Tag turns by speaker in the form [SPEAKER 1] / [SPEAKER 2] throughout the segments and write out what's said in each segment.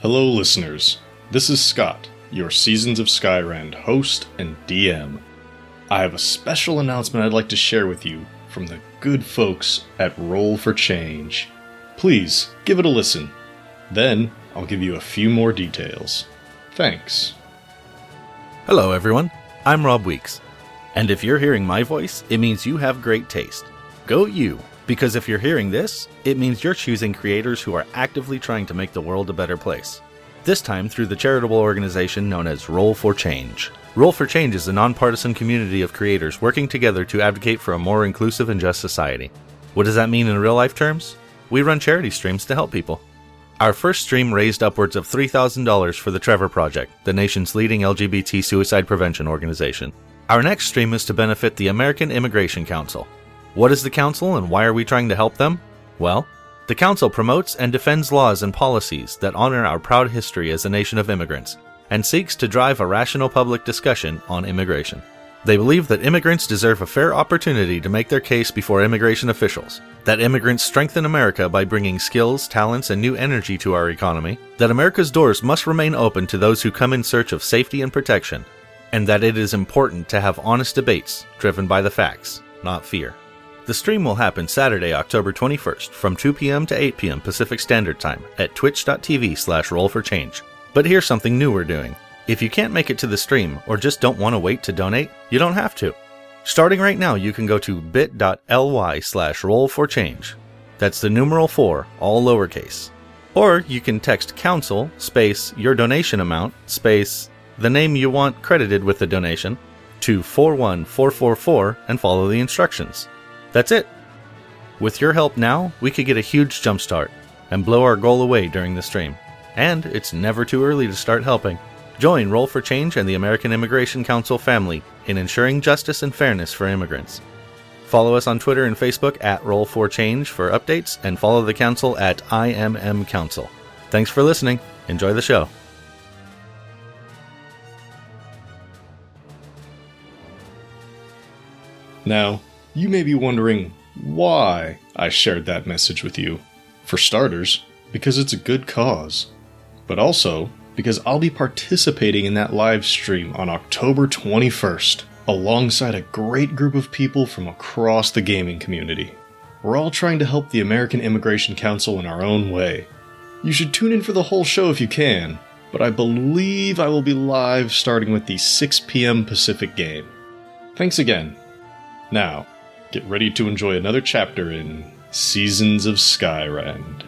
[SPEAKER 1] Hello, listeners. This is Scott, your Seasons of Skyrend host and DM. I have a special announcement I'd like to share with you from the good folks at Roll for Change. Please give it a listen. Then I'll give you a few more details. Thanks.
[SPEAKER 2] Hello, everyone. I'm Rob Weeks. And if you're hearing my voice, it means you have great taste. Go you, because if you're hearing this, it means you're choosing creators who are actively trying to make the world a better place. This time through the charitable organization known as Roll for Change. Roll for Change is a nonpartisan community of creators working together to advocate for a more inclusive and just society. What does that mean in real life terms? We run charity streams to help people. Our first stream raised upwards of $3,000 for the Trevor Project, the nation's leading LGBT suicide prevention organization. Our next stream is to benefit the American Immigration Council. What is the council and why are we trying to help them? Well, the council promotes and defends laws and policies that honor our proud history as a nation of immigrants and seeks to drive a rational public discussion on immigration. They believe that immigrants deserve a fair opportunity to make their case before immigration officials, that immigrants strengthen America by bringing skills, talents, and new energy to our economy, that America's doors must remain open to those who come in search of safety and protection, and that it is important to have honest debates driven by the facts, not fear. The stream will happen Saturday, October 21st from 2 p.m. to 8 p.m. Pacific Standard Time at twitch.tv slash roll for change. But here's something new we're doing. If you can't make it to the stream or just don't want to wait to donate, you don't have to. Starting right now, you can go to bit.ly slash roll for change. That's the numeral 4, all lowercase. Or you can text council space your donation amount space the name you want credited with the donation to 41444 and follow the instructions. That's it. With your help now, we could get a huge jumpstart and blow our goal away during the stream. And it's never too early to start helping. Join Roll for Change and the American Immigration Council family in ensuring justice and fairness for immigrants. Follow us on Twitter and Facebook at Roll for Change for updates and follow the council at IMM Council. Thanks for listening. Enjoy the show.
[SPEAKER 1] Now, you may be wondering why I shared that message with you. For starters, because it's a good cause, but also because I'll be participating in that live stream on October 21st alongside a great group of people from across the gaming community. We're all trying to help the American Immigration Council in our own way. You should tune in for the whole show if you can, but I believe I will be live starting with the 6 p.m. Pacific game. Thanks again. Now, get ready to enjoy another chapter in Seasons of Skyrend.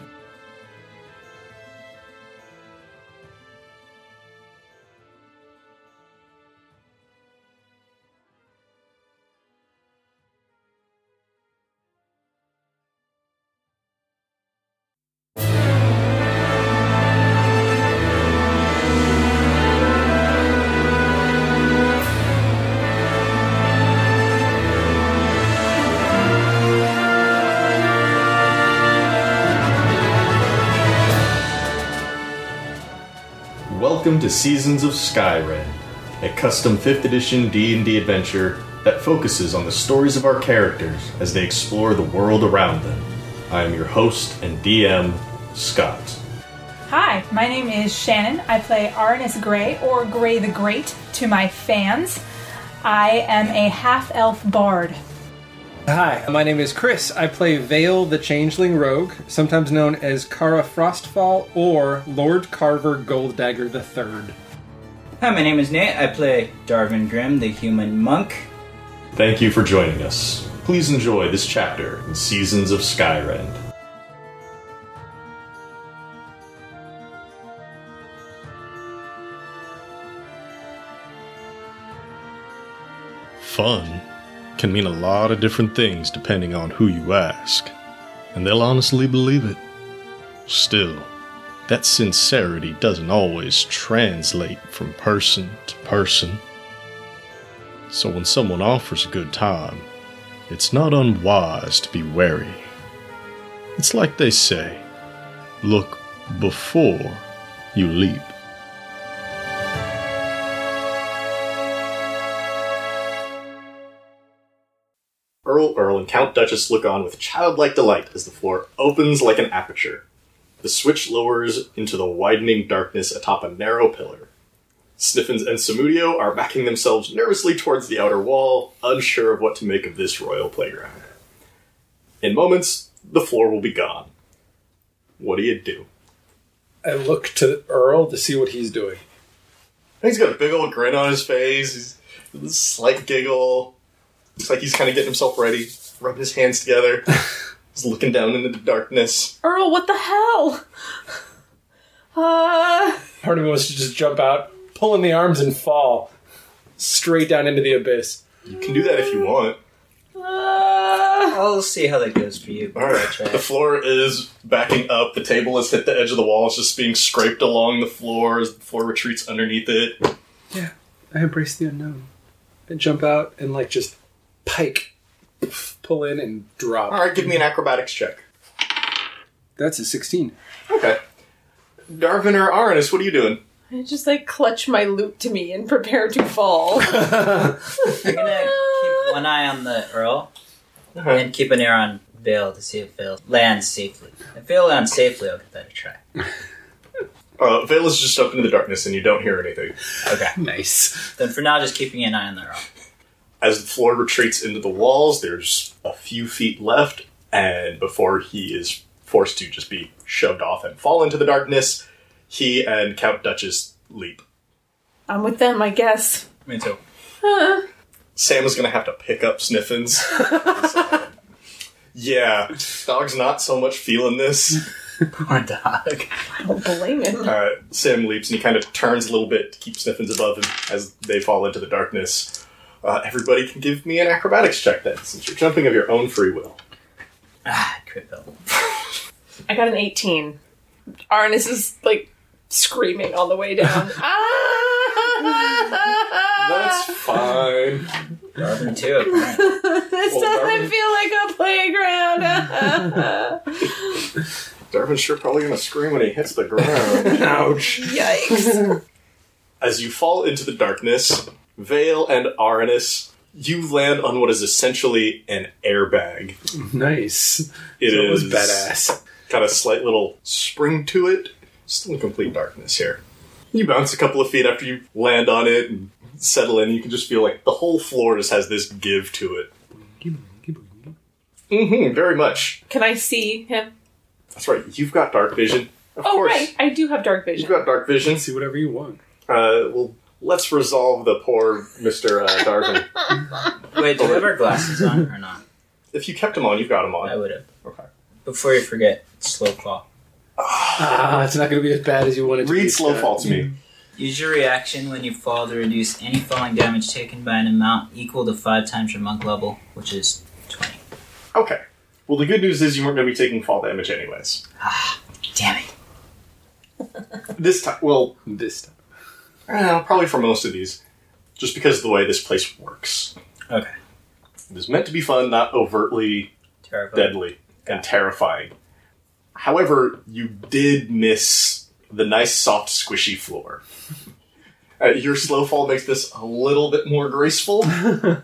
[SPEAKER 1] Welcome to Seasons of Skyrend, a custom 5th edition D&D adventure that focuses on the stories of our characters as they explore the world around them. I am your host and DM, Scott.
[SPEAKER 3] Hi, my name is Shannon. I play Arnis Grey, or Grey the Great, to my fans. I am a half elf bard.
[SPEAKER 4] Hi, my name is Chris. I play Vale the Changeling Rogue, sometimes known as Kara Frostfall or Lord Carver Goldagger III.
[SPEAKER 5] Hi, my name is Nate. I play Darwin Grimm, the human monk.
[SPEAKER 1] Thank you for joining us. Please enjoy this chapter in Seasons of Skyrend. Fun can mean a lot of different things depending on who you ask, and they'll honestly believe it. Still, that sincerity doesn't always translate from person to person. So when someone offers a good time, it's not unwise to be wary. It's like they say look before you leap. Earl, Earl, and Count Duchess look on with childlike delight as the floor opens like an aperture. The switch lowers into the widening darkness atop a narrow pillar. Sniffins and Samudio are backing themselves nervously towards the outer wall, unsure of what to make of this royal playground. In moments, the floor will be gone. What do you do?
[SPEAKER 6] I look to Earl to see what he's doing.
[SPEAKER 1] He's got a big old grin on his face, he's this slight giggle. Looks like he's kind of getting himself ready, rubbing his hands together. he's looking down into the darkness.
[SPEAKER 7] Earl, what the hell? Uh,
[SPEAKER 6] Part of me wants to just jump out, pull in the arms, and fall straight down into the abyss.
[SPEAKER 1] You can do that if you want.
[SPEAKER 7] uh,
[SPEAKER 5] I'll see how that goes for you.
[SPEAKER 1] All right. The floor is backing up. The table has hit the edge of the wall. It's just being scraped along the floor as the floor retreats underneath it.
[SPEAKER 4] Yeah, I embrace the unknown. I jump out and like just pike,
[SPEAKER 6] Pull in and drop.
[SPEAKER 1] All right, give me an acrobatics check.
[SPEAKER 4] That's a sixteen.
[SPEAKER 1] Okay. Darvin or Arnis, what are you doing?
[SPEAKER 7] I just like clutch my loot to me and prepare to fall.
[SPEAKER 5] I'm gonna keep one eye on the Earl and keep an ear on Vale to see if Vale lands safely. If Vale lands safely, I'll give that a try.
[SPEAKER 1] Uh, Vale is just up into the darkness and you don't hear anything.
[SPEAKER 5] Okay.
[SPEAKER 6] Nice.
[SPEAKER 5] then for now, just keeping an eye on the Earl.
[SPEAKER 1] As the floor retreats into the walls, there's a few feet left, and before he is forced to just be shoved off and fall into the darkness, he and Count Duchess leap.
[SPEAKER 7] I'm with them, I guess.
[SPEAKER 5] Me too.
[SPEAKER 1] Sam is going to have to pick up Sniffins. Um, yeah, dog's not so much feeling this.
[SPEAKER 5] Poor dog.
[SPEAKER 7] I don't blame him.
[SPEAKER 1] Uh, Sam leaps and he kind of turns a little bit to keep Sniffins above him as they fall into the darkness. Uh, everybody can give me an acrobatics check then, since you're jumping of your own free will.
[SPEAKER 5] Ah, crit fail.
[SPEAKER 7] I got an 18. Arnis is like screaming on the way down.
[SPEAKER 1] That's
[SPEAKER 7] ah!
[SPEAKER 1] fine.
[SPEAKER 5] Darwin too. apparently.
[SPEAKER 7] This
[SPEAKER 1] Well,
[SPEAKER 7] doesn't
[SPEAKER 1] Darwin-
[SPEAKER 7] feel like a playground.
[SPEAKER 1] Darvin's sure probably going to scream when he hits the ground.
[SPEAKER 4] Ouch.
[SPEAKER 7] Yikes.
[SPEAKER 1] As you fall into the darkness, Vale and Aranus, you land on what is essentially an airbag.
[SPEAKER 4] Nice.
[SPEAKER 1] It
[SPEAKER 4] That was
[SPEAKER 1] is-
[SPEAKER 4] badass.
[SPEAKER 1] got a slight little spring to it. Still in complete darkness here. You bounce a couple of feet after you land on it and settle in. You can just feel like the whole floor just has this give to it. Mm-hmm, very much.
[SPEAKER 7] Can I see him?
[SPEAKER 1] That's right. You've got dark vision. Of
[SPEAKER 7] Oh,
[SPEAKER 1] course.
[SPEAKER 7] right. I do have dark
[SPEAKER 1] You've
[SPEAKER 7] vision.
[SPEAKER 1] got dark vision.
[SPEAKER 4] See whatever you want.
[SPEAKER 1] Uh, well, let's resolve the poor Mr. Uh, Darvin.
[SPEAKER 5] Wait, do we have our glasses on or not?
[SPEAKER 1] if you kept him on, you've got him
[SPEAKER 5] I
[SPEAKER 1] on.
[SPEAKER 5] would have.
[SPEAKER 1] Okay.
[SPEAKER 5] Before you forget, slow fall.
[SPEAKER 4] Ah, it's not going to be as bad as you want it to be.
[SPEAKER 1] Read slow
[SPEAKER 4] Scott.
[SPEAKER 1] fall to me.
[SPEAKER 5] Use your reaction when you fall to reduce any falling damage taken by an amount equal to five times your monk level, which is 20.
[SPEAKER 1] Okay. Well, the good news is you weren't going to be taking fall damage anyways.
[SPEAKER 5] Damn it.
[SPEAKER 1] This time, well,
[SPEAKER 4] This time.
[SPEAKER 1] Uh, probably for most of these, just because of the way this place works.
[SPEAKER 5] Okay.
[SPEAKER 1] It is meant to be fun, not overtly
[SPEAKER 5] Terrible.
[SPEAKER 1] deadly and terrifying. However, you did miss the nice, soft, squishy floor. Uh, your slow fall makes this a little bit more graceful,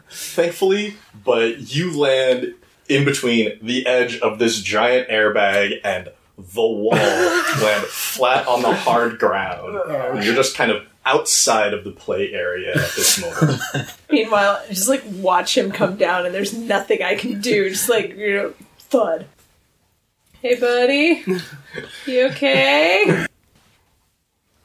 [SPEAKER 1] thankfully, but you land in between the edge of this giant airbag and the wall, land flat on the hard ground. And you're just kind of outside of the play area at this moment.
[SPEAKER 7] Meanwhile, I just like watch him come down, and there's nothing I can do. Just like you know, thud. Hey, buddy, you okay?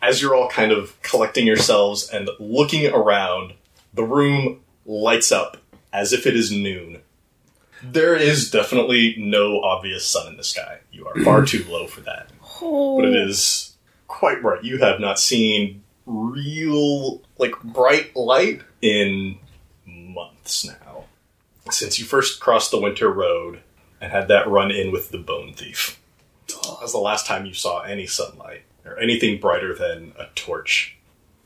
[SPEAKER 1] as you're all kind of collecting yourselves and looking around, the room lights up as if it is noon. There is definitely no obvious sun in the sky. You are far too low for that. But it is quite bright. You have not seen real, like, bright light in months now. Since you first crossed the winter road and had that run in with the bone thief. That was the last time you saw any sunlight or anything brighter than a torch.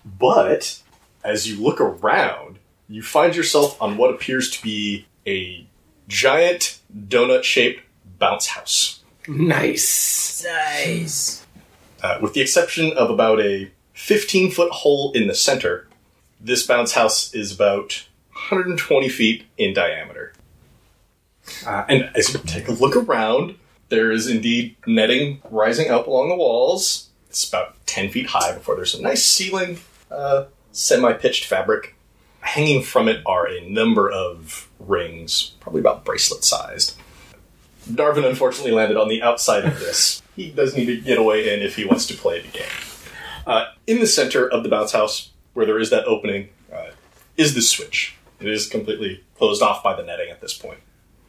[SPEAKER 1] But as you look around, you find yourself on what appears to be a giant donut shaped bounce house.
[SPEAKER 4] Nice.
[SPEAKER 5] Nice.
[SPEAKER 1] Uh, with the exception of about a 15 foot hole in the center, this bounce house is about 120 feet in diameter. Uh, and as you take a look around, There is indeed netting rising up along the walls. It's about 10 feet high before there's a nice ceiling, uh, semi pitched fabric. Hanging from it are a number of rings, probably about bracelet sized. Darvin unfortunately landed on the outside of this. he does need to get away in if he wants to play the game. Uh, in the center of the bounce house, where there is that opening, uh, is the switch. It is completely closed off by the netting at this point.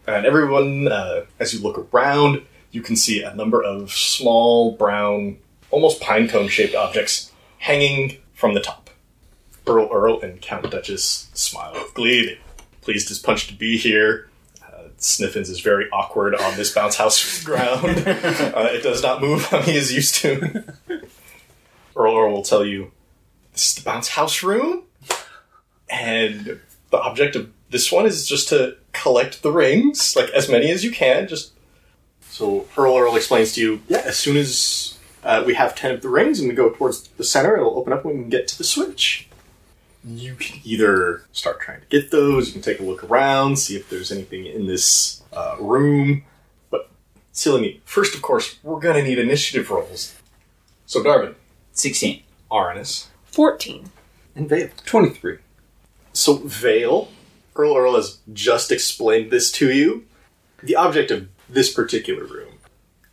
[SPEAKER 1] And everyone, uh, as you look around, you can see a number of small, brown, almost pinecone shaped objects hanging from the top. Burl Earl and Count Duchess smile with glee. They're pleased as punch to be here. Uh, Sniffins is very awkward on this bounce house ground. uh, it does not move how he is used to. Earl Earl will tell you, This is the bounce house room? And the object of this one is just to collect the rings, like as many as you can. Just so Earl Earl explains to you. Yeah, as soon as uh, we have ten of the rings and we go towards the center, it'll open up when we can get to the switch. You can either start trying to get those. You can take a look around, see if there's anything in this uh, room. But silly me. First, of course, we're gonna need initiative rolls. So Darvin,
[SPEAKER 5] 16.
[SPEAKER 1] Arnis,
[SPEAKER 7] 14.
[SPEAKER 1] and Vale.
[SPEAKER 4] 23.
[SPEAKER 1] So, Vale, Earl Earl has just explained this to you. The object of this particular room.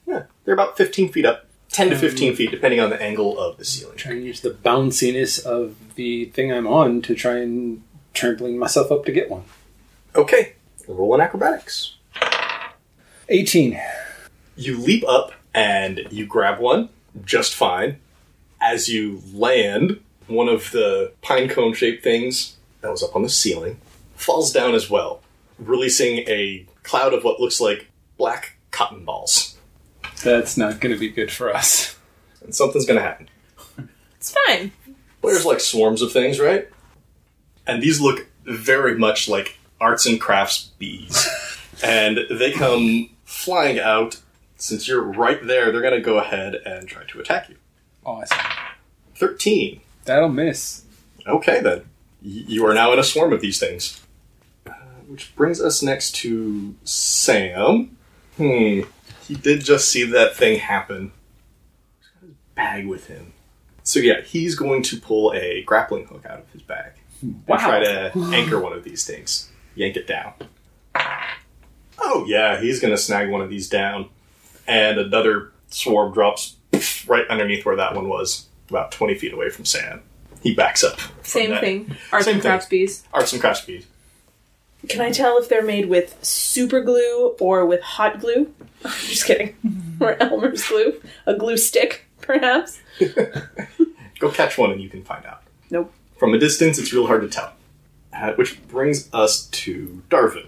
[SPEAKER 1] Yeah, they're about 15 feet up. 10 to 15 feet, depending on the angle of the ceiling.
[SPEAKER 4] Trying to use the bounciness of the thing I'm on to try and trampling myself up to get one.
[SPEAKER 1] Okay, roll in acrobatics.
[SPEAKER 4] 18.
[SPEAKER 1] You leap up and you grab one just fine. As you land, one of the pinecone shaped things that was up on the ceiling falls down as well, releasing a cloud of what looks like black cotton balls.
[SPEAKER 4] That's not going to be good for us.
[SPEAKER 1] and something's gonna happen.
[SPEAKER 7] It's fine.
[SPEAKER 1] There's like swarms of things, right? And these look very much like arts and crafts bees. and they come flying out. Since you're right there, they're gonna go ahead and try to attack you.
[SPEAKER 4] Awesome.
[SPEAKER 1] 13.
[SPEAKER 4] That'll miss.
[SPEAKER 1] Okay then. Y- You are now in a swarm of these things. Uh, Which brings us next to Sam. Hmm. He did just see that thing happen. He's got his bag with him. So yeah, he's going to pull a grappling hook out of his bag.
[SPEAKER 4] Wow.
[SPEAKER 1] and try to anchor one of these things, yank it down. Oh yeah, he's gonna snag one of these down, and another swarm drops poof, right underneath where that one was, about twenty feet away from Sam. He backs up. from
[SPEAKER 7] Same
[SPEAKER 1] that.
[SPEAKER 7] thing. Arts
[SPEAKER 1] Same
[SPEAKER 7] and
[SPEAKER 1] thing.
[SPEAKER 7] crafts bees.
[SPEAKER 1] Arts and crafts speed.
[SPEAKER 7] Can I tell if they're made with super glue or with hot glue? I'm just kidding. or Elmer's glue. A glue stick, perhaps.
[SPEAKER 1] Go catch one and you can find out.
[SPEAKER 7] Nope.
[SPEAKER 1] From a distance, it's real hard to tell. Uh, which brings us to Darvin.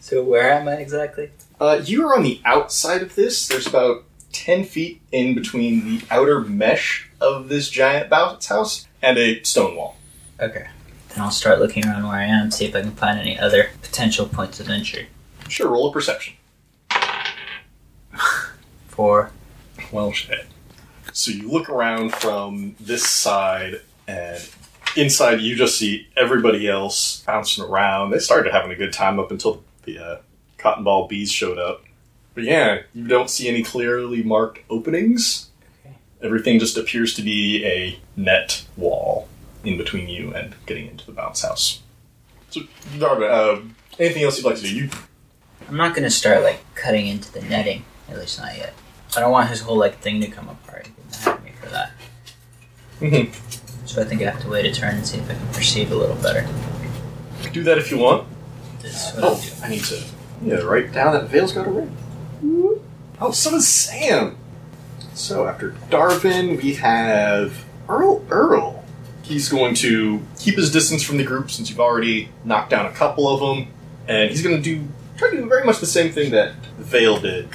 [SPEAKER 5] So where am I exactly?
[SPEAKER 1] Uh, you are on the outside of this. There's about 10 feet in between the outer mesh of this giant bounce house and a stone wall.
[SPEAKER 5] Okay. Then I'll start looking around where I am, see if I can find any other potential points of entry.
[SPEAKER 1] Sure, roll a perception.
[SPEAKER 5] Four.
[SPEAKER 1] Well, shit. So you look around from this side, and inside you just see everybody else bouncing around. They started having a good time up until the uh, cotton ball bees showed up. But yeah, you don't see any clearly marked openings. Everything just appears to be a net wall in between you and getting into the bounce house. So, Darvin, uh, anything else you'd like to do? You
[SPEAKER 5] I'm not gonna start like cutting into the netting, at least not yet. I don't want his whole like thing to come apart. He didn't have me for that.
[SPEAKER 1] Mhm.
[SPEAKER 5] so I think I have to wait a turn and see if I can perceive a little better.
[SPEAKER 1] can do that if you want.
[SPEAKER 5] This is what I'll
[SPEAKER 1] Oh,
[SPEAKER 5] do.
[SPEAKER 1] I need to. Yeah, right down that Vale's got a ring. Oh, so does Sam. So after Darvin, we have Earl. Earl. He's going to keep his distance from the group since you've already knocked down a couple of them, and he's going to do try to do very much the same thing that Vale did.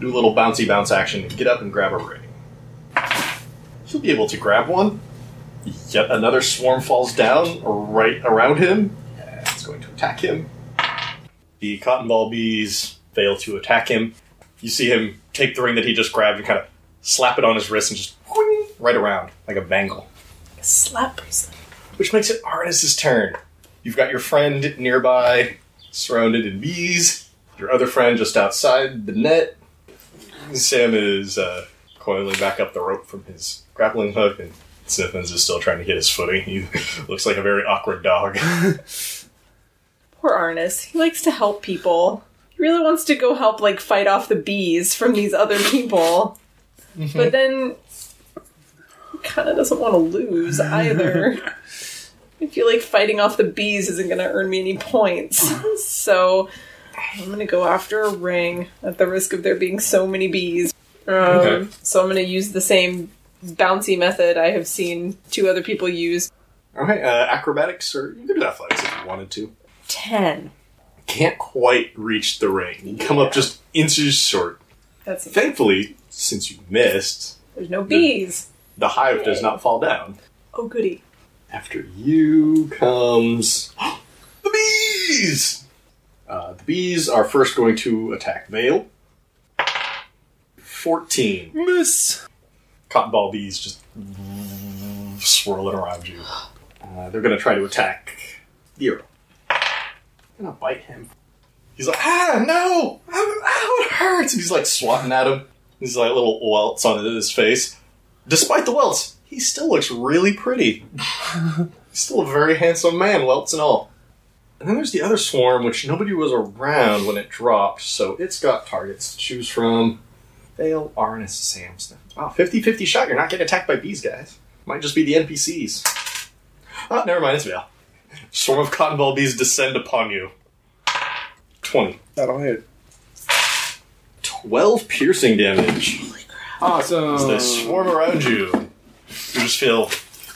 [SPEAKER 1] Do a little bouncy bounce action and get up and grab a ring. He'll be able to grab one. Yet another swarm falls down right around him. and It's going to attack him. The cotton ball bees fail to attack him. You see him take the ring that he just grabbed and kind of slap it on his wrist and just whing, right around like a bangle,
[SPEAKER 7] Slap bracelet.
[SPEAKER 1] which makes it Arnis's turn. You've got your friend nearby, surrounded in bees. Your other friend just outside the net. Sam is uh, coiling back up the rope from his grappling hook, and Sniffins is still trying to get his footing. He looks like a very awkward dog.
[SPEAKER 7] Poor Arnis. He likes to help people. He really wants to go help, like, fight off the bees from these other people. But then he kind of doesn't want to lose either. I feel like fighting off the bees isn't going to earn me any points. so I'm going to go after a ring at the risk of there being so many bees. Um,
[SPEAKER 1] Okay.
[SPEAKER 7] So I'm going to use the same bouncy method I have seen two other people use.
[SPEAKER 1] All right, uh, acrobatics or you could do athletics if you wanted to.
[SPEAKER 7] 10.
[SPEAKER 1] Can't quite reach the ring. You come up just inches short.
[SPEAKER 7] That's
[SPEAKER 1] Thankfully, since you missed,
[SPEAKER 7] There's no bees.
[SPEAKER 1] the hive does not fall down.
[SPEAKER 7] Oh, goody.
[SPEAKER 1] After you comes the bees. Uh, the bees are first going to attack Vale. Fourteen
[SPEAKER 4] Miss.
[SPEAKER 1] cotton ball bees just swirling around you. Uh, they're going to try to attack Nero. They're going to bite him. He's like, ah, no! Ow, ow, it hurts! And he's like swatting at him. He's like little welts on his face. Despite the welts, he still looks really pretty. he's still a very handsome man, welts and all. And then there's the other swarm, which nobody was around when it dropped, so it's got targets to choose from. Fail Arnis Sam Smith. Wow, 50 50 shot. You're not getting attacked by bees, guys. Might just be the NPCs. Oh, never mind, it's Vale. Swarm of cotton ball bees descend upon you. 20.
[SPEAKER 4] That'll hit.
[SPEAKER 1] 12 piercing damage.
[SPEAKER 4] Awesome.
[SPEAKER 1] As they swarm around you. You just feel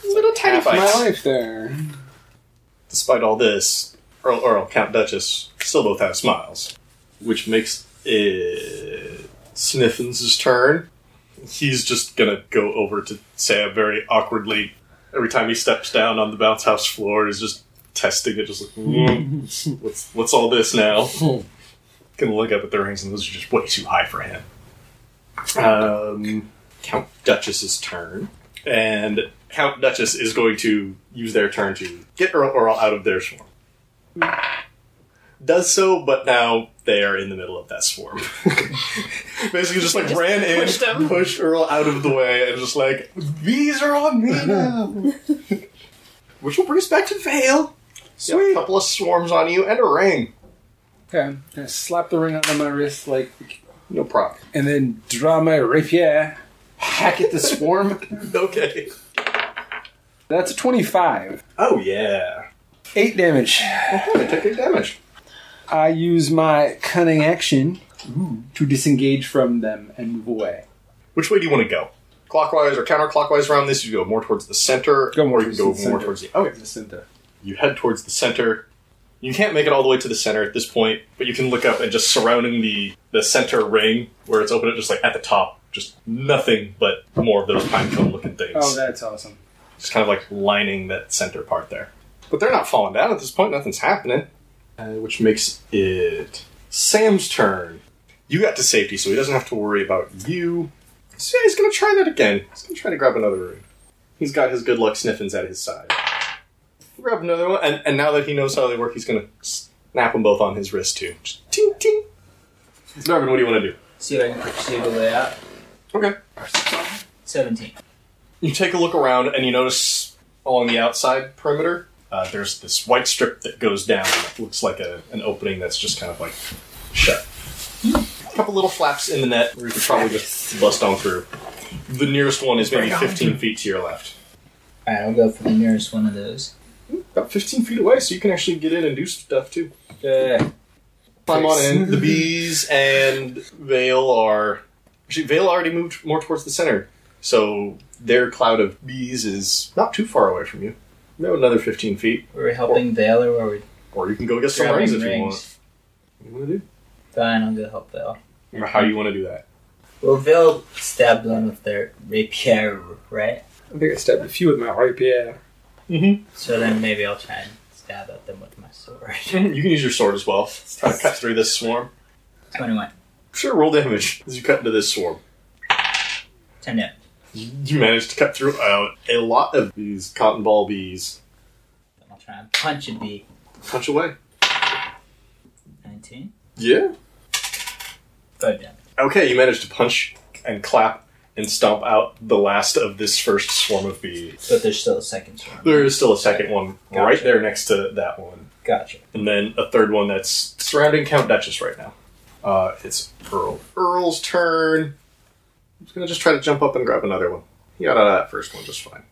[SPEAKER 1] little tiny
[SPEAKER 4] Half my life there.
[SPEAKER 1] Despite all this, Earl Earl, Count Duchess still both have smiles. Which makes it Sniffins' turn. He's just gonna go over to Sam very awkwardly. Every time he steps down on the bounce house floor, he's just testing it, just like, "Mm, what's, what's all this now? Can look up at the rings, and those are just way too high for him. Um, Count Duchess's turn. And Count Duchess is going to use their turn to get Earl Earl out of their swarm. Does so, but now they are in the middle of that swarm. Basically, just like ran in,
[SPEAKER 7] pushed them.
[SPEAKER 1] pushed Earl out of the way, and just like, these are on me now! Which will bring us back to Vale. Sweet. couple of swarms on you and a ring.
[SPEAKER 4] Okay. I'm gonna slap the ring out of my wrist like
[SPEAKER 1] No problem.
[SPEAKER 4] and then draw my rapier. Hack at the swarm.
[SPEAKER 1] Okay.
[SPEAKER 4] That's a twenty-five.
[SPEAKER 1] Oh, yeah.
[SPEAKER 4] Eight damage.
[SPEAKER 1] Oh, they took big damage.
[SPEAKER 4] I use my cunning action to disengage from them and move away.
[SPEAKER 1] Which way do you want to go? Clockwise or counterclockwise around this? You go more towards the center,
[SPEAKER 4] Go more
[SPEAKER 1] or you
[SPEAKER 4] towards
[SPEAKER 1] go
[SPEAKER 4] the
[SPEAKER 1] more
[SPEAKER 4] center.
[SPEAKER 1] towards the. Okay,
[SPEAKER 4] Jacinta.
[SPEAKER 1] you head towards the center. You can't make it all the way to the center at this point, but you can look up and just surrounding the the center ring where it's open, just like at the top, just nothing but more of those pine cone looking things.
[SPEAKER 4] Oh, that's awesome.
[SPEAKER 1] Just kind of like lining that center part there. But they're not falling down at this point. Nothing's happening, uh, which makes it Sam's turn. You got to safety, so he doesn't have to worry about you. So yeah, he's gonna try that again. He's gonna try to grab another room. He's got his good luck sniffins at his side. Grab another one, and, and now that he knows how they work, he's gonna snap them both on his wrist too. Just ting ting. Norman, what do you want to do?
[SPEAKER 5] See if I can pursue the way out.
[SPEAKER 1] Okay.
[SPEAKER 5] 17.
[SPEAKER 1] You take a look around and you notice along the outside perimeter, uh, there's this white strip that goes down. It looks like a, an opening that's just kind of like shut. A couple little flaps in the net where you could probably just bust on through. The nearest one is maybe 15 feet to your left.
[SPEAKER 5] Alright, I'll go for the nearest one of those.
[SPEAKER 1] About 15 feet away, so you can actually get in and do stuff too.
[SPEAKER 5] Yeah.
[SPEAKER 1] Climb on in. The bees and Vale are. Actually, Vale already moved more towards the center, so their cloud of bees is not too far away from you. No, another 15 feet.
[SPEAKER 5] Were we helping Vale or were we
[SPEAKER 1] Or you can go get some
[SPEAKER 5] grabbing
[SPEAKER 1] rings
[SPEAKER 5] rings?
[SPEAKER 1] if you want. What do you want to do?
[SPEAKER 5] Fine, I'll go help Vale.
[SPEAKER 1] Or how do you want to do that?
[SPEAKER 5] Well, Vale stabbed one with their rapier, right?
[SPEAKER 4] I think I stabbed a few with my rapier.
[SPEAKER 5] So then maybe I'll try and stab at them with my sword.
[SPEAKER 1] You can use your sword as well. Try to cut through this swarm.
[SPEAKER 5] 21.
[SPEAKER 1] Sure, roll damage as you cut into this swarm.
[SPEAKER 5] 10 damage.
[SPEAKER 1] You manage to cut through uh, a lot of these cotton ball bees.
[SPEAKER 5] Then I'll try and punch a bee.
[SPEAKER 1] Punch away.
[SPEAKER 5] 19.
[SPEAKER 1] Yeah.
[SPEAKER 5] 5 damage.
[SPEAKER 1] Okay, you managed to punch and clap and stomp out the last of this first swarm of bees.
[SPEAKER 5] But there's still a second swarm.
[SPEAKER 1] There is still a second one
[SPEAKER 5] Gotcha.
[SPEAKER 1] right there next to that one,
[SPEAKER 5] Gotcha.
[SPEAKER 1] and then a third one that's surrounding Count Duchess right now. Uh, it's Earl. Earl's turn. He's gonna just try to jump up and grab another one. He got out of that first one just fine.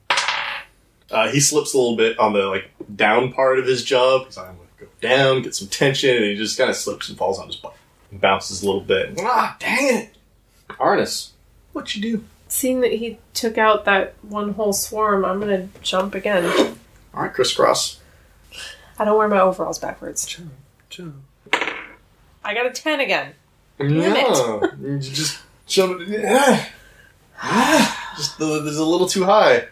[SPEAKER 1] Uh, he slips a little bit on the like down part of his job because I'm gonna go down, get some tension, and he just kind of slips and falls on his butt, and bounces a little bit. Ah, dang it! Arnis, what you do?
[SPEAKER 7] Seeing that he took out that one whole swarm, I'm gonna jump again.
[SPEAKER 1] All right, crisscross.
[SPEAKER 7] I don't wear my overalls backwards. I got a ten again.
[SPEAKER 1] No, you just jump. Ah. Ah. just the, there's a little too high.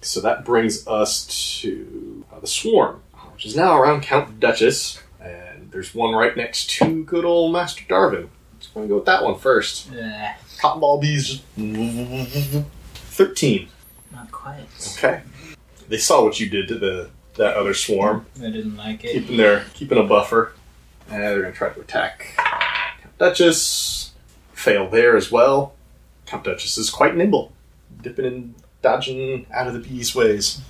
[SPEAKER 1] So that brings us to uh, the swarm, which is now around Count Duchess, and there's one right next to good old Master Darvin. Just gonna go with that one first.
[SPEAKER 5] Yeah,
[SPEAKER 1] Cotton ball bees. Just Thirteen.
[SPEAKER 5] not quite.
[SPEAKER 1] Okay. They saw what you did to the that other swarm,
[SPEAKER 5] I didn't like it.
[SPEAKER 1] keeping their keeping a buffer, and they're gonna try to attack. Count Duchess fail there as well. Count Duchess is quite nimble, dipping and dodging out of the bees' ways.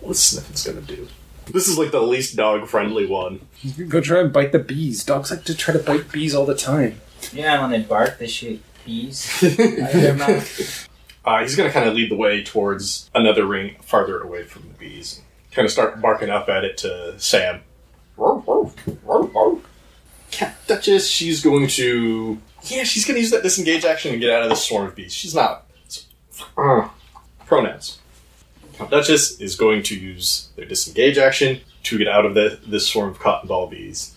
[SPEAKER 1] What's Sniffins gonna do? This is like the least dog friendly one.
[SPEAKER 8] Go try and bite the bees. Dogs like to try to bite bees all the time.
[SPEAKER 5] Yeah, when they bark, they shoot bees out of their mouth.
[SPEAKER 1] Uh, he's going to kind of lead the way towards another ring farther away from the bees. Kind of start barking up at it to Sam. Cat Duchess, she's going to. Yeah, she's going to use that disengage action and get out of this swarm of bees. She's not. Uh, pronouns. Count Duchess is going to use their disengage action to get out of the, this swarm of cotton ball bees.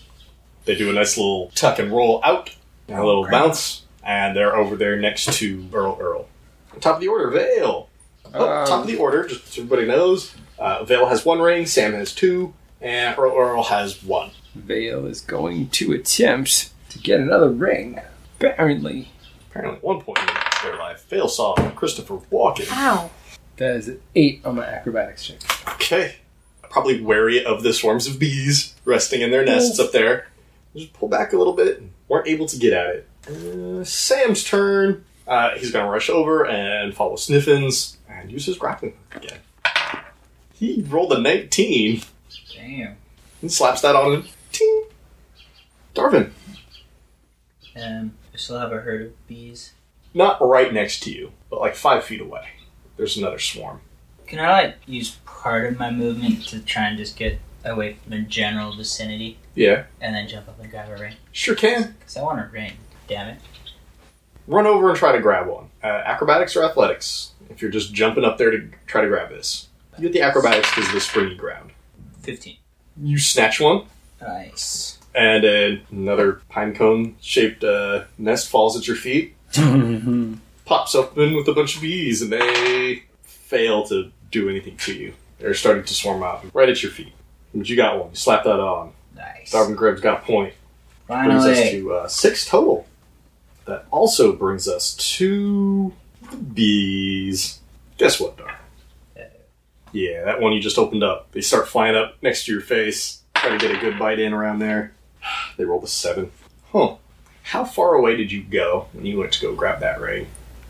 [SPEAKER 1] They do a nice little tuck and roll out, and a little bounce, and they're over there next to Earl Earl. Top of the order, Vale. Oh,
[SPEAKER 8] Um,
[SPEAKER 1] top of the order, just so everybody knows. Uh, Vale has one ring, Sam has two, and Earl Earl has one.
[SPEAKER 8] Vale is going to attempt to get another ring. Apparently,
[SPEAKER 1] Apparently, at one point in their life, Vale saw Christopher Walken.
[SPEAKER 7] Ow.
[SPEAKER 8] that is an eight on my acrobatics check.
[SPEAKER 1] Okay. Probably wary of the swarms of bees resting in their nests up there. Just pull back a little bit. Weren't able to get at it. Uh, Sam's turn. Uh, he's going to rush over and follow Sniffins and use his grappling hook again. He rolled a 19.
[SPEAKER 5] Damn.
[SPEAKER 1] and slaps that on him. Ting. Darvin,
[SPEAKER 5] Um, I still have a herd of bees.
[SPEAKER 1] not right next to you, but like five feet away. There's another swarm.
[SPEAKER 5] Can I like use part of my movement to try and just get away from their general vicinity
[SPEAKER 1] Yeah,
[SPEAKER 5] and then jump up and grab a ring?
[SPEAKER 1] sure can.
[SPEAKER 5] Because I want a ring. Damn it.
[SPEAKER 1] Run over and try to grab one. Uh, acrobatics or athletics? If you're just jumping up there to try to grab this, you get the acrobatics because of the springy ground.
[SPEAKER 5] 15.
[SPEAKER 1] You snatch one,
[SPEAKER 5] Nice.
[SPEAKER 1] and uh, another pine cone shaped uh, nest falls at your feet. Pops open with a bunch of bees, and they fail to do anything to you. They're starting to swarm out right at your feet. But you got one. You slap that on.
[SPEAKER 5] Nice.
[SPEAKER 1] Darwin Gribb's got a point. Brings us
[SPEAKER 5] Finally.
[SPEAKER 1] to uh, six total. That also brings us to the bees. Guess what, Dar? Yeah, that one you just opened up. They start flying up next to your face, try to get a good bite in around there. They rolled a seven. Huh. How far away did you go when you went to go grab that ring?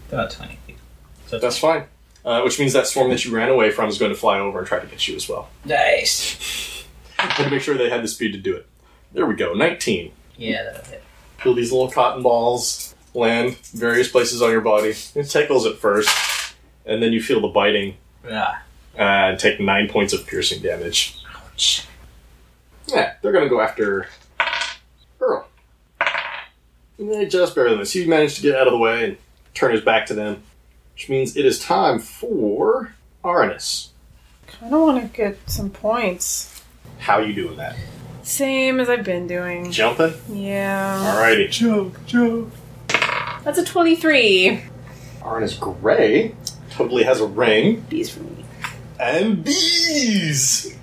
[SPEAKER 5] About 20 feet. So
[SPEAKER 1] That's fine. Uh, which means that swarm that you ran away from is going to fly over and try to get you as well.
[SPEAKER 5] Nice.
[SPEAKER 1] Had to make sure they had the speed to do it. There we go. Nineteen.
[SPEAKER 5] Yeah, that'll hit.
[SPEAKER 1] feel these little cotton balls land various places on your body. It tickles at first, and then you feel the biting
[SPEAKER 5] Ah,
[SPEAKER 1] uh, and take nine points of piercing damage. Ouch. Yeah, they're gonna go after Earl. And they just barely miss. He managed to get out of the way and turn his back to them, which means it is time for Arnis.
[SPEAKER 7] I don't want to get some points.
[SPEAKER 1] How you doing that?
[SPEAKER 7] Same as I've been doing.
[SPEAKER 1] Jumping?
[SPEAKER 7] Yeah.
[SPEAKER 1] Alrighty.
[SPEAKER 7] That's a 23.
[SPEAKER 1] Arnis Gray totally has a ring.
[SPEAKER 7] Bees for me.
[SPEAKER 1] and bees.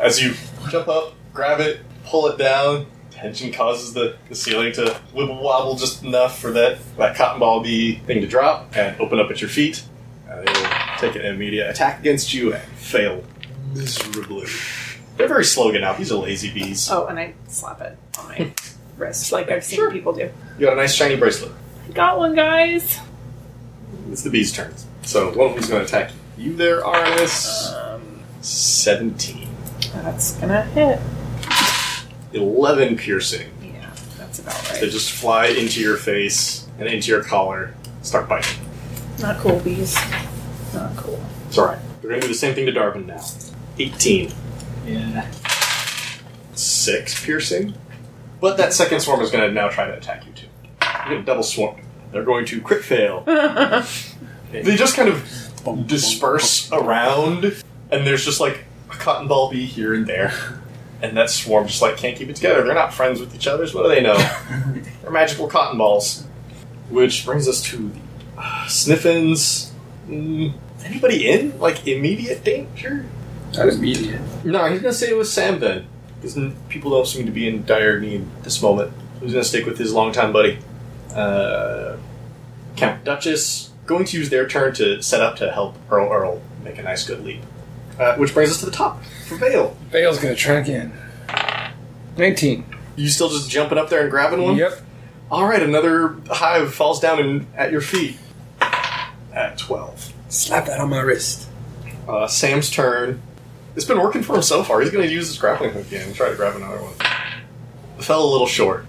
[SPEAKER 1] As you jump up, grab it, pull it down, tension causes the, the ceiling to wibble wobble just enough for that, that cotton ball bee thing to drop and open up at your feet. Uh, they will take an immediate attack against you and fail miserably. They're very slow getting out. These are lazy bees.
[SPEAKER 7] Oh, and I slap it on my wrist, like I've seen
[SPEAKER 1] Sure.
[SPEAKER 7] people do.
[SPEAKER 1] You got a nice shiny bracelet.
[SPEAKER 7] Got one, guys.
[SPEAKER 1] It's the bee's turn. So one of them's going to attack you. You there, Arnis.
[SPEAKER 7] Um,
[SPEAKER 1] 17.
[SPEAKER 7] that's gonna hit.
[SPEAKER 1] 11 piercing.
[SPEAKER 7] Yeah, that's about
[SPEAKER 1] They
[SPEAKER 7] right.
[SPEAKER 1] just fly into your face and into your collar. Start biting.
[SPEAKER 7] Not cool, bees. Not cool.
[SPEAKER 1] It's alright. We're going to do the same thing to Darwin now. 18.
[SPEAKER 5] Yeah.
[SPEAKER 1] 6 piercing. But that second swarm is going to now try to attack you too. You're going to double swarm. They're going to crit fail. they just kind of disperse around, and there's just like a cotton ball bee here and there. And that swarm just like can't keep it together. They're not friends with each other. So what do they know? They're magical cotton balls. Which brings us to the uh, sniffins. Mm, anybody in like immediate danger?
[SPEAKER 4] That was immediate.
[SPEAKER 1] No, he's gonna say it was Sam then, because people don't seem to be in dire need this moment. He's gonna stick with his longtime buddy, uh, Count Duchess. Going to use their turn to set up to help Earl Earl make a nice good leap, uh, which brings us to the top for Vale.
[SPEAKER 4] Vale's gonna try again. 19.
[SPEAKER 1] You still just jumping up there and grabbing one?
[SPEAKER 4] Yep.
[SPEAKER 1] All right, another hive falls down and at your feet. At twelve,
[SPEAKER 4] Slap that on my wrist.
[SPEAKER 1] uh, Sam's turn. It's been working for him so far. He's going to use his grappling hook again and try to grab another one. Fell a little short.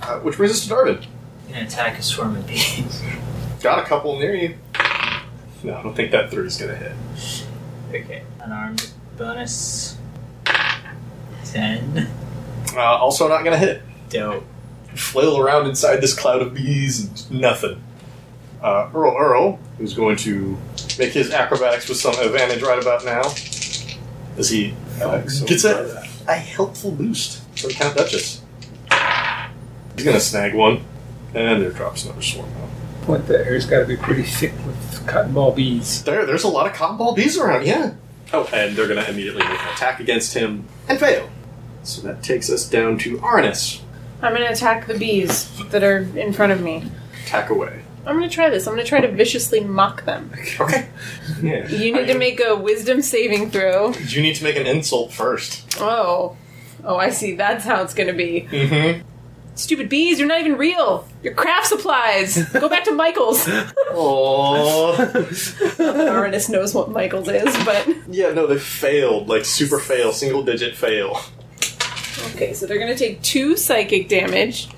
[SPEAKER 1] Uh, which brings us to Darvin.
[SPEAKER 5] Gonna attack a swarm of bees.
[SPEAKER 1] Got a couple near you. No, I don't think that three's going to hit.
[SPEAKER 5] okay. Unarmed bonus. Ten.
[SPEAKER 1] Uh, also, not going to hit.
[SPEAKER 5] Dope.
[SPEAKER 1] Flail around inside this cloud of bees and just nothing. Uh, Earl Earl, who's going to make his acrobatics with some advantage right about now, as he uh, gets a, a helpful boost from Count Duchess. He's going to snag one, and there drops another swarm out.
[SPEAKER 4] Point the air's gotta be pretty thick with cotton ball bees.
[SPEAKER 1] There, there's a lot of cotton ball bees around, yeah. Oh, and they're going to immediately make an attack against him and fail. So that takes us down to Arnis.
[SPEAKER 7] I'm gonna attack the bees that are in front of me.
[SPEAKER 1] Attack away.
[SPEAKER 7] I'm gonna try this. I'm gonna try to viciously mock them.
[SPEAKER 1] Okay. Yeah.
[SPEAKER 7] You need to make a wisdom saving throw.
[SPEAKER 1] You need to make an insult first.
[SPEAKER 7] Oh. Oh, I see. That's how it's gonna be.
[SPEAKER 1] Mm-hmm.
[SPEAKER 7] Stupid bees, you're not even real. You're craft supplies. Go back to Michael's.
[SPEAKER 1] Oh.
[SPEAKER 7] Aranus knows what Michael's is, but.
[SPEAKER 1] yeah, no, they failed. Like, super fail. Single digit fail.
[SPEAKER 7] Okay, so they're gonna take two psychic damage.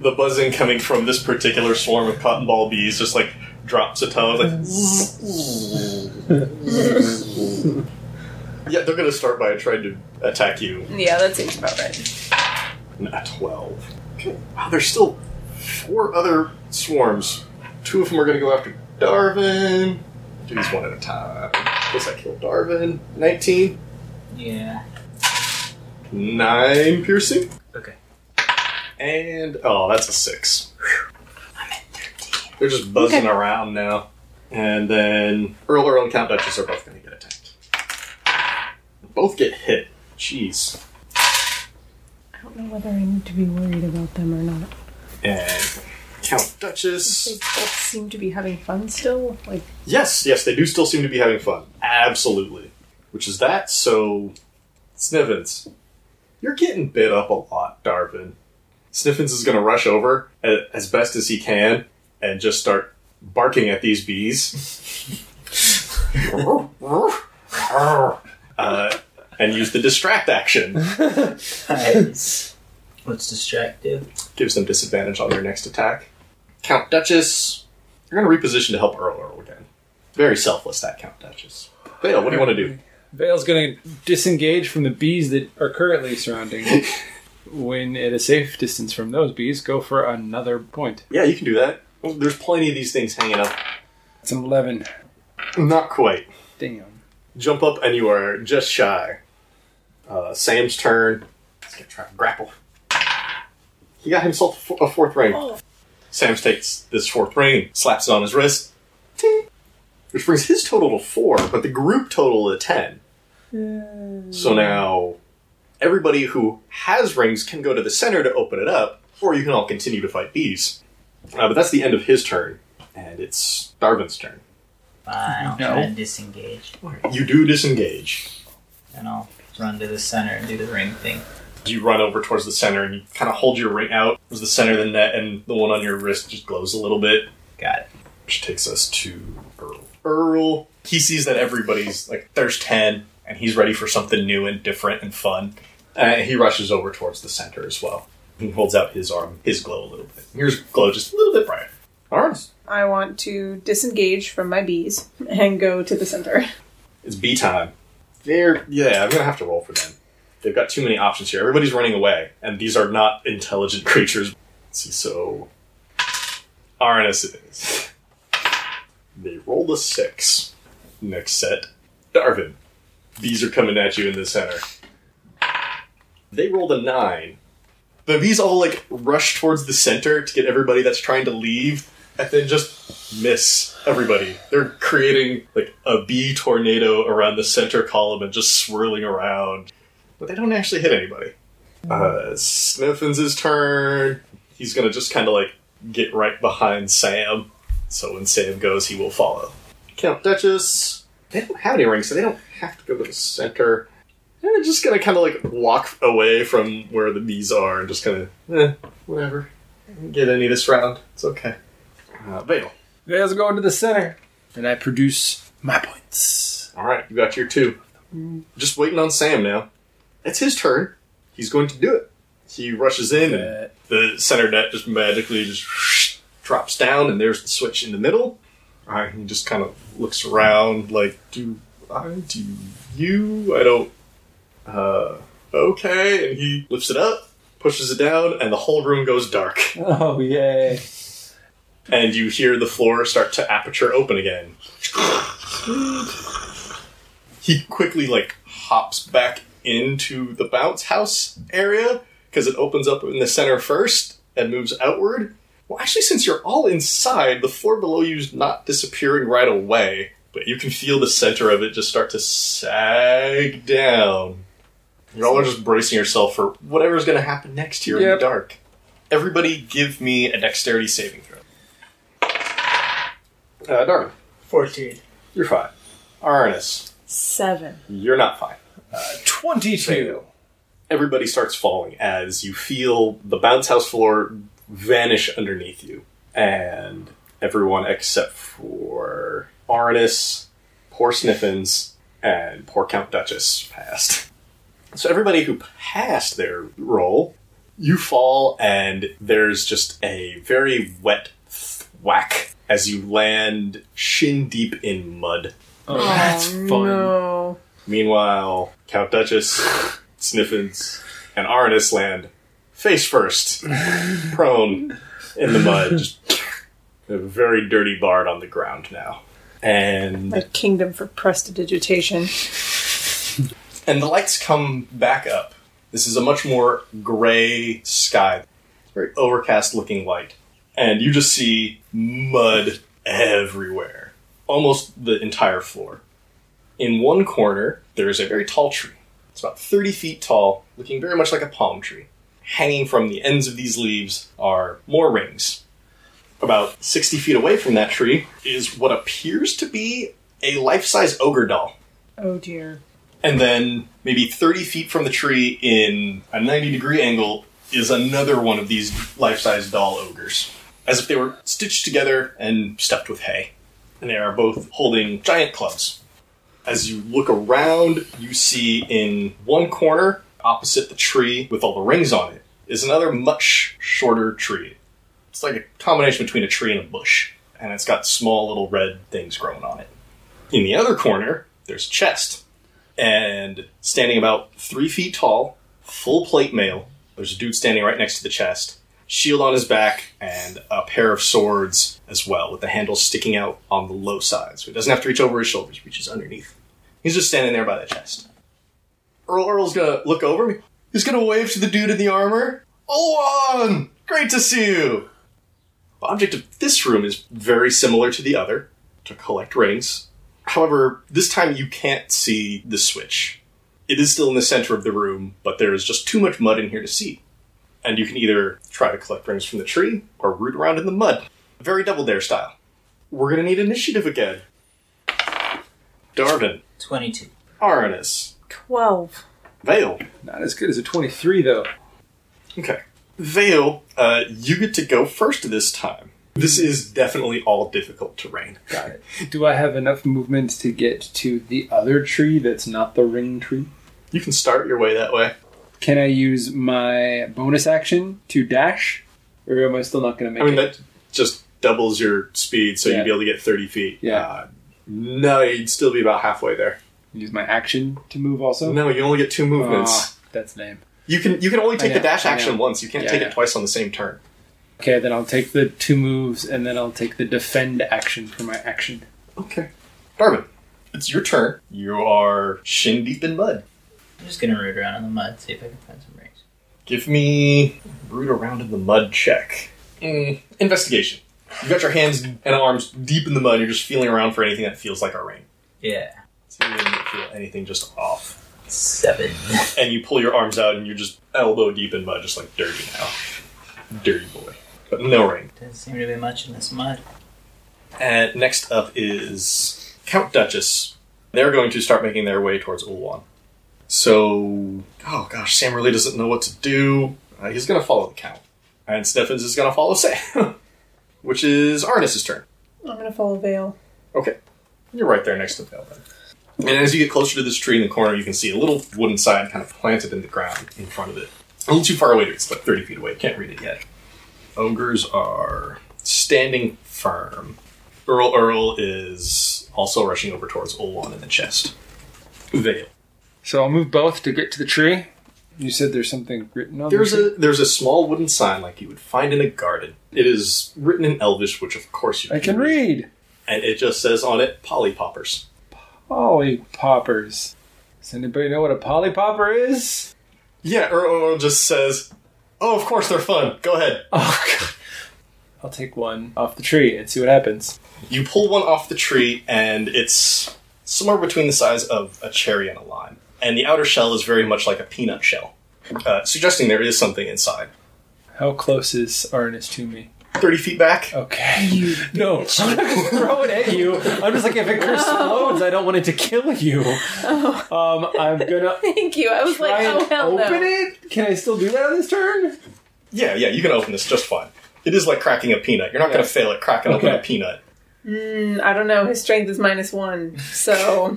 [SPEAKER 1] The buzzing coming from this particular swarm of cotton ball bees just, like, drops a ton. Like, yeah, they're going to start by trying to attack you.
[SPEAKER 7] Yeah, that seems about right.
[SPEAKER 1] A 12. Okay. Wow, there's still four other swarms. Two of them are going to go after Darwin. Do these one at a time. Guess I killed Darwin. 19.
[SPEAKER 5] Yeah.
[SPEAKER 1] 9 piercing.
[SPEAKER 5] Okay.
[SPEAKER 1] And, oh, that's a 6.
[SPEAKER 5] I'm at thirteen.
[SPEAKER 1] They're just buzzing around now. And then Earl, Earl, and Count Duchess are both going to get attacked. Both get hit. Jeez.
[SPEAKER 7] I don't know whether I need to be worried about them or not.
[SPEAKER 1] And Count Duchess.
[SPEAKER 7] They both seem to be having fun still. Like,
[SPEAKER 1] Yes, yes, they do still seem to be having fun. Absolutely. Which is that, so. Sniffins, you're getting bit up a lot, Darvin. Sniffins is going to rush over a- as best as he can and just start barking at these bees. uh, and use the distract action.
[SPEAKER 5] Nice. What's distractive?
[SPEAKER 1] Gives them disadvantage on their next attack. Count Duchess, you're going to reposition to help Earl Earl again. Very selfless, that Count Duchess. Vale, what do you want to do?
[SPEAKER 4] Vale's gonna disengage from the bees that are currently surrounding it. when at a safe distance from those bees, go for another point.
[SPEAKER 1] Yeah, you can do that. There's plenty of these things hanging up.
[SPEAKER 4] It's an 11.
[SPEAKER 1] Not quite.
[SPEAKER 4] Damn.
[SPEAKER 1] Jump up, and you are just shy. Uh, Sam's turn. He's gonna try and grapple. He got himself a fo- a fourth ring. Sam takes this fourth ring, slaps it on his wrist, ting, which brings his total to four, but the group total to ten. So now everybody who has rings can go to the center to open it up, or you can all continue to fight bees. Uh, but that's the end of his turn, and it's Darwin's turn.
[SPEAKER 5] Fine, I'll
[SPEAKER 4] No.
[SPEAKER 5] try and disengage.
[SPEAKER 1] You do disengage.
[SPEAKER 5] And I'll run to the center and do the ring thing.
[SPEAKER 1] You run over towards the center and you kind of hold your ring out towards the center of the net, and the one on your wrist just glows a little bit,
[SPEAKER 5] Got it.
[SPEAKER 1] which takes us to Earl. Earl, he sees that everybody's like, there's 10, and he's ready for something new and different and fun. And he rushes over towards the center as well. He holds out his arm, his glow a little bit. Yours glow just a little bit brighter. Arms.
[SPEAKER 7] I want to disengage from my bees and go to the center.
[SPEAKER 1] It's B time. They're yeah, I'm gonna have to roll for them. They've got too many options here. Everybody's running away, and these are not intelligent creatures. Let's see, so Arnis it is. They rolled a six. Next set. Darvin. Bees are coming at you in the center. They rolled a nine. The bees all like rush towards the center to get everybody that's trying to leave, and then just miss everybody. They're creating like a bee tornado around the center column and just swirling around, but they don't actually hit anybody. Uh, Sniffins' turn. He's gonna just kind of like get right behind Sam, so when Sam goes, he will follow. Count Duchess. They don't have any rings, so they don't have to go to the center. They're just gonna kind of like walk away from where the bees are and just kind of, eh, whatever. Didn't Get any this round. It's okay. Uh, Vale.
[SPEAKER 4] You guys are going to the center. And I produce my points.
[SPEAKER 1] All right, you got your two. Just waiting on Sam now. It's his turn. He's going to do it. He rushes in, and the center net just magically just drops down, and there's the switch in the middle. All right, he just kind of looks around, like, do I? Do you? I don't. Uh, okay. And he lifts it up, pushes it down, and the whole room goes dark.
[SPEAKER 4] Oh, yay.
[SPEAKER 1] And you hear the floor start to aperture open again. he quickly like hops back into the bounce house area because it opens up in the center first and moves outward. Well, actually, since you're all inside, the floor below you is not disappearing right away, but you can feel the center of it just start to sag down. You all are just bracing yourself for whatever's going to happen next here in
[SPEAKER 4] Yep.
[SPEAKER 1] the dark. Everybody, give me a dexterity saving throw. Uh, Darwin,
[SPEAKER 5] 14.
[SPEAKER 1] you're fine. Arnis,
[SPEAKER 7] Seven.
[SPEAKER 1] you're not fine.
[SPEAKER 4] 22.
[SPEAKER 1] everybody starts falling as you feel the bounce house floor vanish underneath you. And everyone except for Arnis, poor Sniffins, and poor Count Duchess passed. So everybody who passed their roll, you fall, and there's just a very wet thwack as you land shin deep in mud.
[SPEAKER 4] Oh, that's fun.
[SPEAKER 7] No.
[SPEAKER 1] Meanwhile, Count Duchess, Sniffins, and Arnis land face first, prone in the mud. Just a very dirty bard on the ground now. And
[SPEAKER 7] A kingdom for prestidigitation.
[SPEAKER 1] and the lights come back up. This is a much more gray sky, very overcast looking light. And you just see mud everywhere, almost the entire floor. In one corner, there is a very tall tree. It's about 30 feet tall, looking very much like a palm tree. Hanging from the ends of these leaves are more rings. About 60 feet away from that tree is what appears to be a life size ogre doll
[SPEAKER 7] Oh dear.
[SPEAKER 1] and then maybe 30 feet from the tree in a 90 degree angle is another one of these life-size doll ogres as if they were stitched together and stuffed with hay and they are both holding giant clubs as you look around you see in one corner opposite the tree with all the rings on it is another much shorter tree it's like a combination between a tree and a bush and it's got small little red things growing on it in the other corner there's a chest and standing about three feet tall, full plate mail. There's a dude standing right next to the chest, shield on his back, and a pair of swords as well, with the handles sticking out on the low side. So he doesn't have to reach over his shoulders, he reaches underneath. He's just standing there by the chest. Earl Earl's gonna look over me. He's gonna wave to the dude in the armor. Olan! Great to see you! The object of this room is very similar to the other to collect rings. However, this time you can't see the switch. It is still in the center of the room, but there is just too much mud in here to see. And you can either try to collect rings from the tree or root around in the mud. Very double dare style. We're gonna need initiative again. Darvin,
[SPEAKER 5] 22.
[SPEAKER 1] Aranis,
[SPEAKER 7] Twelve.
[SPEAKER 1] Vale.
[SPEAKER 4] Not as good as a 23, though.
[SPEAKER 1] Okay. Vale, uh, you get to go first this time. This is definitely all difficult terrain.
[SPEAKER 4] Got it. Do I have enough movement to get to the other tree that's not the ring tree?
[SPEAKER 1] You can start your way that way.
[SPEAKER 4] Can I use my bonus action to dash? Or am I still not going to make
[SPEAKER 1] I mean,
[SPEAKER 4] it?
[SPEAKER 1] that just doubles your speed, so
[SPEAKER 4] Yeah.
[SPEAKER 1] you'd be able to get 30 feet.
[SPEAKER 4] Yeah.
[SPEAKER 1] Uh, no, you'd still be about halfway there.
[SPEAKER 4] Use my action to move also?
[SPEAKER 1] No, you only get two movements.
[SPEAKER 4] Ah, that's lame.
[SPEAKER 1] You can you can only take
[SPEAKER 4] I
[SPEAKER 1] the
[SPEAKER 4] know,
[SPEAKER 1] dash
[SPEAKER 4] I know.
[SPEAKER 1] action once. You can't
[SPEAKER 4] Yeah,
[SPEAKER 1] take
[SPEAKER 4] yeah.
[SPEAKER 1] it twice on the same turn.
[SPEAKER 4] Okay, then I'll take the two moves and then I'll take the defend action for my action.
[SPEAKER 1] Okay. Darwin, it's your turn. You are shin deep in mud.
[SPEAKER 5] I'm just gonna root around in the mud, see if I can find some rings.
[SPEAKER 1] Give me root around in the mud check. Mm, investigation. You've got your hands and arms deep in the mud. You're just feeling around for anything that feels like a ring.
[SPEAKER 5] Yeah.
[SPEAKER 1] See if you can feel anything just off.
[SPEAKER 5] Seven.
[SPEAKER 1] And you pull your arms out and you're just elbow deep in mud, just like dirty now. Dirty boy. But no ring.
[SPEAKER 5] Doesn't seem to be much in this mud.
[SPEAKER 1] And next up is Count Duchess. They're going to start making their way towards Ulwan. So, oh gosh, Sam really doesn't know what to do. Uh, he's going to follow the Count. And Steffens is going to follow Sam, which is Arnis' turn.
[SPEAKER 7] I'm gonna follow Vale.
[SPEAKER 1] Okay. You're right there next to Vale then. And as you get closer to this tree in the corner, you can see a little wooden sign kind of planted in the ground in front of it. A little too far away, it's like 30 feet away. Can't read it yet. Ogres are standing firm. Earl Earl is also rushing over towards Olwan in the chest. Vale.
[SPEAKER 4] So I'll move both to get to the tree. You said there's something written on
[SPEAKER 1] There's
[SPEAKER 4] the tree?
[SPEAKER 1] a there's a small wooden sign like you would find in a garden. It is written in Elvish, which of course you
[SPEAKER 4] I can read.
[SPEAKER 1] And it just says on it Polly Poppers.
[SPEAKER 4] Polly poppers. Does anybody know what a polly popper is?
[SPEAKER 1] Yeah, Earl Earl just says, "Oh, of course they're fun. Go ahead."
[SPEAKER 4] Oh god. I'll take one off the tree and see what happens.
[SPEAKER 1] You pull one off the tree, and it's somewhere between the size of a cherry and a lime. And the outer shell is very much like a peanut shell, uh, suggesting there is something inside.
[SPEAKER 4] How close is Arnis to me?
[SPEAKER 1] 30 feet back.
[SPEAKER 4] Okay. no, I'm not gonna throw it at you. I'm just like if it explodes, I don't want it to kill you. Um, I'm gonna
[SPEAKER 7] Oh, Thank you. I was
[SPEAKER 4] try
[SPEAKER 7] like,
[SPEAKER 4] and
[SPEAKER 7] oh hell
[SPEAKER 4] open
[SPEAKER 7] no.
[SPEAKER 4] it. Can I still do that on this turn?
[SPEAKER 1] Yeah, yeah, you can open this just fine. It is like cracking a peanut. You're not going
[SPEAKER 4] Yeah.
[SPEAKER 1] to fail at cracking open a
[SPEAKER 4] Okay.
[SPEAKER 1] peanut.
[SPEAKER 7] Mm, I don't know. His strength is minus one, so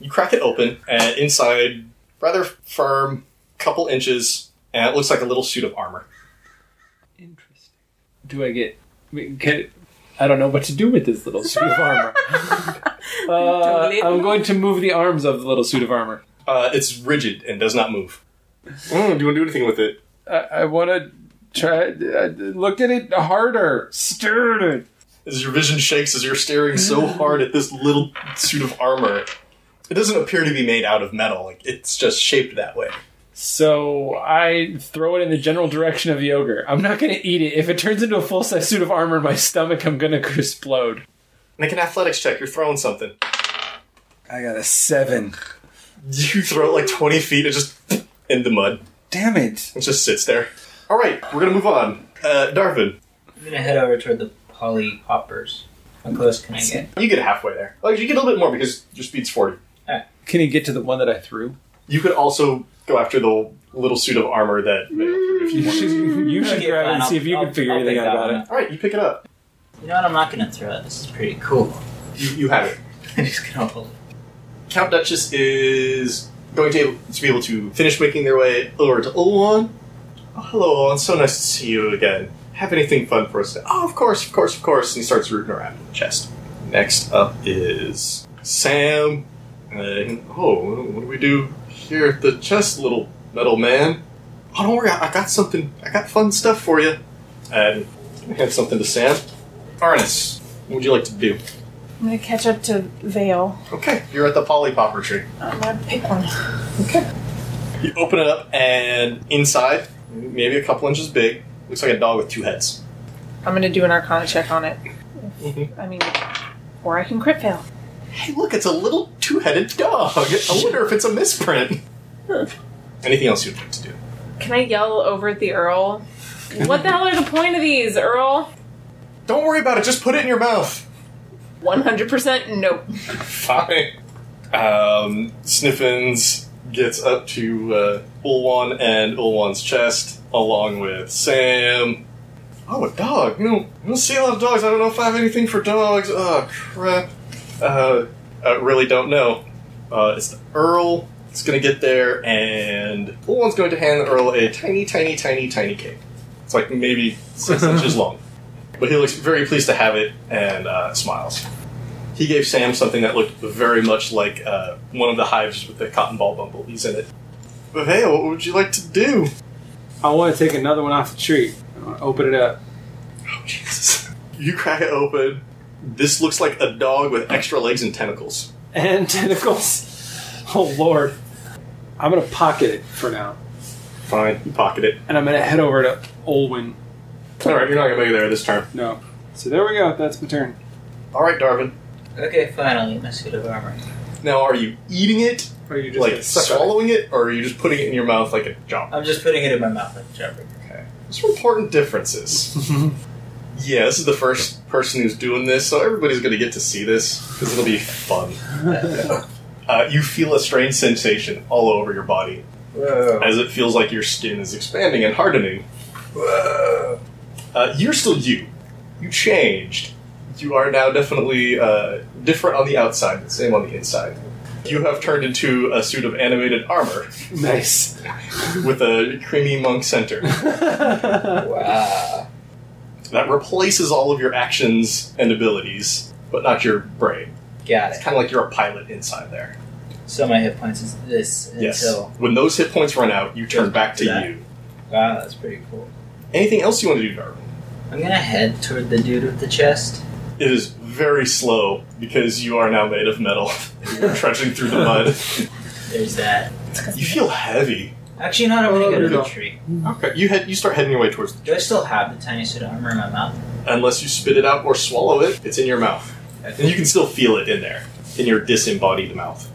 [SPEAKER 1] You crack it open, and inside, rather firm, couple inches, and it looks like a little suit of armor.
[SPEAKER 4] Interesting. Do I get? wait, Can, I don't know what to do with this little suit of armor. Uh,
[SPEAKER 7] Totally.
[SPEAKER 4] I'm going to move the arms of the little suit of armor.
[SPEAKER 1] Uh, it's rigid and does not move. do Mm, you want to do anything with it?
[SPEAKER 4] I, I want to try. I, look at it harder, stirred it.
[SPEAKER 1] as your vision shakes as you're staring so hard at this little suit of armor. It doesn't appear to be made out of metal. Like it's just shaped that way.
[SPEAKER 4] So I throw it in the general direction of the ogre. I'm not going to eat it. If it turns into a full size suit of armor in my stomach, I'm going to explode.
[SPEAKER 1] Make an athletics check. You're throwing something.
[SPEAKER 4] I got a seven.
[SPEAKER 1] You throw it like 20 feet. It just in the mud.
[SPEAKER 4] Damn it!
[SPEAKER 1] It just sits there. All right, we're gonna move on. Uh, Darvin,
[SPEAKER 5] I'm gonna head over toward the poly poppers. How close can I get?
[SPEAKER 1] you get halfway there. Like you get a little bit more because your speed's 40.
[SPEAKER 4] Can you get to the one that I threw?
[SPEAKER 1] You could also go after the little suit of armor that. Vale threw if you
[SPEAKER 4] You
[SPEAKER 1] wanted.
[SPEAKER 4] should, you should
[SPEAKER 5] Okay,
[SPEAKER 4] grab it
[SPEAKER 5] fine,
[SPEAKER 4] and see
[SPEAKER 5] I'll-
[SPEAKER 4] if you
[SPEAKER 5] I'll-
[SPEAKER 4] can figure
[SPEAKER 5] I'll
[SPEAKER 4] anything out
[SPEAKER 5] pick that
[SPEAKER 4] about
[SPEAKER 5] one
[SPEAKER 4] it.
[SPEAKER 5] up.
[SPEAKER 1] All right, you pick it up.
[SPEAKER 5] You know what? I'm not gonna throw it. This is pretty cool.
[SPEAKER 1] You, you have it.
[SPEAKER 5] I'm just gonna hold it.
[SPEAKER 1] Count Duchess is going to, able, to be able to finish making their way over to Ulwan. Oh, hello, Ulwan. So nice to see you again. Have anything fun for us? today? Oh, of course, of course, of course. And he starts rooting around in the chest. Next up is Sam. And, oh, what do we do here at the chest, little metal man? Oh, don't worry. I I got something. I got fun stuff for you. And hand something to Sam. Arnis, what would you like to do?
[SPEAKER 7] I'm gonna catch up to Vale.
[SPEAKER 1] Okay, you're at the polypopper tree.
[SPEAKER 7] I'm gonna pick one.
[SPEAKER 1] You open it up, and inside, maybe a couple inches big, looks like a dog with two heads.
[SPEAKER 7] I'm gonna do an Arcana check on it.
[SPEAKER 1] Mhm.
[SPEAKER 7] I mean, or I can crit fail.
[SPEAKER 1] Hey, look, it's a little two headed dog. I wonder if it's a misprint. Anything else you'd like to do?
[SPEAKER 7] Can I yell over at the Earl? What the hell are the point of these, Earl?
[SPEAKER 1] Don't worry about it, just put it in your mouth.
[SPEAKER 7] 100% nope.
[SPEAKER 1] Fine. Um, Sniffins gets up to uh, Ulwan and Ulwan's chest, along with Sam. Oh, a dog. You know, I don't see a lot of dogs. I don't know if I have anything for dogs. Oh, crap. Uh, I really don't know. Uh, it's the Earl. It's going to get there, and Ulwan's going to hand the Earl a tiny, tiny, tiny, tiny cake. It's like maybe six inches long. But he looks very pleased to have it and uh, smiles he gave Sam something that looked very much like uh, one of the hives with the cotton ball bumblebees in it. But hey, what would you like to do?
[SPEAKER 4] I want to take another one off the tree. I want to open it up.
[SPEAKER 1] Oh, Jesus. You crack it open. This looks like a dog with extra legs and tentacles.
[SPEAKER 4] And tentacles. Oh, Lord. I'm going to pocket it for now.
[SPEAKER 1] Fine, you pocket it.
[SPEAKER 4] And I'm going to head over to Olwyn.
[SPEAKER 1] Alright, you're not gonna make it there this turn.
[SPEAKER 4] No. So there we go. That's my turn.
[SPEAKER 1] Alright, Darwin.
[SPEAKER 5] Okay, fine, I'll eat my suit of armor.
[SPEAKER 1] Now, are you eating it,
[SPEAKER 4] Or Oh, you just
[SPEAKER 1] like
[SPEAKER 4] gonna suck on
[SPEAKER 1] swallowing it, or are you just putting it in your mouth like a jump?
[SPEAKER 5] I'm just putting it in my mouth like jumper.
[SPEAKER 1] Those are important differences. yeah, this is the first person who's doing this, so everybody's gonna get to see this, because it'll be fun. Uh, you feel a strange sensation all over your body
[SPEAKER 5] Whoa.
[SPEAKER 1] as it feels like your skin is expanding and hardening. Uh, you're still you. You changed. You are now definitely uh, different on the outside, but same on the inside. You have turned into a suit of animated armor
[SPEAKER 4] it. Nice.
[SPEAKER 1] with a creamy monk center
[SPEAKER 5] Wow.
[SPEAKER 1] that replaces all of your actions and abilities, but not your brain.
[SPEAKER 5] Got
[SPEAKER 1] It's
[SPEAKER 5] it.
[SPEAKER 1] kind of like you're a pilot inside there.
[SPEAKER 5] So my hit points is this
[SPEAKER 1] Yes.
[SPEAKER 5] until.
[SPEAKER 1] When those hit points run out, you turn
[SPEAKER 5] Goes
[SPEAKER 1] back to
[SPEAKER 5] back to
[SPEAKER 1] you.
[SPEAKER 5] Wow, that's pretty cool.
[SPEAKER 1] Anything else you want to do, Darwin?
[SPEAKER 5] I'm gonna head toward the dude with the chest.
[SPEAKER 1] It is very slow because you are now made of metal. You're trudging through the mud.
[SPEAKER 5] There's that.
[SPEAKER 1] You feel heavy.
[SPEAKER 5] Actually, not over
[SPEAKER 4] Oh,
[SPEAKER 5] to
[SPEAKER 4] you're
[SPEAKER 5] the
[SPEAKER 4] not.
[SPEAKER 5] tree.
[SPEAKER 1] Okay. You head. You start heading your way towards.
[SPEAKER 5] Do I still have the tiny suit of armor in my mouth?
[SPEAKER 1] Unless you spit it out or swallow it, it's in your mouth, and you can still feel it in there, in your disembodied mouth.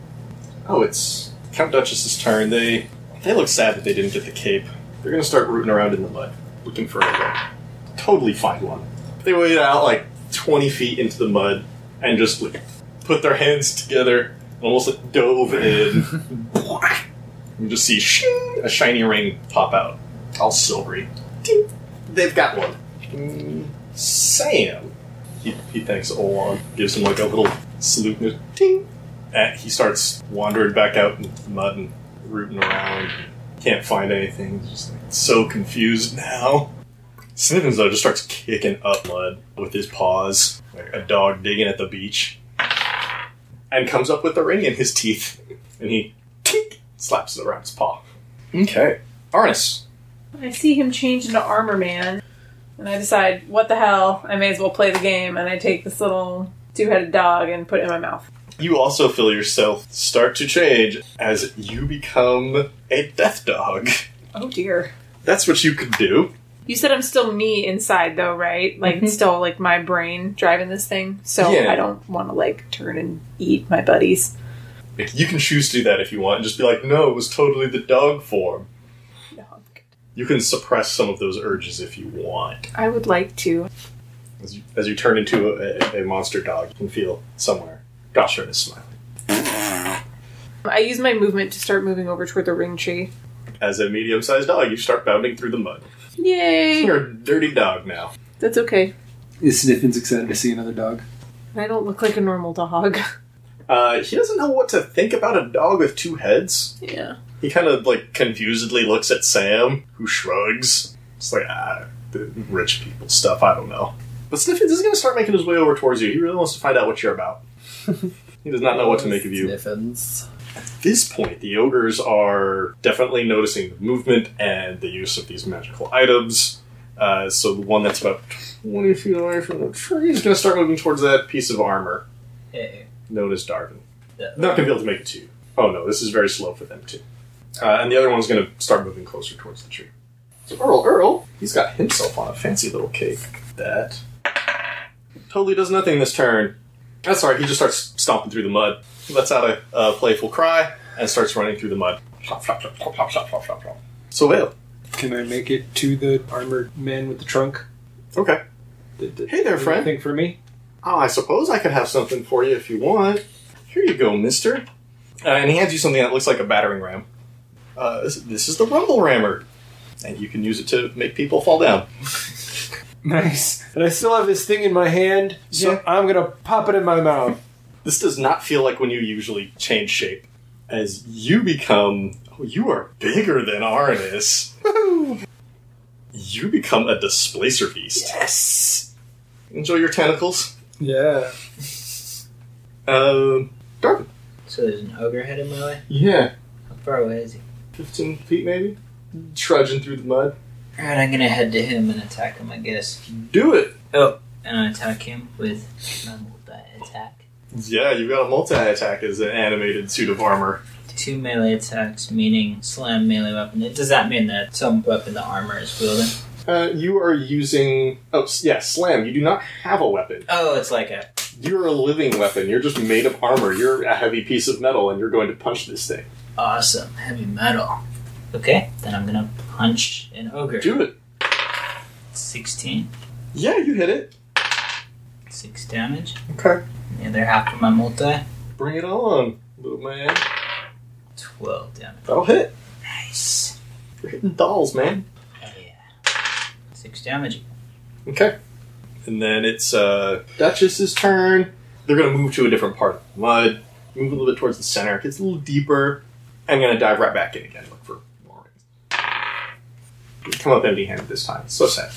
[SPEAKER 1] Oh, it's Count Duchess's turn. They they look sad that they didn't get the cape. They're gonna start rooting around in the mud, looking for a rope. Totally find one. They wade out like twenty feet into the mud and just like put their hands together and almost like dove in. you just see shing, a shiny ring pop out, all silvery. Ding. They've got one. Mm, Sam. He, he thanks Olan, gives him like a little salute, and a ting. And he starts wandering back out in the mud and rooting around. Can't find anything. He's Just like, so confused now. Sniffins though just starts kicking up mud with his paws, like a dog digging at the beach, and comes up with the ring in his teeth, and he tink, slaps it around his paw. Okay, Arnis.
[SPEAKER 7] I see him change into Armor Man, and I decide, what the hell? I may as well play the game, and I take this little two headed dog and put it in my mouth.
[SPEAKER 1] You also feel yourself start to change as you become a death dog.
[SPEAKER 7] Oh dear.
[SPEAKER 1] That's what you could do.
[SPEAKER 7] You said I'm still me inside, though, right? Like, it's still like my brain driving this thing, so
[SPEAKER 1] Yeah.
[SPEAKER 7] I don't want to like turn and eat my buddies.
[SPEAKER 1] You can choose to do that if you want and just be like, no, it was totally the dog form.
[SPEAKER 7] No, I'm good.
[SPEAKER 1] You can suppress some of those urges if you want.
[SPEAKER 7] I would like to.
[SPEAKER 1] As you, as you turn into a, a, a monster dog, you can feel somewhere. Gosh, is smiling.
[SPEAKER 7] I use my movement to start moving over toward the ring tree.
[SPEAKER 1] As a medium sized dog, you start bounding through the mud.
[SPEAKER 7] Yay!
[SPEAKER 1] You're a dirty dog now.
[SPEAKER 7] That's okay.
[SPEAKER 4] Is Sniffins excited to see another dog?
[SPEAKER 7] I don't look like a normal dog.
[SPEAKER 1] Uh, he doesn't know what to think about a dog with two heads.
[SPEAKER 7] Yeah.
[SPEAKER 1] He kind of like confusedly looks at Sam, who shrugs. It's like ah, the rich people stuff. I don't know. But Sniffins is going to start making his way over towards you. He really wants to find out what you're about. he does not know what to make of you. At
[SPEAKER 9] Sniffins.
[SPEAKER 1] this point, the ogres are definitely noticing the movement and the use of these magical items. Uh, so the one that's about twenty feet away from the tree is going to start moving towards that piece of armor
[SPEAKER 5] Hey.
[SPEAKER 1] known as Darvin.
[SPEAKER 5] Yeah.
[SPEAKER 1] Not going to be able to make it to you. Oh no, this is very slow for them too. Uh, and the other one's going to start moving closer towards the tree. So Earl, Earl, he's got himself on a fancy little cake. That totally does nothing this turn. That's all right. He just starts stomping through the mud, lets out a, a playful cry, and starts running through the mud. Flop, flop, flop, flop, flop, flop, flop, flop, flop. So Vale,
[SPEAKER 4] Can I make it to the armored man with the trunk?
[SPEAKER 1] okay.
[SPEAKER 4] Did- did-
[SPEAKER 1] Hey there,
[SPEAKER 4] did
[SPEAKER 1] friend.
[SPEAKER 4] anything for me?
[SPEAKER 1] Oh, I suppose I could have something for you if you want. Here you go, mister. Uh, and he hands you something that looks like a battering ram. Uh, this, this is the rumble rammer, and you can use it to make people fall down.
[SPEAKER 8] Nice. And I still have this thing in my hand, so
[SPEAKER 1] Yeah.
[SPEAKER 8] I'm gonna pop it in my mouth.
[SPEAKER 1] This does not feel like when you usually change shape. As you become, oh, you are bigger than Arnis. You become a displacer beast. Yes. Enjoy your tentacles.
[SPEAKER 8] Yeah.
[SPEAKER 1] Um, Darwin.
[SPEAKER 5] So there's an ogre head in my way?
[SPEAKER 1] Yeah,
[SPEAKER 5] How far away is he?
[SPEAKER 1] fifteen feet maybe. Trudging through the mud.
[SPEAKER 5] Alright, I'm gonna head to him and attack him, I guess.
[SPEAKER 1] Do it.
[SPEAKER 5] And I attack him with my multi attack.
[SPEAKER 1] Yeah, you've got a multi attack as an animated suit of armor.
[SPEAKER 5] Two melee attacks, meaning slam melee weapon. It- Does that mean that some weapon the armor is wielding?
[SPEAKER 1] Uh, you are using. Oh, s- yeah, slam. You do not have a weapon.
[SPEAKER 5] Oh, it's like a.
[SPEAKER 1] You're a living weapon. You're just made of armor. You're a heavy piece of metal, and you're going to punch this thing.
[SPEAKER 5] Awesome, heavy metal. Okay, then I'm gonna punch an ogre.
[SPEAKER 1] Do it.
[SPEAKER 5] 16.
[SPEAKER 1] Yeah, you hit it.
[SPEAKER 5] 6 damage.
[SPEAKER 1] Okay.
[SPEAKER 5] And The other half of my multi,
[SPEAKER 1] Bring it on, little man.
[SPEAKER 5] 12 damage.
[SPEAKER 1] That'll hit.
[SPEAKER 5] Nice.
[SPEAKER 1] You're hitting dolls, man.
[SPEAKER 5] Yeah. 6 damage.
[SPEAKER 1] Okay. And then it's uh, Duchess's turn. They're going to move to a different part of the mud. Move a little bit towards the center. It gets a little deeper. I'm going to dive right back in again. Look for more rings. Come up empty-handed this time. So sad.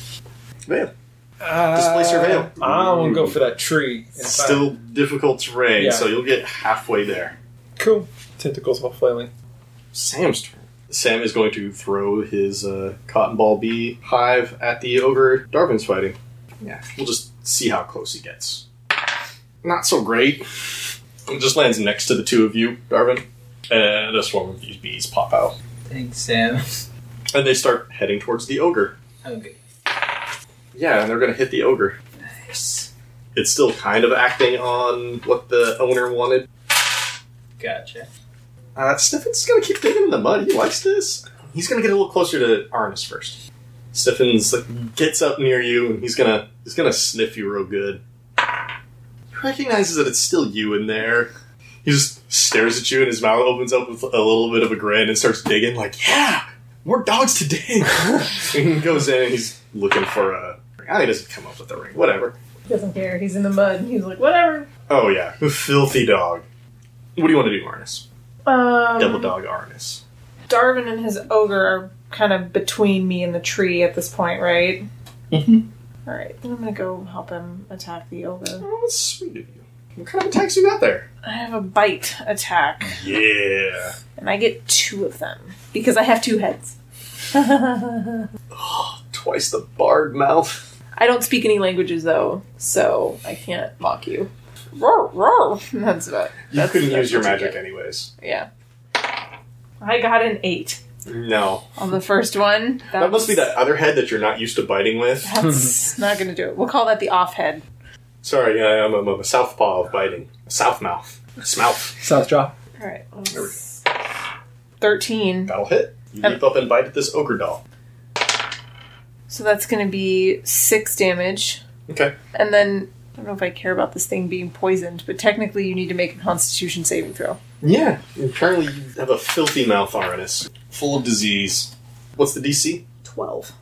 [SPEAKER 1] Veil.
[SPEAKER 8] Uh,
[SPEAKER 1] Displacer veil.
[SPEAKER 8] I'm gonna go for that tree. in fact.
[SPEAKER 1] Still difficult terrain,
[SPEAKER 8] Yeah.
[SPEAKER 1] so you'll get halfway there.
[SPEAKER 8] cool. Tentacles while flailing.
[SPEAKER 1] Sam's turn. Sam is going to throw his uh, cotton ball bee hive at the ogre Darwin's fighting. Yeah, we'll just see how close he gets. Not so great. It just lands next to the two of you, Darwin, and a swarm of these bees pop out,
[SPEAKER 5] Thanks, Sam. Oh,
[SPEAKER 1] and they start heading towards the ogre.
[SPEAKER 5] Okay.
[SPEAKER 1] Yeah, and they're going to hit the ogre.
[SPEAKER 5] Nice.
[SPEAKER 1] It's still kind of acting on what the owner wanted.
[SPEAKER 5] Gotcha.
[SPEAKER 1] Uh, Stefan's gonna keep digging in the mud. He likes this. He's gonna get a little closer to Arnis first. Stefan's like gets up near you and he's gonna he's gonna sniff you real good. He recognizes that it's still you in there. He just stares at you and his mouth opens up with a little bit of a grin and starts digging like, yeah, more dogs today. and he goes in and he's looking for a ring. Ah, he doesn't come up with a ring. Whatever.
[SPEAKER 7] Doesn't care. He's in the mud. He's like, whatever.
[SPEAKER 1] Oh yeah, filthy dog. What do you want to do, Arnis?
[SPEAKER 7] Um,
[SPEAKER 1] Devil dog Arnis.
[SPEAKER 7] Darwin and his ogre are kind of between me and the tree at this point, right?
[SPEAKER 1] Mhm.
[SPEAKER 7] All right, then I'm gonna go help him attack the ogre.
[SPEAKER 1] Oh, that's sweet of you. What kind of attacks you got there?
[SPEAKER 7] I have a bite attack,
[SPEAKER 1] Yeah.
[SPEAKER 7] and I get two of them because I have two heads.
[SPEAKER 1] Twice the barred mouth.
[SPEAKER 7] I don't speak any languages though, so I can't mock you. Roar, roar. That's about.
[SPEAKER 1] You
[SPEAKER 7] that's-
[SPEAKER 1] couldn't
[SPEAKER 7] that's
[SPEAKER 1] use your
[SPEAKER 7] what you
[SPEAKER 1] magic
[SPEAKER 7] get.
[SPEAKER 1] anyways.
[SPEAKER 7] Yeah. I got an eight
[SPEAKER 1] No.
[SPEAKER 7] on the first one.
[SPEAKER 1] That, must be that other head that you're not used to biting with.
[SPEAKER 7] That's not gonna do it. We'll call that the off head.
[SPEAKER 1] Sorry, I, I'm, I'm a southpaw of biting. A south mouth. Smouth.
[SPEAKER 8] South jaw.
[SPEAKER 7] All right.
[SPEAKER 1] There we go.
[SPEAKER 7] Thirteen.
[SPEAKER 1] That'll hit. You leap up and bite at this ogre doll.
[SPEAKER 7] So that's going to be six damage.
[SPEAKER 1] Okay.
[SPEAKER 7] And then, I don't know if I care about this thing being poisoned, but technically you need to make a constitution saving throw.
[SPEAKER 1] Yeah. Apparently you have a filthy mouth, Aranus. Full of disease. What's the DC?
[SPEAKER 7] 12.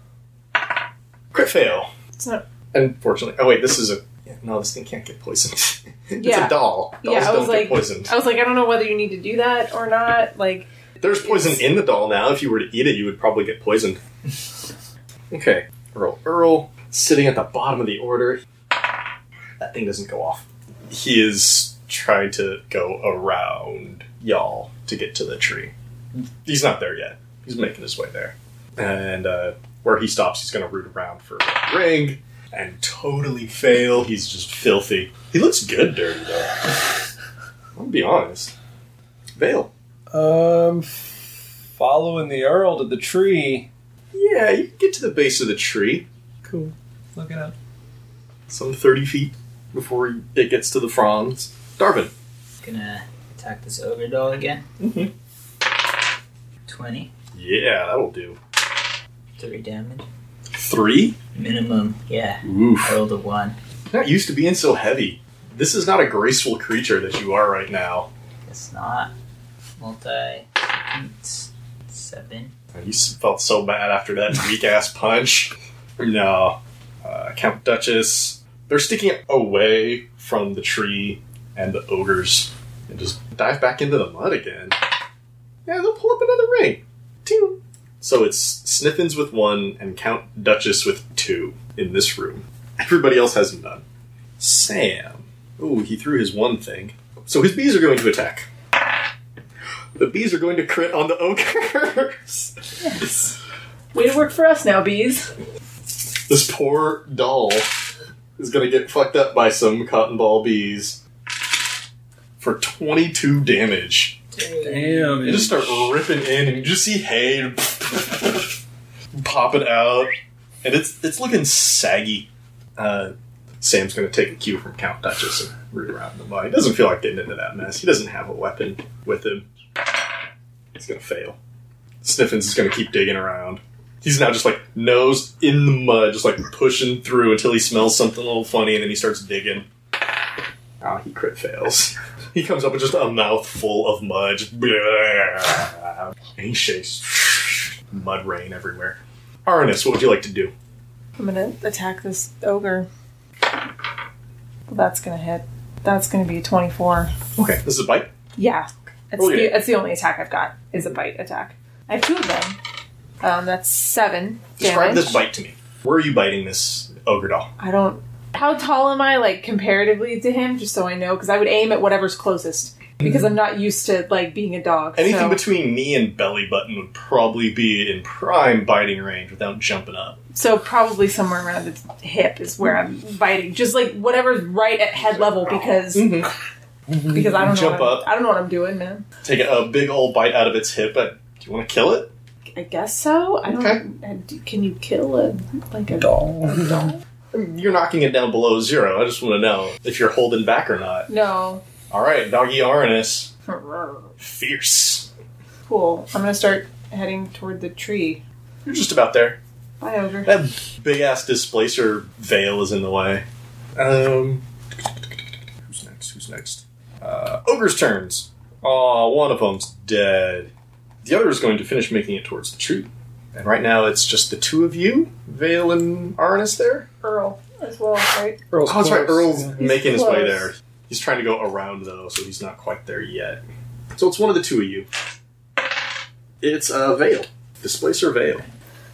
[SPEAKER 1] Crit fail.
[SPEAKER 7] It's not.
[SPEAKER 1] Unfortunately. Oh, wait, this is a. yeah, No, this thing can't get poisoned. it's
[SPEAKER 7] Yeah.
[SPEAKER 1] a doll. Dolls
[SPEAKER 7] Yeah, I
[SPEAKER 1] don't
[SPEAKER 7] was
[SPEAKER 1] get
[SPEAKER 7] like-
[SPEAKER 1] poisoned.
[SPEAKER 7] I was like, I don't know whether you need to do that or not. Like,
[SPEAKER 1] There's poison in the doll now. If you were to eat it, you would probably get poisoned. okay, Earl. Earl, sitting at the bottom of the order. That thing doesn't go off. He is trying to go around y'all to get to the tree. He's not there yet. He's making his way there. And uh, where he stops, he's going to root around for a ring and totally fail. He's just filthy. He looks good dirty, though. I'm going to be honest. Vale.
[SPEAKER 8] Um, following the Earl to the tree.
[SPEAKER 1] Yeah, you can get to the base of the tree,
[SPEAKER 8] Cool. Look it up.
[SPEAKER 1] some 30 feet before it gets to the fronds. Darvin.
[SPEAKER 5] Gonna attack this ogre doll again.
[SPEAKER 1] Mhm.
[SPEAKER 5] 20.
[SPEAKER 1] Yeah, that'll do.
[SPEAKER 5] 3 damage.
[SPEAKER 1] Three?
[SPEAKER 5] Minimum, yeah. I
[SPEAKER 1] Oof.
[SPEAKER 5] rolled a 1.
[SPEAKER 1] Not used to being so heavy. This is not a graceful creature that you are right now.
[SPEAKER 5] It's not. multi eight, seven.
[SPEAKER 1] You s- felt so bad after that weak ass punch. No. Uh, Count Duchess, they're sticking away from the tree and the ogres and just dive back into the mud again. Yeah, they'll pull up another ring. Two. So it's Sniffins with one and Count Duchess with two in this room. Everybody else has none. Sam. Ooh, he threw his one thing. So his bees are going to attack. The bees are going to crit on the ogres.
[SPEAKER 7] Way to work for us now, bees.
[SPEAKER 1] this poor doll is gonna get fucked up by some cotton ball bees for 22 damage.
[SPEAKER 4] Damn.
[SPEAKER 1] They just start ripping in, and you just see hay popping out, and it's it's looking saggy. Uh, Sam's gonna take a cue from Count Duchess and root around in the body. He doesn't feel like getting into that mess. He doesn't have a weapon with him. He's gonna fail. Sniffins is gonna keep digging around. He's now just like nose in the mud, just like pushing through until he smells something a little funny, and then he starts digging. Ah, he crit fails. He comes up with just a mouthful of mud. just And he shakes mud rain everywhere. Arnis, what would you like to do?
[SPEAKER 7] I'm gonna attack this ogre. That's gonna hit. That's gonna be a 24.
[SPEAKER 1] Okay, this is a bite.
[SPEAKER 7] Yeah. That's,
[SPEAKER 1] Roll
[SPEAKER 7] the,
[SPEAKER 1] your hit.
[SPEAKER 7] that's the only attack I've got, is a bite attack. I have two of them. Um, that's seven
[SPEAKER 1] Describe
[SPEAKER 7] damage.
[SPEAKER 1] this bite to me. Where are you biting this ogre doll?
[SPEAKER 7] I don't. How tall am I, like comparatively to him? Just so I know, because I would aim at whatever's closest. Because I'm not used to like being a dog.
[SPEAKER 1] Mm-hmm. Anything
[SPEAKER 7] so.
[SPEAKER 1] between knee and belly button would probably be in prime biting range without jumping up.
[SPEAKER 7] so probably somewhere around the hip is where I'm biting. Just like whatever's right at head level, because because I don't know.
[SPEAKER 1] Mm-hmm. Jump
[SPEAKER 7] what I'm,
[SPEAKER 1] up.
[SPEAKER 7] I don't know what I'm doing, man.
[SPEAKER 1] Take a big old bite out of its hip. But do you want to kill it?
[SPEAKER 7] I guess so. I don't. I do- Can you kill a like a doll?
[SPEAKER 1] You're knocking it down below zero. I just want to know if you're holding back or not.
[SPEAKER 7] No.
[SPEAKER 1] All right, doggy Arnis, fierce.
[SPEAKER 7] Cool. I'm gonna start heading toward the tree.
[SPEAKER 1] You're just about there.
[SPEAKER 7] Bye, ogre.
[SPEAKER 1] That big ass displacer veil is in the way. Um, who's next? Who's next? Uh, ogre's turns. Aw, one of them's dead. The other is going to finish making it towards the tree. And right now it's just the two of you, Vale and Arnis there.
[SPEAKER 7] Earl as well, right?
[SPEAKER 4] Earl's
[SPEAKER 1] Oh, that's right, Earl's
[SPEAKER 4] close.
[SPEAKER 1] making his way
[SPEAKER 7] close.
[SPEAKER 1] there. He's trying to go around though, so he's not quite there yet. So it's one of the two of you. It's a Vale. Displacer Vale.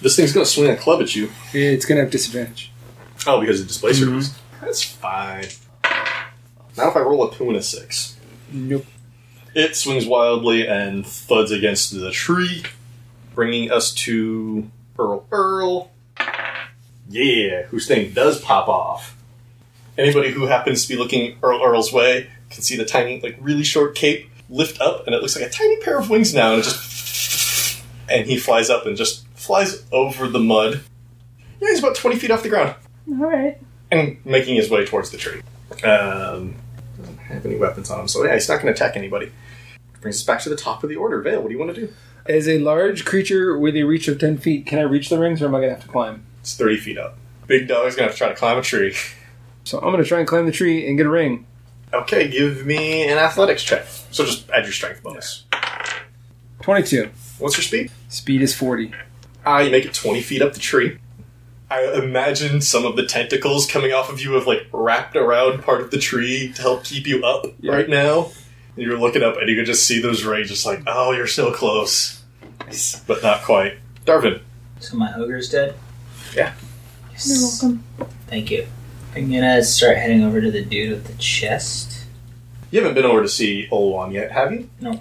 [SPEAKER 1] This thing's gonna swing a club at you.
[SPEAKER 4] It's gonna have disadvantage.
[SPEAKER 1] Oh, because of displacer. was That's fine. Not if I roll a two and a six.
[SPEAKER 4] Nope.
[SPEAKER 1] It swings wildly and thuds against the tree, bringing us to Earl. Earl. Yeah, whose thing does pop off. Anybody who happens to be looking Earl Earl's way can see the tiny, like really short cape lift up, and it looks like a tiny pair of wings now, and it just. And he flies up and just flies over the mud. Yeah, he's about 20 feet off the ground
[SPEAKER 7] All right.
[SPEAKER 1] and making his way towards the tree. Um, doesn't have any weapons on him, so yeah, he's not going to attack anybody. Brings us back to the top of the order. Vale, what do you want to do?
[SPEAKER 4] As a large creature with a reach of 10 feet, can I reach the rings or am I gonna have to climb?
[SPEAKER 1] It's 30 feet up. Big dog's going to have to try to climb a tree.
[SPEAKER 4] So I'm gonna try and climb the tree and get a ring.
[SPEAKER 1] Okay, give me an athletics check. So just add your strength bonus.
[SPEAKER 4] 22.
[SPEAKER 1] What's your speed?
[SPEAKER 4] Speed is 40.
[SPEAKER 1] Ah, you make it 20 feet up the tree. I imagine some of the tentacles coming off of you have like wrapped around part of the tree to help keep you up
[SPEAKER 4] Yeah.
[SPEAKER 1] right now. And you're looking up and you can just see those rays, just like, oh, you're so close. But not quite. Darvin.
[SPEAKER 5] So my ogre's dead?
[SPEAKER 1] Yeah.
[SPEAKER 5] Yes. Thank you. I'm gonna start heading over to the dude with the chest.
[SPEAKER 1] You haven't been over to see Olwan yet, have you?
[SPEAKER 5] No.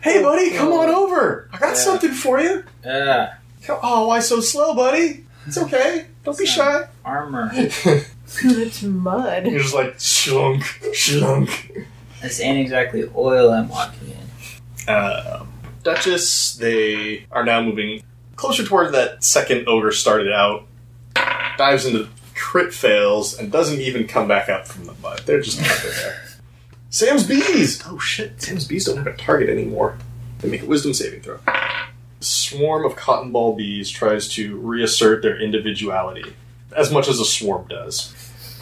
[SPEAKER 1] Hey, buddy, come on over. I got
[SPEAKER 5] Yeah.
[SPEAKER 1] something for you.
[SPEAKER 5] Uh,
[SPEAKER 1] Come- Oh, why so slow, buddy? It's okay. Don't be shy.
[SPEAKER 5] armor.
[SPEAKER 7] It's mud.
[SPEAKER 1] You're just like, shlunk, shlunk.
[SPEAKER 5] This ain't exactly oil I'm walking in.
[SPEAKER 1] Uh, Duchess, they are now moving closer toward that second ogre started out. Dives into crit fails and doesn't even come back up from the mud. They're just not there. Sam's bees. Oh shit! Sam's bees don't have a target anymore. They make a wisdom saving throw. Swarm of cotton ball bees tries to reassert their individuality as much as a swarm does.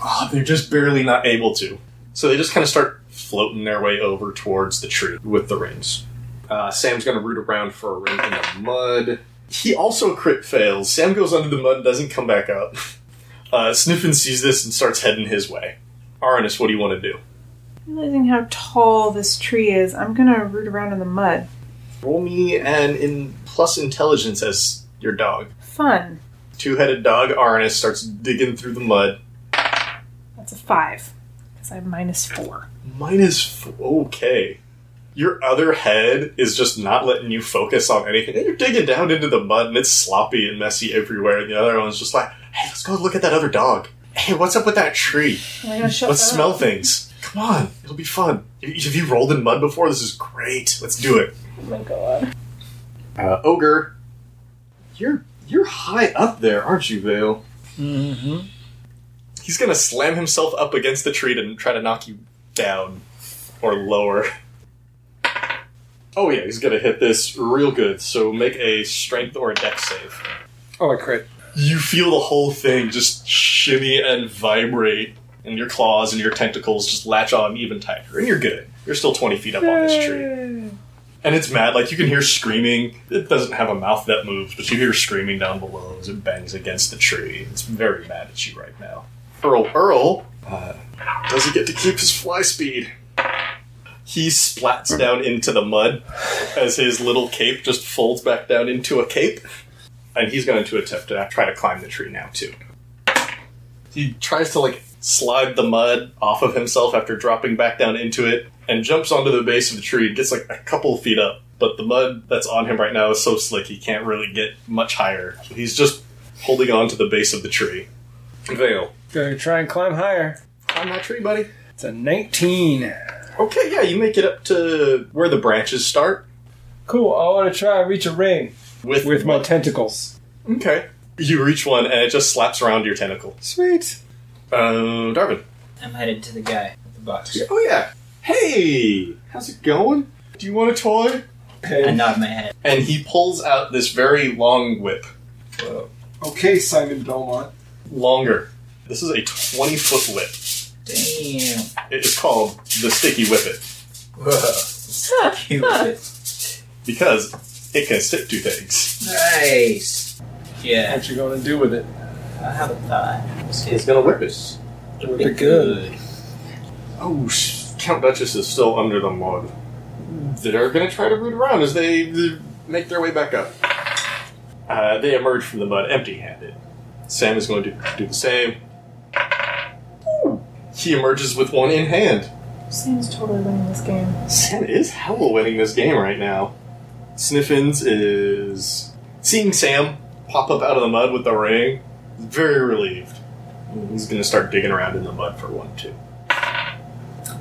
[SPEAKER 1] Ah, they're just barely not able to. So they just kind of start floating their way over towards the tree with the rings. Uh, Sam's going to root around for a ring in the mud. He also crit fails. Sam goes under the mud and doesn't come back up. Uh, Sniffin sees this and starts heading his way. Aranus, what do you want to do?
[SPEAKER 7] Realizing how tall this tree is, I'm gonna root around in the mud.
[SPEAKER 1] Roll me an in plus intelligence as your dog.
[SPEAKER 7] Fun.
[SPEAKER 1] Two-headed dog Aranus starts digging through the mud.
[SPEAKER 7] That's a five. Because I have minus four.
[SPEAKER 1] Minus f- okay. Your other head is just not letting you focus on anything. And you're digging down into the mud and it's sloppy and messy everywhere. And the other one's just like, hey, let's go look at that other dog. Hey, what's up with that tree?
[SPEAKER 7] Am I gonna shut
[SPEAKER 1] Let's
[SPEAKER 7] that
[SPEAKER 1] smell
[SPEAKER 7] up?
[SPEAKER 1] things. Come on, it'll be fun. Have you rolled in mud before? This is great. Let's do it.
[SPEAKER 7] Oh my god.
[SPEAKER 1] Uh, ogre, you're you're high up there, aren't you, Vale?
[SPEAKER 2] Mm-hmm.
[SPEAKER 1] He's gonna slam himself up against the tree to try to knock you down or lower. Oh yeah, he's gonna hit this real good. So make a strength or a dex save.
[SPEAKER 4] Oh, I crit.
[SPEAKER 1] You feel the whole thing just shimmy and vibrate, and your claws and your tentacles just latch on even tighter, and you're good. You're still twenty feet up on this tree. And it's mad. Like you can hear screaming. It doesn't have a mouth that moves, but you hear screaming down below as it bangs against the tree. It's very mad at you right now. Earl, Earl uh, doesn't get to keep his fly speed. He splats down into the mud as his little cape just folds back down into a cape, and he's going to attempt to try to climb the tree now too. He tries to like slide the mud off of himself after dropping back down into it and jumps onto the base of the tree and gets like a couple feet up. But the mud that's on him right now is so slick he can't really get much higher. He's just holding on to the base of the tree. Vale.
[SPEAKER 4] Gonna try and climb higher.
[SPEAKER 1] Climb that tree, buddy.
[SPEAKER 4] It's a 19.
[SPEAKER 1] Okay, yeah, you make it up to where the branches start
[SPEAKER 4] Cool, I wanna try and reach a ring
[SPEAKER 1] with,
[SPEAKER 4] with my tentacles.
[SPEAKER 1] Okay. You reach one and it just slaps around your tentacle.
[SPEAKER 4] Sweet.
[SPEAKER 1] Uh, Darwin.
[SPEAKER 5] I'm headed to the guy with the box.
[SPEAKER 1] Oh, yeah. Hey! How's it going? Do you want a toy?
[SPEAKER 5] I nod my head.
[SPEAKER 1] And uh, he pulls out this very long whip.
[SPEAKER 4] Okay, Simon Belmont.
[SPEAKER 1] Longer. This is a 20 foot whip.
[SPEAKER 5] Damn.
[SPEAKER 1] It is called the Sticky Whippet
[SPEAKER 5] Cute.
[SPEAKER 1] because it can stick to things.
[SPEAKER 5] nice. Yeah.
[SPEAKER 4] What you gonna do with it?
[SPEAKER 5] I have a thought. Let's see.
[SPEAKER 1] gonna whip us.
[SPEAKER 4] Whip it good.
[SPEAKER 1] Oh, sh- Count Duchess is still under the mud. They're gonna try to root around as they, they make their way back up. Uh, they emerge from the mud empty-handed. Sam is going to do the same. Ooh. He emerges with one in hand.
[SPEAKER 7] Sam's totally winning this game.
[SPEAKER 1] Sam is hella winning this game right now. Sniffins is seeing Sam pop up out of the mud with the ring. Very relieved. He's gonna start digging around in the mud for one too.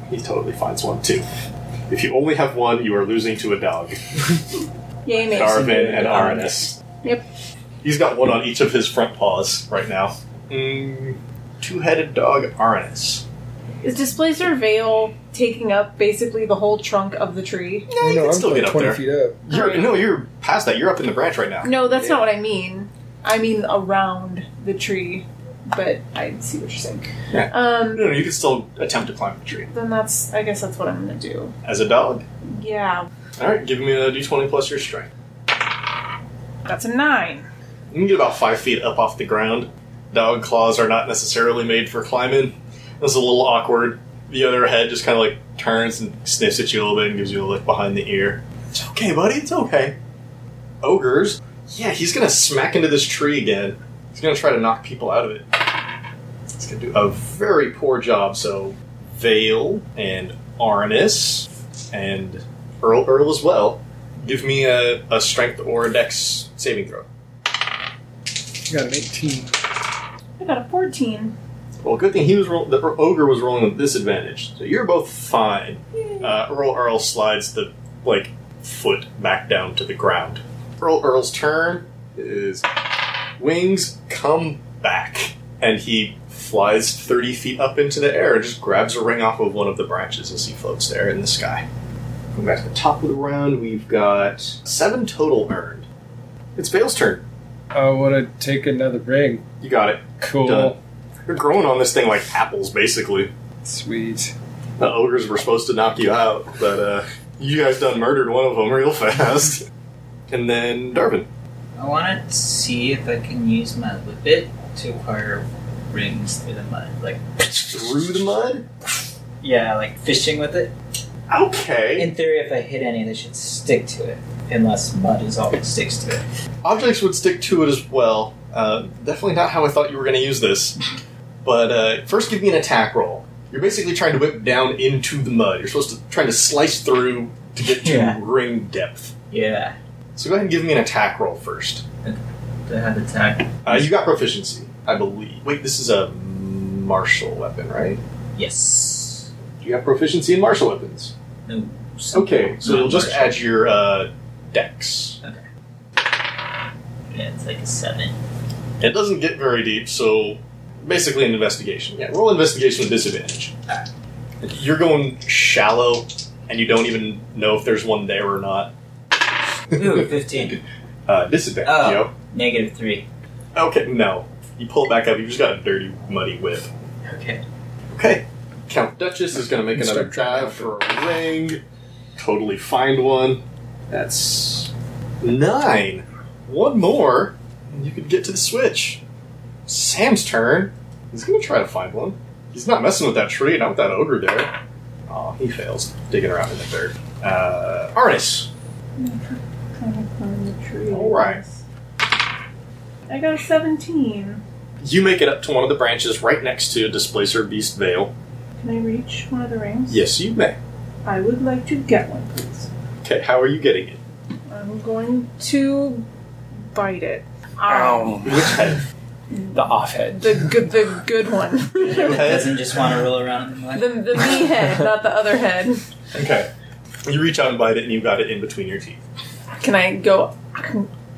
[SPEAKER 1] He totally finds one too. If you only have one, you are losing to a dog.
[SPEAKER 7] Yay, me.
[SPEAKER 1] Darvin and Aranus.
[SPEAKER 7] Yep.
[SPEAKER 1] He's got one on each of his front paws right now. Mm, two-headed dog Aranus.
[SPEAKER 7] Is Displacer Veil taking up basically the whole trunk of the tree?
[SPEAKER 1] Yeah, you can still get up
[SPEAKER 4] 20
[SPEAKER 1] there.
[SPEAKER 4] feet up.
[SPEAKER 1] You're, no, you're past that. You're up in the branch right now.
[SPEAKER 7] No, that's not what I mean. I mean around the tree, but I see what you're saying.
[SPEAKER 1] Yeah.
[SPEAKER 7] Um,
[SPEAKER 1] No, no, you can still attempt to climb the tree
[SPEAKER 7] then that's, I guess that's what I'm gonna do.
[SPEAKER 1] as a dog.
[SPEAKER 7] Yeah,
[SPEAKER 1] All right, give me a d20 plus your strength.
[SPEAKER 7] that's a nine.
[SPEAKER 1] You can get about five feet up off the ground. Dog claws are not necessarily made for climbing. This is a little awkward. The other head just kind of like turns and sniffs at you a little bit and gives you a lick behind the ear. It's okay, buddy. It's okay. Ogres. Yeah, he's gonna smack into this tree again. He's gonna try to knock people out of it. He's gonna do a very poor job. So Vale and Arnis and Earl Earl as well. Give me a, a strength or a dex saving throw.
[SPEAKER 4] You got an 18.
[SPEAKER 7] I got a 14.
[SPEAKER 1] Well, good thing he was roll- the ogre was rolling with disadvantage, so you're both fine. Uh, Earl Earl slides the like foot back down to the ground. Earl Earl's turn is wings come back, and he flies thirty feet up into the air and just grabs a ring off of one of the branches as he floats there in the sky. Going back to the top of the round, we've got seven total earned. It's Bale's turn.
[SPEAKER 4] I wanna take another ring.
[SPEAKER 1] You got it.
[SPEAKER 4] Cool.
[SPEAKER 1] Done. You're growing on this thing like apples, basically.
[SPEAKER 4] Sweet.
[SPEAKER 1] the ogres were supposed to knock you out, but uh, You guys done murdered one of them real fast. And then Darvin.
[SPEAKER 5] I want to see if I can use my whippet to acquire rings through the mud. Like,
[SPEAKER 1] Through the mud?
[SPEAKER 5] yeah, like fishing with it.
[SPEAKER 1] Okay.
[SPEAKER 5] In theory, if I hit any, they should stick to it. Unless mud is all that sticks to it.
[SPEAKER 1] Objects would stick to it as well. Uh, definitely not how I thought you were going to use this. But uh, first, give me an attack roll. You're basically trying to whip down into the mud. You're supposed to trying to slice through to get to
[SPEAKER 5] Yeah.
[SPEAKER 1] ring depth.
[SPEAKER 5] Yeah,
[SPEAKER 1] So go ahead and give me an attack roll first.
[SPEAKER 5] they had attack.
[SPEAKER 1] Uh, you got proficiency, I believe. Wait, this is a martial weapon, right?
[SPEAKER 5] Yes.
[SPEAKER 1] You have proficiency in martial weapons.
[SPEAKER 5] No.
[SPEAKER 1] Okay, so
[SPEAKER 5] not
[SPEAKER 1] you'll just
[SPEAKER 5] martial.
[SPEAKER 1] add your uh, dex.
[SPEAKER 5] Yeah, it's like a seven.
[SPEAKER 1] It doesn't get very deep, so basically an investigation. Yeah, roll investigation with disadvantage. You're going shallow, and you don't even know if there's one there or not.
[SPEAKER 5] Ooh, 15.
[SPEAKER 1] Uh, disadvantage,
[SPEAKER 5] Oh.
[SPEAKER 1] yo.
[SPEAKER 5] Negative 3.
[SPEAKER 1] Okay, no. You pull it back up, you just got a dirty, muddy whip.
[SPEAKER 5] Okay.
[SPEAKER 1] Okay. Count Duchess is going to make
[SPEAKER 4] Start
[SPEAKER 1] another dive for a ring. Totally find one. That's nine. One more, and you could get to the switch. Sam's turn. He's going to try to find one. He's not messing with that tree, not with that ogre there. Oh, he fails. Digging around in the dirt. Uh, Arnis. All right.
[SPEAKER 7] I got a 17.
[SPEAKER 1] You make it up to one of the branches right next to Displacer Beast Veil.
[SPEAKER 7] Can I reach one of the rings?
[SPEAKER 1] Yes, you may.
[SPEAKER 7] I would like to get one, please.
[SPEAKER 1] Okay, how are you getting it?
[SPEAKER 7] I'm going to bite it. Ah,
[SPEAKER 1] Which head?
[SPEAKER 8] The off head.
[SPEAKER 7] The good, the good one. the,
[SPEAKER 5] It doesn't just want to roll around in the mud.
[SPEAKER 7] the me head, not the other head.
[SPEAKER 1] Okay. You reach out and bite it, and you got it in between your teeth.
[SPEAKER 7] Can I go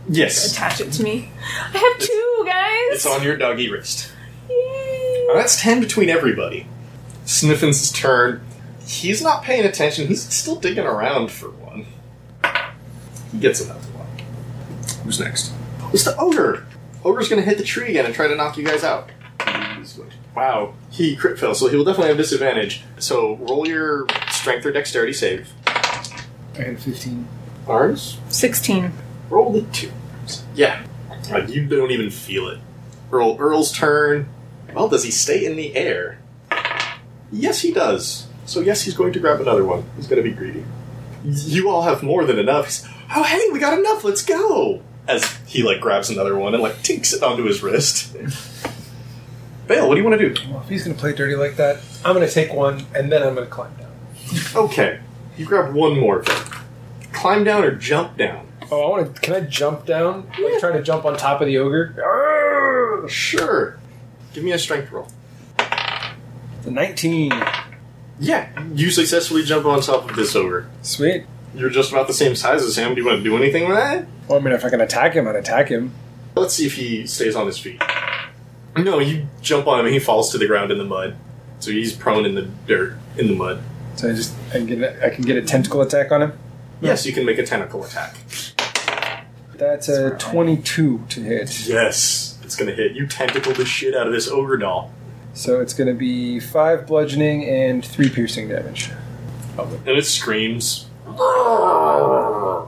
[SPEAKER 1] Yes.
[SPEAKER 7] attach it to me? I have two, guys!
[SPEAKER 1] It's on your doggy wrist.
[SPEAKER 7] Yay.
[SPEAKER 1] Now, that's ten between everybody. Sniffin's turn. He's not paying attention. He's still digging around for one. He gets another one. Who's next? It's the ogre. Ogre's going to hit the tree again and try to knock you guys out. He's going to- Wow. He crit fails, so he will definitely have disadvantage. So roll your strength or dexterity save.
[SPEAKER 9] I had 15.
[SPEAKER 1] Arms?
[SPEAKER 7] 16.
[SPEAKER 1] Roll the two. Yeah. Like Uh, you don't even feel it. Earl Earl's turn. Well, does he stay in the air? Yes, he does. So yes, he's going to grab another one. He's going to be greedy. You all have more than enough. He's, oh hey, we got enough. Let's go. As he like grabs another one and like tinks it onto his wrist. Bale, what do you want to do?
[SPEAKER 9] Well, if he's going to play dirty like that,
[SPEAKER 8] I'm gonna take one and then I'm gonna climb down.
[SPEAKER 1] Okay, you grab one more. Climb down or jump down.
[SPEAKER 8] Oh, I want to. Can I jump down? Like try to jump on top of the ogre.
[SPEAKER 1] Arr, sure. Give me a strength roll.
[SPEAKER 8] The 19.
[SPEAKER 1] Yeah, you successfully jump on top of this ogre.
[SPEAKER 8] Sweet.
[SPEAKER 1] You're just about the same size as him. Do you want to do anything with that?
[SPEAKER 8] Well, I mean, if I can attack him, I'd attack him.
[SPEAKER 1] Let's see if he stays on his feet. No, you jump on him and he falls to the ground in the mud. So he's prone in the dirt, in the mud.
[SPEAKER 8] So I just I can get a, I can get a tentacle attack on him.
[SPEAKER 1] Yes, you can make a tentacle attack.
[SPEAKER 8] That's a 22 to hit.
[SPEAKER 1] Yes, it's gonna hit. You tentacle the shit out of this ogre doll.
[SPEAKER 8] So it's going to be five bludgeoning and three piercing damage.
[SPEAKER 1] And it screams. Ah.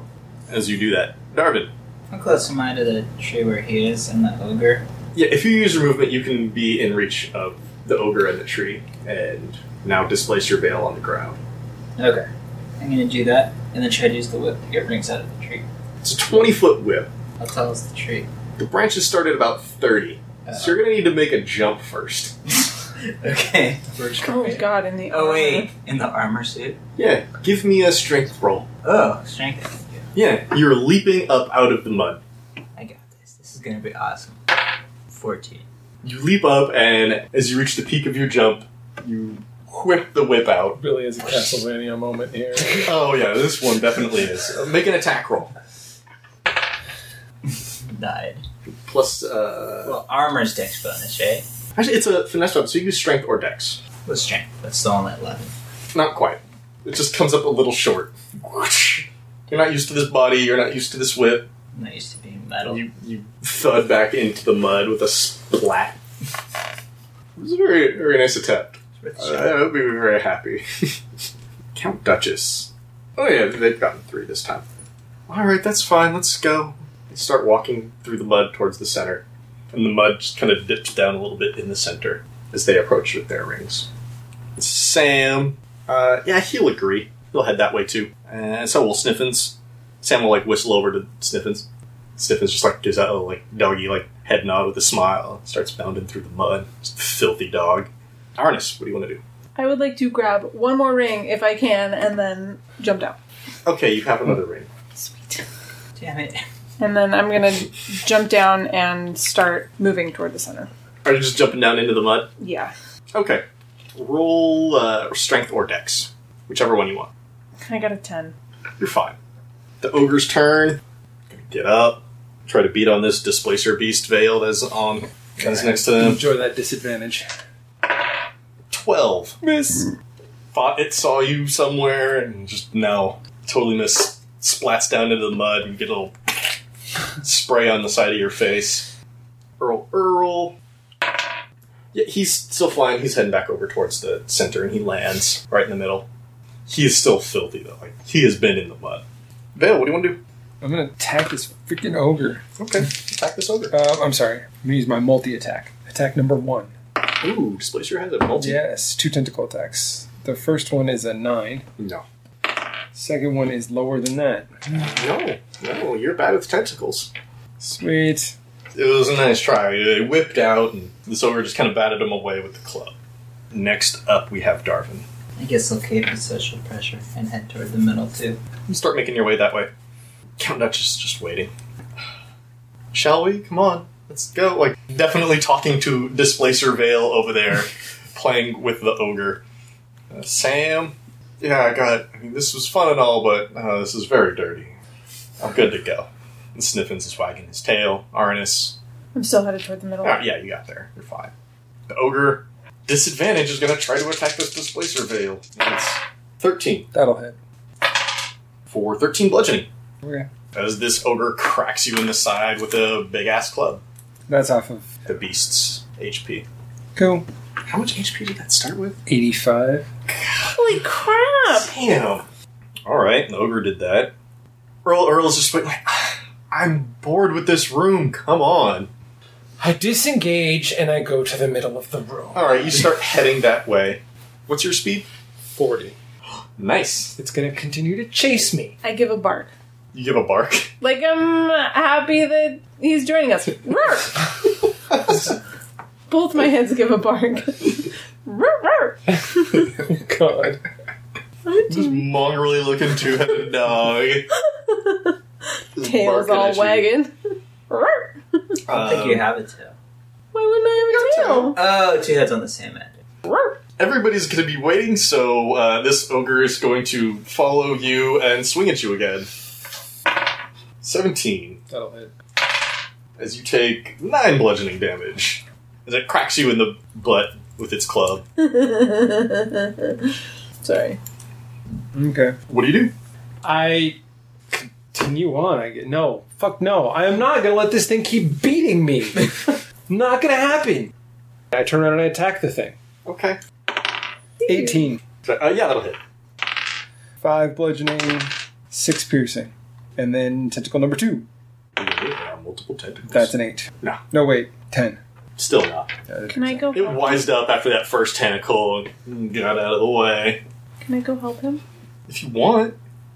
[SPEAKER 1] As you do that. Darvin.
[SPEAKER 5] How close am I to the tree where he is and the ogre?
[SPEAKER 1] Yeah, if you use your movement, you can be in reach of the ogre and the tree, and now displace your bale on the ground.
[SPEAKER 5] Okay. I'm gonna do that and then try to use the whip to get rings out of the tree.
[SPEAKER 1] It's a 20 foot whip.
[SPEAKER 5] I'll tell us the tree.
[SPEAKER 1] The branches start at about 30.
[SPEAKER 5] Uh,
[SPEAKER 1] So you're going to need to make a jump first.
[SPEAKER 5] Okay.
[SPEAKER 7] Oh god, in the
[SPEAKER 5] Oh, wait. In the armor suit?
[SPEAKER 1] Yeah, give me a strength roll.
[SPEAKER 5] Oh, strength.
[SPEAKER 1] Yeah, you're leaping up out of the mud.
[SPEAKER 5] I got this. This is gonna be awesome. 14.
[SPEAKER 1] You leap up, and as you reach the peak of your jump, you whip the whip out.
[SPEAKER 8] Really is a Castlevania moment here.
[SPEAKER 1] Oh, yeah, this one definitely is. Uh, Make an attack roll.
[SPEAKER 5] Died.
[SPEAKER 1] Plus, uh.
[SPEAKER 5] Well, armor's dex bonus, right?
[SPEAKER 1] Actually, it's a finesse weapon, so you use strength or dex.
[SPEAKER 5] What's strength? That's the only 11.
[SPEAKER 1] Not quite. It just comes up a little short. You're not used to this body, you're not used to this whip.
[SPEAKER 5] I'm not used to being metal.
[SPEAKER 1] You you thud back into the mud with a splat. It was a very very nice attempt.
[SPEAKER 5] It's worth a
[SPEAKER 1] Uh,
[SPEAKER 5] shot.
[SPEAKER 1] I would be very happy. Count Duchess. Oh yeah, they've gotten three this time. All right, that's fine. Let's go. They start walking through the mud towards the center, and the mud just kind of dips down a little bit in the center as they approach with their rings. Sam, uh, yeah, he'll agree. He'll head that way too, and so will Sniffins. Sam will like whistle over to Sniffins. Sniffins just like does that little like doggy like head nod with a smile. Starts bounding through the mud. Just a filthy dog. Arnis, what do you want to do?
[SPEAKER 7] I would like to grab one more ring if I can, and then jump down.
[SPEAKER 1] Okay, you have another ring.
[SPEAKER 7] Sweet.
[SPEAKER 5] Damn it.
[SPEAKER 7] And then I'm gonna jump down and start moving toward the center.
[SPEAKER 1] Are you just jumping down into the mud?
[SPEAKER 7] Yeah.
[SPEAKER 1] Okay. Roll uh, strength or dex, whichever one you want.
[SPEAKER 7] I got a 10.
[SPEAKER 1] You're fine. The ogre's turn. Gonna get up. Try to beat on this displacer beast veil that's on that's next
[SPEAKER 8] Uh,
[SPEAKER 1] to them.
[SPEAKER 4] Enjoy that disadvantage.
[SPEAKER 1] Twelve. Miss. Thought it saw you somewhere and just no. Totally miss. Splats down into the mud and get a little spray on the side of your face. Earl, Earl. Yeah, he's still flying. He's heading back over towards the center, and he lands right in the middle. He is still filthy though. Like he has been in the mud. Vale, what do you want to do?
[SPEAKER 9] I'm gonna attack this freaking ogre.
[SPEAKER 1] Okay, attack this ogre.
[SPEAKER 9] Uh, I'm sorry. I'm gonna use my multi attack. Attack number one.
[SPEAKER 1] Uh, Ooh, Displacer has a multi.
[SPEAKER 9] Yes, two tentacle attacks. The first one is a nine.
[SPEAKER 1] No.
[SPEAKER 9] Second one is lower than that.
[SPEAKER 1] No, no, you're bad with tentacles.
[SPEAKER 9] Sweet.
[SPEAKER 1] It was a nice try. It whipped out, and this ogre just kind of batted him away with the club. Next up, we have Darvin.
[SPEAKER 5] I guess I'll cave to social pressure and head toward the middle too.
[SPEAKER 1] You start making your way that way. Count Dutch is just waiting. Shall we? Come on, let's go. Like definitely talking to Displacer Vale over there, playing with the ogre. Uh, Sam, yeah, I got. I mean, this was fun and all, but uh, this is very dirty. I'm good to go. And Sniffins is wagging his tail. Arnis,
[SPEAKER 7] I'm still headed toward the middle.
[SPEAKER 1] Oh, yeah, you got there. You're fine. The ogre disadvantage is going to try to attack this displacer veil. And it's 13
[SPEAKER 9] That'll hit.
[SPEAKER 1] for 13 bludgeoning
[SPEAKER 9] Okay.
[SPEAKER 1] as this ogre cracks you in the side with a big ass club.
[SPEAKER 9] That's off of
[SPEAKER 1] The beast's HP.
[SPEAKER 9] cool.
[SPEAKER 1] How much HP did that start with?
[SPEAKER 9] 85.
[SPEAKER 7] Holy crap!
[SPEAKER 1] Damn. All right, the ogre did that. Earl Earl is just like, I'm bored with this room. Come on.
[SPEAKER 8] I disengage and I go to the middle of the room.
[SPEAKER 1] All right, you start heading that way. What's your speed?
[SPEAKER 8] 40.
[SPEAKER 1] Nice.
[SPEAKER 8] It's going to continue to chase me.
[SPEAKER 7] I give a bark.
[SPEAKER 1] You give a bark.
[SPEAKER 7] Like, I'm happy that he's joining us. Roar! Both my heads give a bark. roar, roar!
[SPEAKER 8] Oh, God.
[SPEAKER 7] I'm a
[SPEAKER 1] This
[SPEAKER 7] team.
[SPEAKER 1] mongrelly looking two-headed dog. Just
[SPEAKER 7] Tails
[SPEAKER 1] barking
[SPEAKER 7] all
[SPEAKER 1] at you.
[SPEAKER 7] wagging. roar!
[SPEAKER 5] I think you
[SPEAKER 1] Um,
[SPEAKER 5] have a tail.
[SPEAKER 7] Why wouldn't I have a tail?
[SPEAKER 5] Oh, two heads on the same end.
[SPEAKER 7] Roar!
[SPEAKER 1] everybody's going to be waiting, so uh, this ogre is going to follow you and swing at you again. 17,
[SPEAKER 9] That'll hit.
[SPEAKER 1] as you take 9 bludgeoning damage. As it cracks you in the butt with its club.
[SPEAKER 7] Sorry.
[SPEAKER 9] Okay.
[SPEAKER 1] What do you do?
[SPEAKER 8] I continue on. I get no. Fuck no. I am not gonna let this thing keep beating me. not gonna happen. I turn around and I attack the thing.
[SPEAKER 1] Okay.
[SPEAKER 8] Eighteen.
[SPEAKER 1] So, uh, yeah, that'll hit.
[SPEAKER 9] Five bludgeoning, six piercing. And then tentacle number two.
[SPEAKER 1] Yeah, multiple tentacles.
[SPEAKER 9] That's an eight.
[SPEAKER 1] No.
[SPEAKER 9] No, wait. Ten.
[SPEAKER 1] Still not.
[SPEAKER 7] Can I go?
[SPEAKER 1] It
[SPEAKER 7] Help?
[SPEAKER 1] wised up after that first tentacle and got out of the way.
[SPEAKER 7] Can I go help him?
[SPEAKER 1] If you want,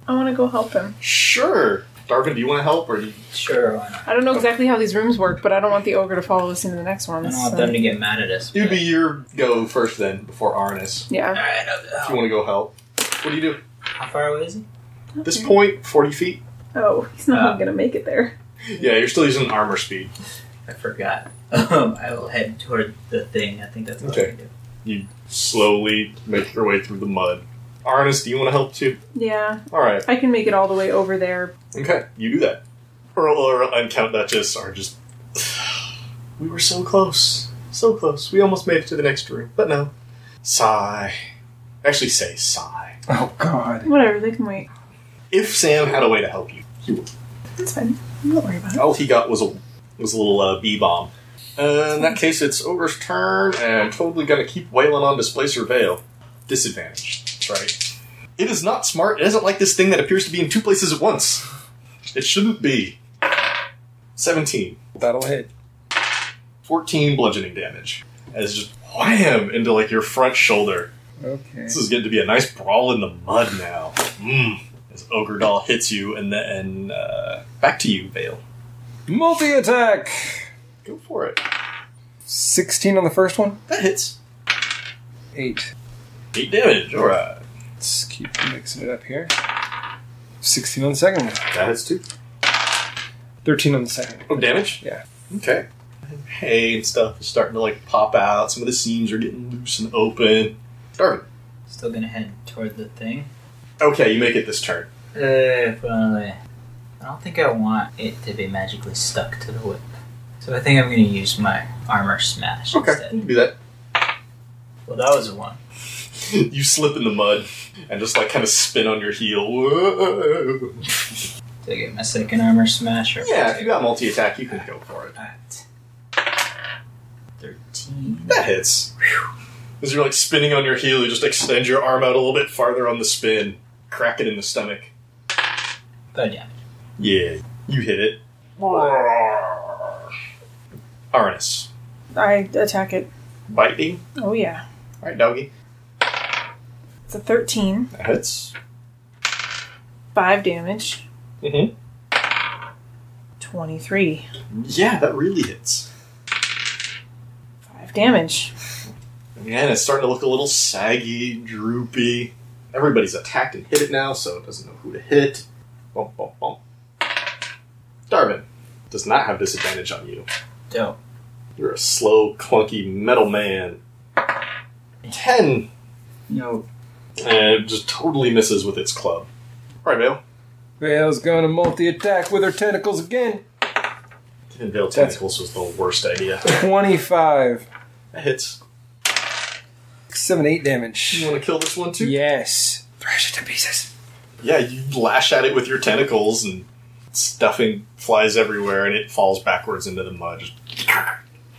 [SPEAKER 7] I want to go help him.
[SPEAKER 1] sure. Darvin, do you want to help or do you
[SPEAKER 5] Sure, why not?
[SPEAKER 7] I don't know exactly how these rooms work, but I don't want the ogre to follow us into the next
[SPEAKER 5] I
[SPEAKER 7] one.
[SPEAKER 5] don't want
[SPEAKER 7] so-
[SPEAKER 5] them to get mad at us.
[SPEAKER 1] It'd be your go first then, before Arnis.
[SPEAKER 7] Yeah.
[SPEAKER 5] Alright, I'll go.
[SPEAKER 1] If you want to go help. What do you do?
[SPEAKER 5] How far away is he?
[SPEAKER 1] At this point, 40 feet.
[SPEAKER 7] Oh, he's not
[SPEAKER 5] Uh,
[SPEAKER 7] gonna make it there.
[SPEAKER 1] Yeah, you're still using armor speed.
[SPEAKER 5] I forgot. Um, I will head toward the thing. I think that's what
[SPEAKER 1] Okay.
[SPEAKER 5] I do.
[SPEAKER 1] You slowly make your way through the mud. Arnis, do you want to help too?
[SPEAKER 7] Yeah,
[SPEAKER 1] Alright.
[SPEAKER 7] I can make it all the way over there.
[SPEAKER 1] Okay, you do that. Earl Earl and Count Duchess are just. we were so close. So close. We almost made it to the next room, but no. Sigh. Actually, say sigh.
[SPEAKER 9] Oh, God.
[SPEAKER 7] Whatever, they can wait.
[SPEAKER 1] If Sam had a way to help you, he would.
[SPEAKER 7] That's fine. Don't worry about it.
[SPEAKER 1] All he got was a was a little uh, bee bomb. Uh, in that case, it's Ogre's turn, and I'm totally gonna keep wailing on Displacer Veil. Disadvantage. That's right. It is not smart. It isn't like this thing that appears to be in two places at once. It shouldn't be. 17.
[SPEAKER 9] That'll hit.
[SPEAKER 1] 14 bludgeoning damage. As just wham into like your front shoulder.
[SPEAKER 9] Okay.
[SPEAKER 1] This is getting to be a nice brawl in the mud now. Mmm. As Ogre Doll hits you and then uh, back to you, Vale.
[SPEAKER 9] Multi attack.
[SPEAKER 1] Go for it.
[SPEAKER 9] Sixteen on the first one.
[SPEAKER 1] That hits.
[SPEAKER 9] Eight.
[SPEAKER 1] Eight damage. All right.
[SPEAKER 9] Let's keep mixing it up here. Sixteen on the second one.
[SPEAKER 1] That hits two.
[SPEAKER 9] Thirteen on the second.
[SPEAKER 1] Oh, damage.
[SPEAKER 9] Yeah.
[SPEAKER 1] Okay. Hay and stuff is starting to like pop out. Some of the seams are getting loose and open. Darvin.
[SPEAKER 5] Still gonna head toward the thing.
[SPEAKER 1] Okay, you make it this turn.
[SPEAKER 5] Uh, finally. I don't think I want it to be magically stuck to the whip. So I think I'm gonna use my armor smash
[SPEAKER 1] you
[SPEAKER 5] instead.
[SPEAKER 1] can do that.
[SPEAKER 5] Well, that was a one.
[SPEAKER 1] you slip in the mud and just like kind of spin on your heel. Whoa.
[SPEAKER 5] Do I get my second armor smash? Or
[SPEAKER 1] Yeah, if you got multi attack, you can go for it.
[SPEAKER 5] Alright. 13.
[SPEAKER 1] That hits. As you're like spinning on your heel, you just extend your arm out a little bit farther on the spin, crack it in the stomach.
[SPEAKER 5] But yeah.
[SPEAKER 1] Yeah, you hit it. Arnis.
[SPEAKER 7] I attack it.
[SPEAKER 1] Bite me.
[SPEAKER 7] Oh yeah,
[SPEAKER 1] Alright, doggy.
[SPEAKER 7] it's a thirteen.
[SPEAKER 1] That hits.
[SPEAKER 7] Five damage.
[SPEAKER 1] Mm-hmm.
[SPEAKER 7] Twenty-three.
[SPEAKER 1] Yeah, that really hits.
[SPEAKER 7] Five damage.
[SPEAKER 1] Man, it's starting to look a little saggy, droopy. Everybody's attacked and hit it now, so it doesn't know who to hit. Bump, bump, bump. Darvin does not have disadvantage on you.
[SPEAKER 5] Dope.
[SPEAKER 1] You're a slow, clunky metal man. Ten!
[SPEAKER 5] No.
[SPEAKER 1] And it just totally misses with its club. Alright, Vale.
[SPEAKER 9] Vale's gonna multi attack with her tentacles again.
[SPEAKER 1] Vale Tentacles was the worst idea.
[SPEAKER 9] Twenty-five.
[SPEAKER 1] That hits.
[SPEAKER 9] Seven, eight damage.
[SPEAKER 1] You want to kill this one too?
[SPEAKER 9] Yes. Thrash it to pieces.
[SPEAKER 1] Yeah, you lash at it with your tentacles, and stuffing flies everywhere, and it falls backwards into the mud. Just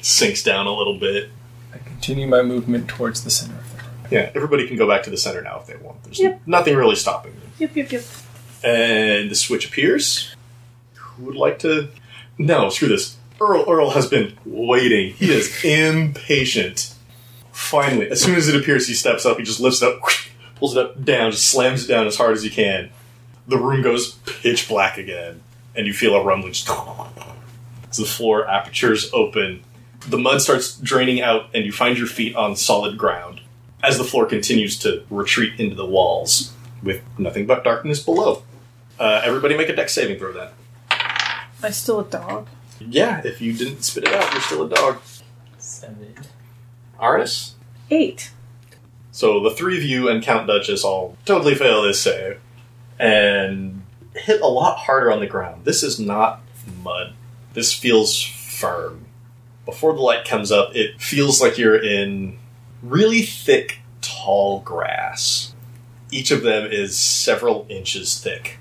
[SPEAKER 1] sinks down a little bit.
[SPEAKER 9] I continue my movement towards the center of the room.
[SPEAKER 1] Yeah, everybody can go back to the center now if they want. There's nothing really stopping you.
[SPEAKER 7] Yep, yep, yep.
[SPEAKER 1] And the switch appears. Who would like to? No, screw this. Earl Earl has been waiting. He is impatient. Finally, as soon as it appears, he steps up. He just lifts it up, pulls it up, down, just slams it down as hard as he can. The room goes pitch black again, and you feel a rumbling. Just as the floor apertures open, the mud starts draining out, and you find your feet on solid ground. As the floor continues to retreat into the walls, with nothing but darkness below. Uh, everybody make a deck saving throw then.
[SPEAKER 7] Am I still a dog?
[SPEAKER 1] Yeah, if you didn't spit it out, you're still a dog.
[SPEAKER 5] Seven.
[SPEAKER 1] Arnis?
[SPEAKER 7] Eight.
[SPEAKER 1] So the three of you and Count Duchess all totally fail this save and hit a lot harder on the ground. This is not mud. This feels firm. Before the light comes up, it feels like you're in really thick, tall grass. Each of them is several inches thick.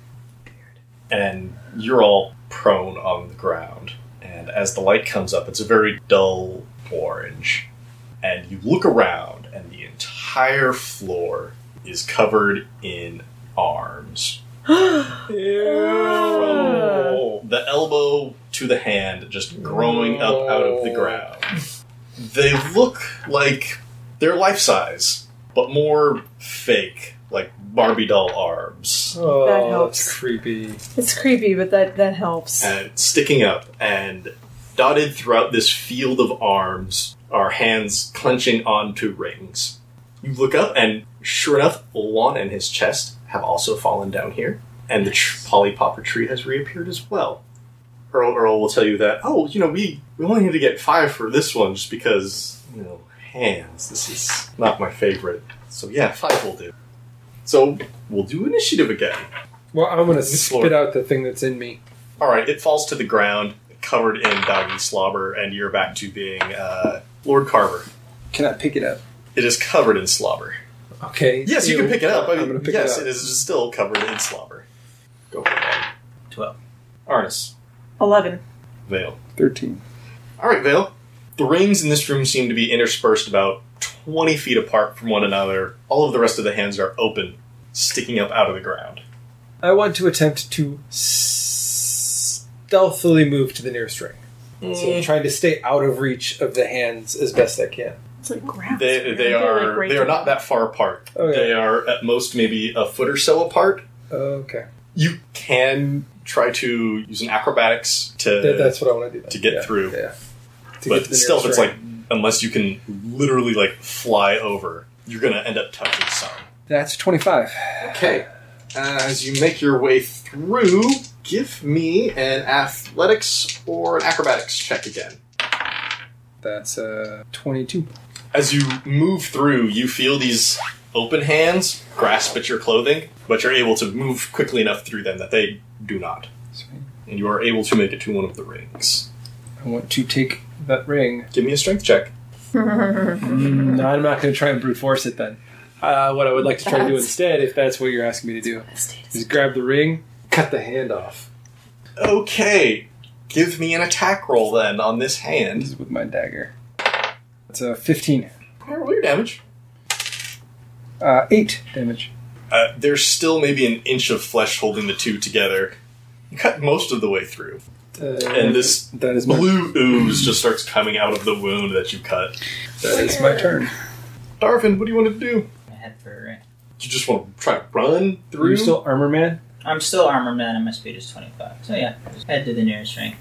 [SPEAKER 1] And you're all prone on the ground. And as the light comes up, it's a very dull orange and you look around and the entire floor is covered in arms
[SPEAKER 7] Ah.
[SPEAKER 1] from the elbow to the hand just growing up out of the ground they look like they're life size but more fake like barbie doll arms
[SPEAKER 9] Oh,
[SPEAKER 7] That helps.
[SPEAKER 9] that's creepy.
[SPEAKER 7] It's creepy, but that that helps.
[SPEAKER 1] and sticking up and dotted throughout this field of arms are hands clenching onto rings. You look up and sure enough, Olan and his chest have also fallen down here, and the tr- Polly Popper tree has reappeared as well. Earl Earl will tell you that, oh, you know, we, we only need to get five for this one just because, you know, hands. This is not my favorite. So yeah, five will do. So we'll do initiative again.
[SPEAKER 9] Well, I'm gonna
[SPEAKER 1] This
[SPEAKER 9] spit
[SPEAKER 1] Lord.
[SPEAKER 9] out the thing that's in me.
[SPEAKER 1] All right, it falls to the ground, covered in doggy slobber, and you're back to being uh, Lord Carver.
[SPEAKER 9] Can I pick it up?
[SPEAKER 1] It is covered in slobber.
[SPEAKER 9] Okay.
[SPEAKER 1] Yes, you can pick it up. I
[SPEAKER 9] I'm
[SPEAKER 1] mean,
[SPEAKER 9] gonna pick
[SPEAKER 1] yes,
[SPEAKER 9] it up.
[SPEAKER 1] it is still covered in slobber. Go for it.
[SPEAKER 5] Twelve.
[SPEAKER 1] Arnis,
[SPEAKER 7] Eleven.
[SPEAKER 1] Vale.
[SPEAKER 9] Thirteen.
[SPEAKER 1] All right, Vale. The rings in this room seem to be interspersed about 20 feet apart from one another. All of the rest of the hands are open. sticking up out of the ground.
[SPEAKER 4] I want to attempt to s- stealthily move to the nearest ring. So I'm trying to stay out of reach of the hands as best I can.
[SPEAKER 7] It's like grass.
[SPEAKER 1] They,
[SPEAKER 7] right?
[SPEAKER 1] they
[SPEAKER 7] They're,
[SPEAKER 1] are
[SPEAKER 7] like, right
[SPEAKER 1] they are
[SPEAKER 7] there.
[SPEAKER 1] not that far apart.
[SPEAKER 4] Okay.
[SPEAKER 1] They are at most maybe a foot or so apart.
[SPEAKER 9] Oh,
[SPEAKER 4] Okay.
[SPEAKER 1] You can try to use an acrobatics to
[SPEAKER 4] That- that's what I want to do. then.
[SPEAKER 1] to get
[SPEAKER 4] Yeah,
[SPEAKER 1] through.
[SPEAKER 4] Yeah. To
[SPEAKER 1] but
[SPEAKER 4] get to the
[SPEAKER 1] still, if
[SPEAKER 4] nearest
[SPEAKER 1] it's
[SPEAKER 4] ring.
[SPEAKER 1] like unless you can literally like fly over, you're gonna end up touching some.
[SPEAKER 4] That's 25.
[SPEAKER 1] Okay. As you make your way through, give me an athletics or an acrobatics check again.
[SPEAKER 4] That's uh, 22.
[SPEAKER 1] As you move through, you feel these open hands grasp at your clothing, but you're able to move quickly enough through them that they do not. And you are able to make it to one of the rings.
[SPEAKER 4] I want to take that ring.
[SPEAKER 1] Give me a strength check.
[SPEAKER 4] No, I'm not going to try and brute force it then. Uh, what I would like to try to do
[SPEAKER 7] That's-
[SPEAKER 4] instead, if that's what you're asking me to do, is grab the ring, cut the hand off.
[SPEAKER 1] Okay, give me an attack roll then on this
[SPEAKER 9] This
[SPEAKER 1] hand.
[SPEAKER 9] is with my dagger. It's a 15.
[SPEAKER 1] Roll your damage.
[SPEAKER 9] Uh, 8 damage.
[SPEAKER 1] Uh, there's still maybe an inch of flesh holding the two together. You cut most of the way through,
[SPEAKER 4] Uh,
[SPEAKER 1] and this
[SPEAKER 9] That is my,
[SPEAKER 1] blue ooze just starts coming out of the wound that you cut.
[SPEAKER 9] that is my turn.
[SPEAKER 1] Darvin, what do you want to do?
[SPEAKER 5] I head for a ring.
[SPEAKER 1] You just want to try to run
[SPEAKER 4] are
[SPEAKER 1] through?
[SPEAKER 4] you still Armor Man?
[SPEAKER 5] I'm still armor man, and my speed is 25. So yeah, just head to the nearest ring.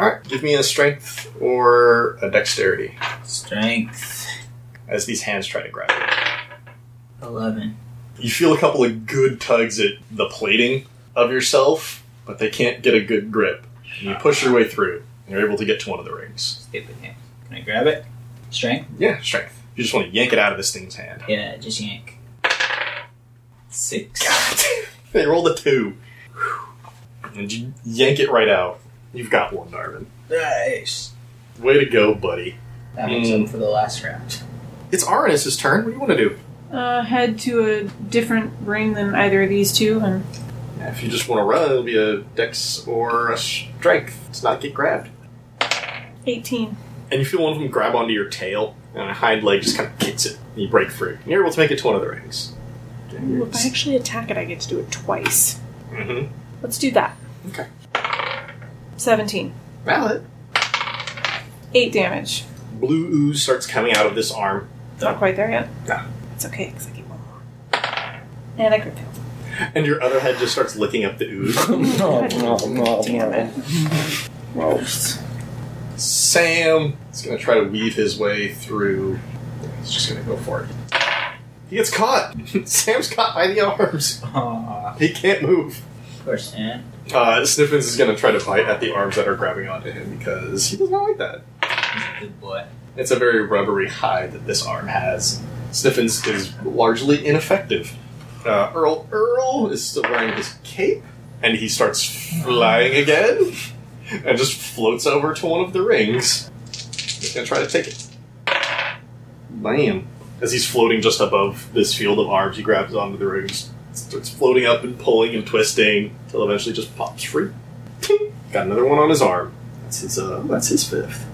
[SPEAKER 1] All right, give me a strength or a dexterity
[SPEAKER 5] Strength
[SPEAKER 1] as these hands try to grab you.
[SPEAKER 5] 11.
[SPEAKER 1] You feel a couple of good tugs at the plating of yourself, but they can't get a good grip. And you push your way through, and you're able to get to one of the rings.
[SPEAKER 5] Stupid hand. Can I grab it? Strength?
[SPEAKER 1] Yeah, strength. You just want to yank it out of this thing's hand.
[SPEAKER 5] Yeah, just yank. Six.
[SPEAKER 1] They rolled a two. And you yank it right out. You've got one, Darvin.
[SPEAKER 5] Nice.
[SPEAKER 1] Way to go, buddy.
[SPEAKER 5] That makes
[SPEAKER 1] Mm.
[SPEAKER 5] up for the last round.
[SPEAKER 1] It's Arnis' turn. What do you want to do?
[SPEAKER 7] Uh, head to a different ring than either of these two, and
[SPEAKER 1] Yeah, if you just want to run, it'll be a dex or a strength to not get grabbed.
[SPEAKER 7] 18.
[SPEAKER 1] And you feel one of them grab onto your tail, and a hind leg just kind of kicks it, and you break free. And you're able to make it to one of the Mm-hmm. rings.
[SPEAKER 7] Ooh, if I actually attack it, I get to do it twice.
[SPEAKER 1] Mm-hmm.
[SPEAKER 7] Let's do that.
[SPEAKER 1] Okay.
[SPEAKER 7] 17.
[SPEAKER 1] Valid.
[SPEAKER 7] 8 damage.
[SPEAKER 1] Blue ooze starts coming out of this arm.
[SPEAKER 7] Not quite there yet.
[SPEAKER 1] No.
[SPEAKER 7] It's okay, because I get one more. And I crit fail.
[SPEAKER 1] And your other head just starts licking up the ooze. Oh,
[SPEAKER 9] No, no, no,
[SPEAKER 7] Damn
[SPEAKER 9] no.
[SPEAKER 7] it.
[SPEAKER 1] Sam is going to try to weave his way through. He's just going to go for it. He gets caught. Sam's caught by the arms.
[SPEAKER 5] Aw,
[SPEAKER 1] He can't move.
[SPEAKER 5] of course, man.
[SPEAKER 1] Uh, Sniffins is going to try to bite at the arms that are grabbing onto him because he does not like that.
[SPEAKER 5] He's a good boy.
[SPEAKER 1] It's a very rubbery hide that this arm has. Sniffins is largely ineffective. Uh, Earl Earl is still wearing his cape, and he starts flying again, and just floats over to one of the rings. He's gonna try to take it. Bam! As he's floating just above this field of arms, he grabs onto the rings, starts floating up and pulling and twisting, till eventually just pops free. Ting! Got another one on his arm. That's his. Uh, that's his fifth.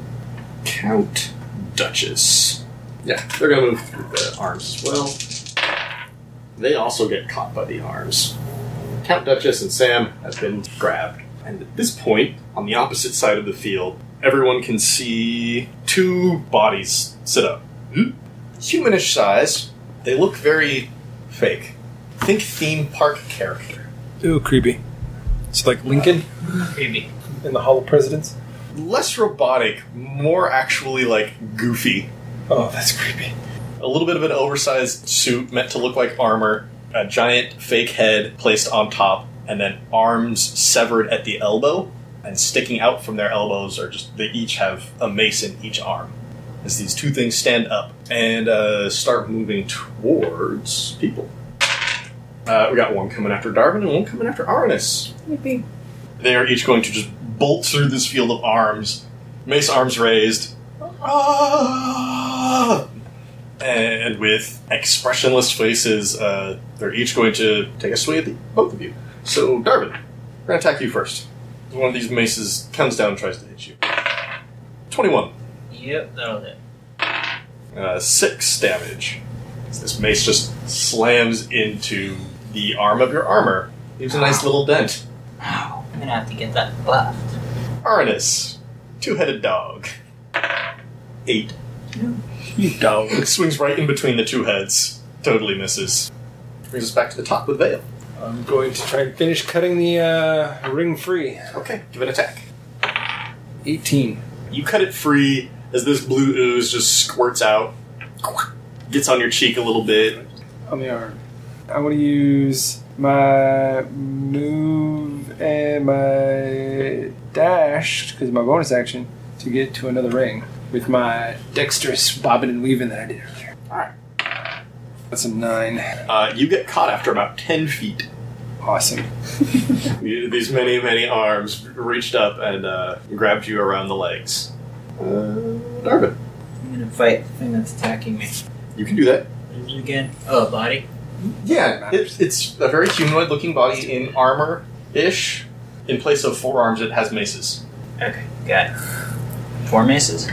[SPEAKER 1] Count. Duchess. Yeah, they're gonna move through the arms as well. They also get caught by the arms. Count Duchess and Sam have been grabbed. And at this point, on the opposite side of the field, everyone can see two bodies sit up. Humanish size. They look very fake. Think theme park character.
[SPEAKER 9] Ooh, creepy.
[SPEAKER 4] It's like Lincoln
[SPEAKER 5] Creepy.
[SPEAKER 4] in the Hall of Presidents.
[SPEAKER 1] Less robotic, more actually like goofy.
[SPEAKER 4] Oh, that's creepy.
[SPEAKER 1] a little bit of an oversized suit meant to look like armor, a giant fake head placed on top, and then arms severed at the elbow and sticking out from their elbows are just they each have a mace in each arm. As these two things stand up and uh, start moving towards people. Uh, we got one coming after Darwin and one coming after Arnis.
[SPEAKER 7] Maybe.
[SPEAKER 1] They are each going to just bolt through this field of arms, mace arms raised, Ah! and with expressionless faces, uh, they're each going to take a swing at the, both of you. So, Darvin, we're going to attack you first. One of these maces comes down and tries to hit you. 21.
[SPEAKER 5] Yep, that'll do.
[SPEAKER 1] Uh, 6 damage. This mace just slams into the arm of your armor leaves a nice little dent.
[SPEAKER 5] Wow, I'm gonna have to get that buffed.
[SPEAKER 1] Arnis, two-headed dog. Eight.
[SPEAKER 9] You dog.
[SPEAKER 1] It swings right in between the two heads. Totally misses. Brings us back to the top with Veil.
[SPEAKER 8] I'm going to try and finish cutting the uh, ring free.
[SPEAKER 1] Okay, give an attack.
[SPEAKER 8] 18.
[SPEAKER 1] You cut it free as this blue ooze just squirts out, gets on your cheek a little bit.
[SPEAKER 9] on the arm. I want to use my move and my dash because my bonus action to get to another ring with my dexterous bobbing and weaving that I did earlier. All
[SPEAKER 1] Alright.
[SPEAKER 9] That's a nine.
[SPEAKER 1] Uh, you get caught after about 10 feet.
[SPEAKER 9] Awesome.
[SPEAKER 1] You- These many, many arms reached up and uh, grabbed you around the legs. Uh, Darvin,
[SPEAKER 5] I'm gonna fight the thing that's attacking me.
[SPEAKER 1] you can do that.
[SPEAKER 5] What is it again? Oh, a body?
[SPEAKER 1] Yeah, it, it's a very humanoid looking body in armor ish. In place of forearms, it has maces.
[SPEAKER 5] Okay, got it. Four maces?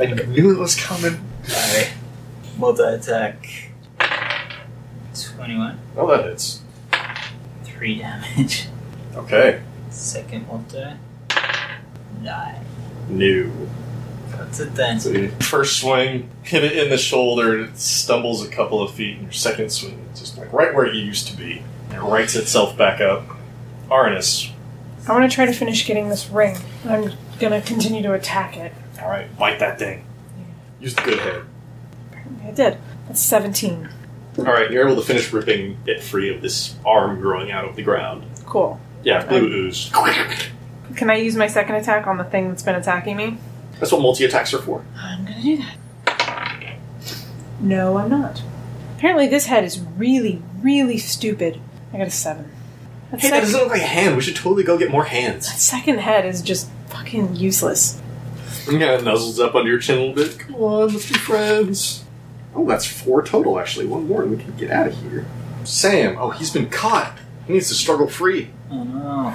[SPEAKER 1] I knew it was coming.
[SPEAKER 5] Alright. Multi attack. 21.
[SPEAKER 1] Oh, that hits.
[SPEAKER 5] 3 damage.
[SPEAKER 1] Okay.
[SPEAKER 5] Second multi. 9.
[SPEAKER 1] New.
[SPEAKER 5] That's a 10.
[SPEAKER 1] So your first swing, hit it in the shoulder, and it stumbles a couple of feet. And your second swing, it's just like right where it used to be. It rights itself back up. Arnis.
[SPEAKER 7] I want to try to finish getting this ring. I'm gonna continue to attack it.
[SPEAKER 1] All right, bite that thing. Use the good hand.
[SPEAKER 7] I did. That's 17.
[SPEAKER 1] All right, you're able to finish ripping it free of this arm growing out of the ground.
[SPEAKER 7] Cool.
[SPEAKER 1] Yeah, blue ooze.
[SPEAKER 7] Can I use my second attack on the thing that's been attacking me?
[SPEAKER 1] That's what multi attacks are for.
[SPEAKER 7] I'm gonna do that. No, I'm not. Apparently, this head is really, really stupid. I got a seven. That,
[SPEAKER 1] Hey,
[SPEAKER 7] sec-
[SPEAKER 1] that doesn't look like a hand. We should totally go get more hands.
[SPEAKER 7] that second head is just fucking useless.
[SPEAKER 1] Yeah, it nuzzles up under your chin a little bit. Come on, let's be friends. Oh, that's four total, actually. One more, and we can get out of here. Sam, oh, he's been caught. He needs to struggle free.
[SPEAKER 5] Oh no.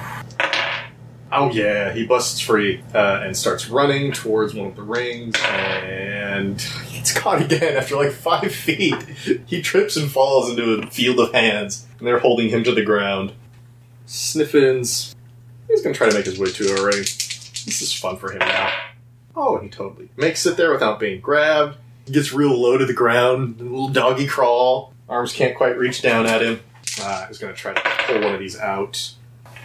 [SPEAKER 1] Oh, yeah, he busts free uh, and starts running towards one of the rings, and he gets caught again after like five feet. He trips and falls into a field of hands, and they're holding him to the ground. Sniffins. He's gonna try to make his way to a ring. This is fun for him now. Oh, he totally makes it there without being grabbed. He gets real low to the ground, little doggy crawl. Arms can't quite reach down at him. Uh, he's gonna try to pull one of these out.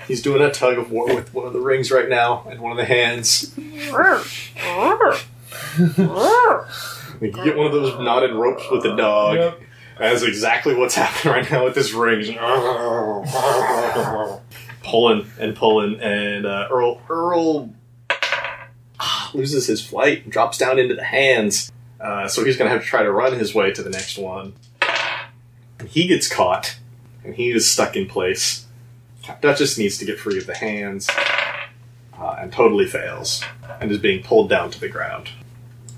[SPEAKER 1] He's doing a tug of war with one of the rings right now and one of the hands. You get one of those knotted ropes with the dog.
[SPEAKER 8] Yep.
[SPEAKER 1] That's exactly what's happening right now with this ring. pulling and pulling, and uh, Earl Earl ah, loses his flight, and drops down into the hands. Uh, so he's going to have to try to run his way to the next one. And he gets caught, and he is stuck in place. Duchess needs to get free of the hands, uh, and totally fails, and is being pulled down to the ground.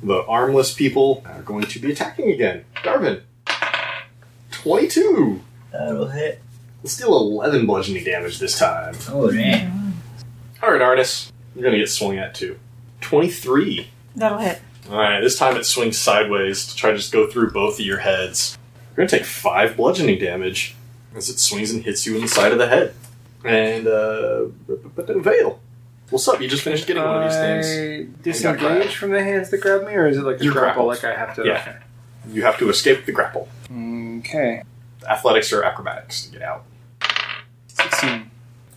[SPEAKER 1] The armless people are going to be attacking again. Darvin, 22.
[SPEAKER 5] That'll hit.
[SPEAKER 1] Let's deal 11 bludgeoning damage this time.
[SPEAKER 5] Oh damn.
[SPEAKER 1] All right, Arnis, you're going to get swung at too. 23.
[SPEAKER 7] That'll hit.
[SPEAKER 1] All right, this time it swings sideways to try to just go through both of your heads. You're going to take 5 bludgeoning damage as it swings and hits you in the side of the head. And, uh, but the veil. What's up? You just finished getting one of these things.
[SPEAKER 9] I
[SPEAKER 1] And got grabbed.
[SPEAKER 9] disengage from the hands that grab me, or is it like a
[SPEAKER 1] You're
[SPEAKER 9] grapple?
[SPEAKER 1] grappled.
[SPEAKER 9] Like I have to.
[SPEAKER 1] Yeah. You have to escape the grapple.
[SPEAKER 9] Okay. Okay.
[SPEAKER 1] Athletics or acrobatics to get out.
[SPEAKER 9] Sixteen.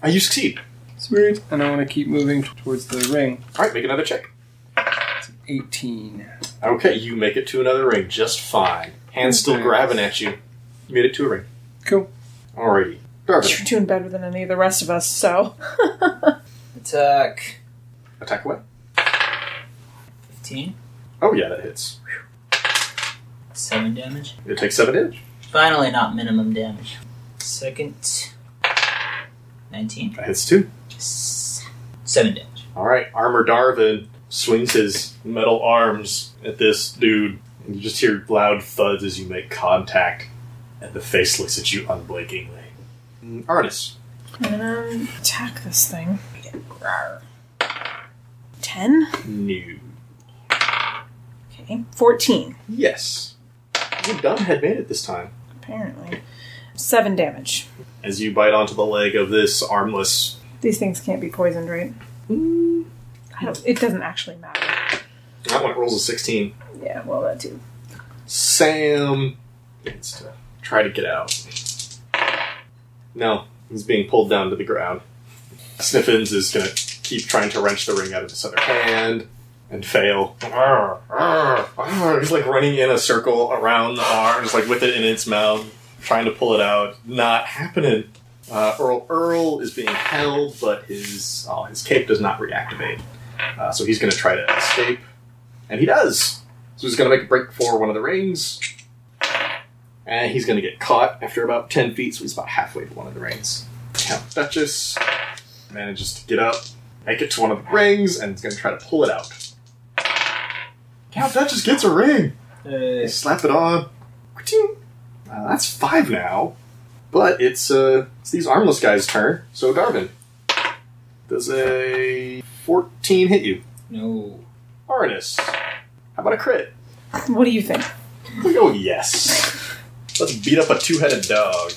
[SPEAKER 1] Uh, you succeed.
[SPEAKER 9] Sweet. And I want to keep moving towards the ring.
[SPEAKER 1] All right, make another check.
[SPEAKER 9] Eighteen.
[SPEAKER 1] Okay, you make it to another ring just fine. Hand's still
[SPEAKER 9] Okay.
[SPEAKER 1] grabbing at you. You made it to a ring.
[SPEAKER 9] Cool.
[SPEAKER 1] Alrighty. Darvin,
[SPEAKER 7] You're doing better than any of the rest of us, so.
[SPEAKER 5] Attack.
[SPEAKER 1] attack away.
[SPEAKER 5] 15.
[SPEAKER 1] Oh, yeah, that hits.
[SPEAKER 5] 7 damage.
[SPEAKER 1] It takes 7 damage.
[SPEAKER 5] Finally, not minimum damage. Second. 19.
[SPEAKER 1] That hits 2.
[SPEAKER 5] Yes. 7 damage.
[SPEAKER 1] Alright, Armor Darvin swings his metal arms at this dude, and you just hear loud thuds as you make contact, and the face looks at you unblinkingly. Mm, Arnis.
[SPEAKER 7] And um, attack this thing. Ten?
[SPEAKER 1] New.
[SPEAKER 7] Okay. Fourteen.
[SPEAKER 1] Yes. Your dumb had made it this time.
[SPEAKER 7] Apparently. Seven damage.
[SPEAKER 1] As you bite onto the leg of this armless.
[SPEAKER 7] These things can't be poisoned, right? Mm. I don't, it doesn't actually matter.
[SPEAKER 1] That one rolls a 16.
[SPEAKER 7] Yeah, well, that too.
[SPEAKER 1] Sam needs to try to get out. No, he's being pulled down to the ground. Sniffins is gonna keep trying to wrench the ring out of his other hand and fail. Arr, arr, arr. He's like running in a circle around the arms, like with it in its mouth, trying to pull it out. Not happening. Uh, Earl Earl is being held, but his oh, his cape does not reactivate. Uh, so he's gonna try to escape, and he does. So he's gonna make a break for one of the rings. And he's gonna get caught after about ten feet, so he's about halfway to one of the rings. Count Duchess manages to get up, make it to one of the rings, and is gonna try to pull it out. Count Duchess gets a ring! They slap it on. Ka-ting. Uh, that's five now. But it's uh it's these armless guys' turn, so Garvin. Does a fourteen hit you?
[SPEAKER 5] No.
[SPEAKER 1] Arnis. How about a crit?
[SPEAKER 7] What do you think?
[SPEAKER 1] We go Oh, yes. Let's beat up a two-headed dog.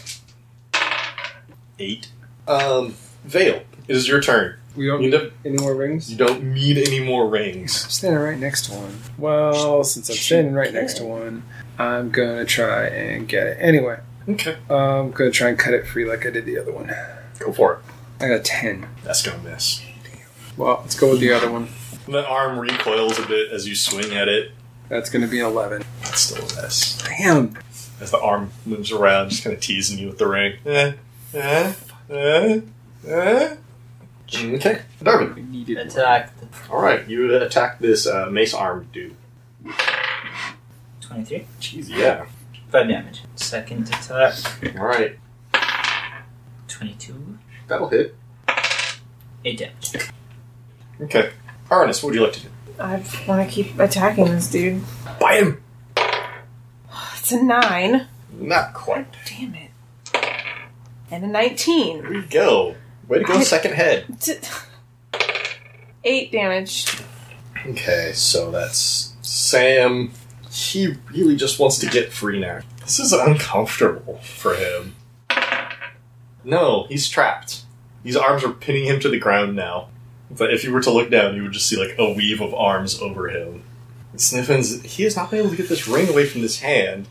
[SPEAKER 1] Eight. Um, Vale, it is your turn.
[SPEAKER 8] We don't
[SPEAKER 1] You
[SPEAKER 8] need
[SPEAKER 1] don't,
[SPEAKER 8] any more rings.
[SPEAKER 1] you don't need any more rings.
[SPEAKER 8] I'm standing right next to one. Well, since I'm standing right next to one, I'm gonna try and get it. Anyway,
[SPEAKER 1] Okay.
[SPEAKER 8] I'm gonna try and cut it free like I did the other one.
[SPEAKER 1] Go for it.
[SPEAKER 8] I got a ten.
[SPEAKER 1] That's gonna miss.
[SPEAKER 8] Well, let's go with the other one.
[SPEAKER 1] The arm recoils a bit as you swing at it.
[SPEAKER 8] That's gonna be an eleven.
[SPEAKER 1] That's still a miss.
[SPEAKER 8] Damn.
[SPEAKER 1] As the arm moves around, just kind of teasing you with the ring. Eh, eh, eh, eh. Okay. Darwin.
[SPEAKER 8] We needed. one.
[SPEAKER 5] Attack the
[SPEAKER 1] All right, you would attack this uh, mace arm dude.
[SPEAKER 5] 23.
[SPEAKER 1] Jeez, yeah.
[SPEAKER 5] 5 damage. Second attack.
[SPEAKER 1] All right,
[SPEAKER 5] 22.
[SPEAKER 1] that'll hit.
[SPEAKER 5] 8 damage.
[SPEAKER 1] Okay. Arnis, what would you like to do?
[SPEAKER 7] I want to keep attacking this dude.
[SPEAKER 1] Bite him.
[SPEAKER 7] It's a nine.
[SPEAKER 1] Not quite.
[SPEAKER 7] Damn it. And a 19.
[SPEAKER 1] There you go. Way to go, second head.
[SPEAKER 7] T- Eight damage.
[SPEAKER 1] Okay, so that's Sam. He really just wants to get free now. This is uncomfortable for him. No, he's trapped. These arms are pinning him to the ground now. But if you were to look down, you would just see like a weave of arms over him. And Sniffins, he has not been able to get this ring away from this hand.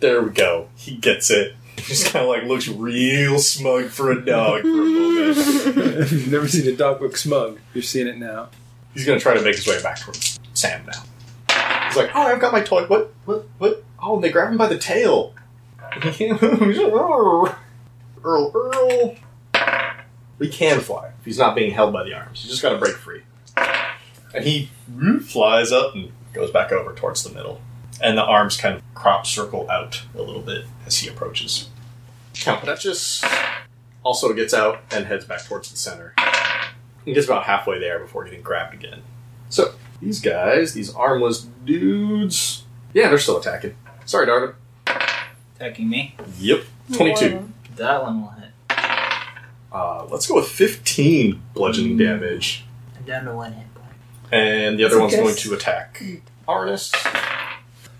[SPEAKER 1] There we go. He gets it. He just kind of like looks real smug for a dog for a moment.
[SPEAKER 8] You've never seen a dog look smug. You're seeing it now.
[SPEAKER 1] He's gonna try to make his way back towards Sam now. He's like, "Oh, I've got my toy. What? What? What? Oh, and they grab him by the tail." Earl, Earl. We can fly. if He's not being held by the arms. He's just got to break free. And he flies up and goes back over towards the middle. And the arms kind of crop circle out a little bit as he approaches. Count Duchess also gets out and heads back towards the center. He gets about halfway there before getting grabbed again. So, these guys, these armless dudes. Yeah, they're still attacking. Sorry, Darvin.
[SPEAKER 5] Attacking me.
[SPEAKER 1] Yep. 22.
[SPEAKER 5] That one will hit.
[SPEAKER 1] Uh, let's go with 15 bludgeoning damage.
[SPEAKER 5] I'm down to 1 hit point.
[SPEAKER 1] And the other one's
[SPEAKER 7] Okay.
[SPEAKER 1] going to attack. Arnis.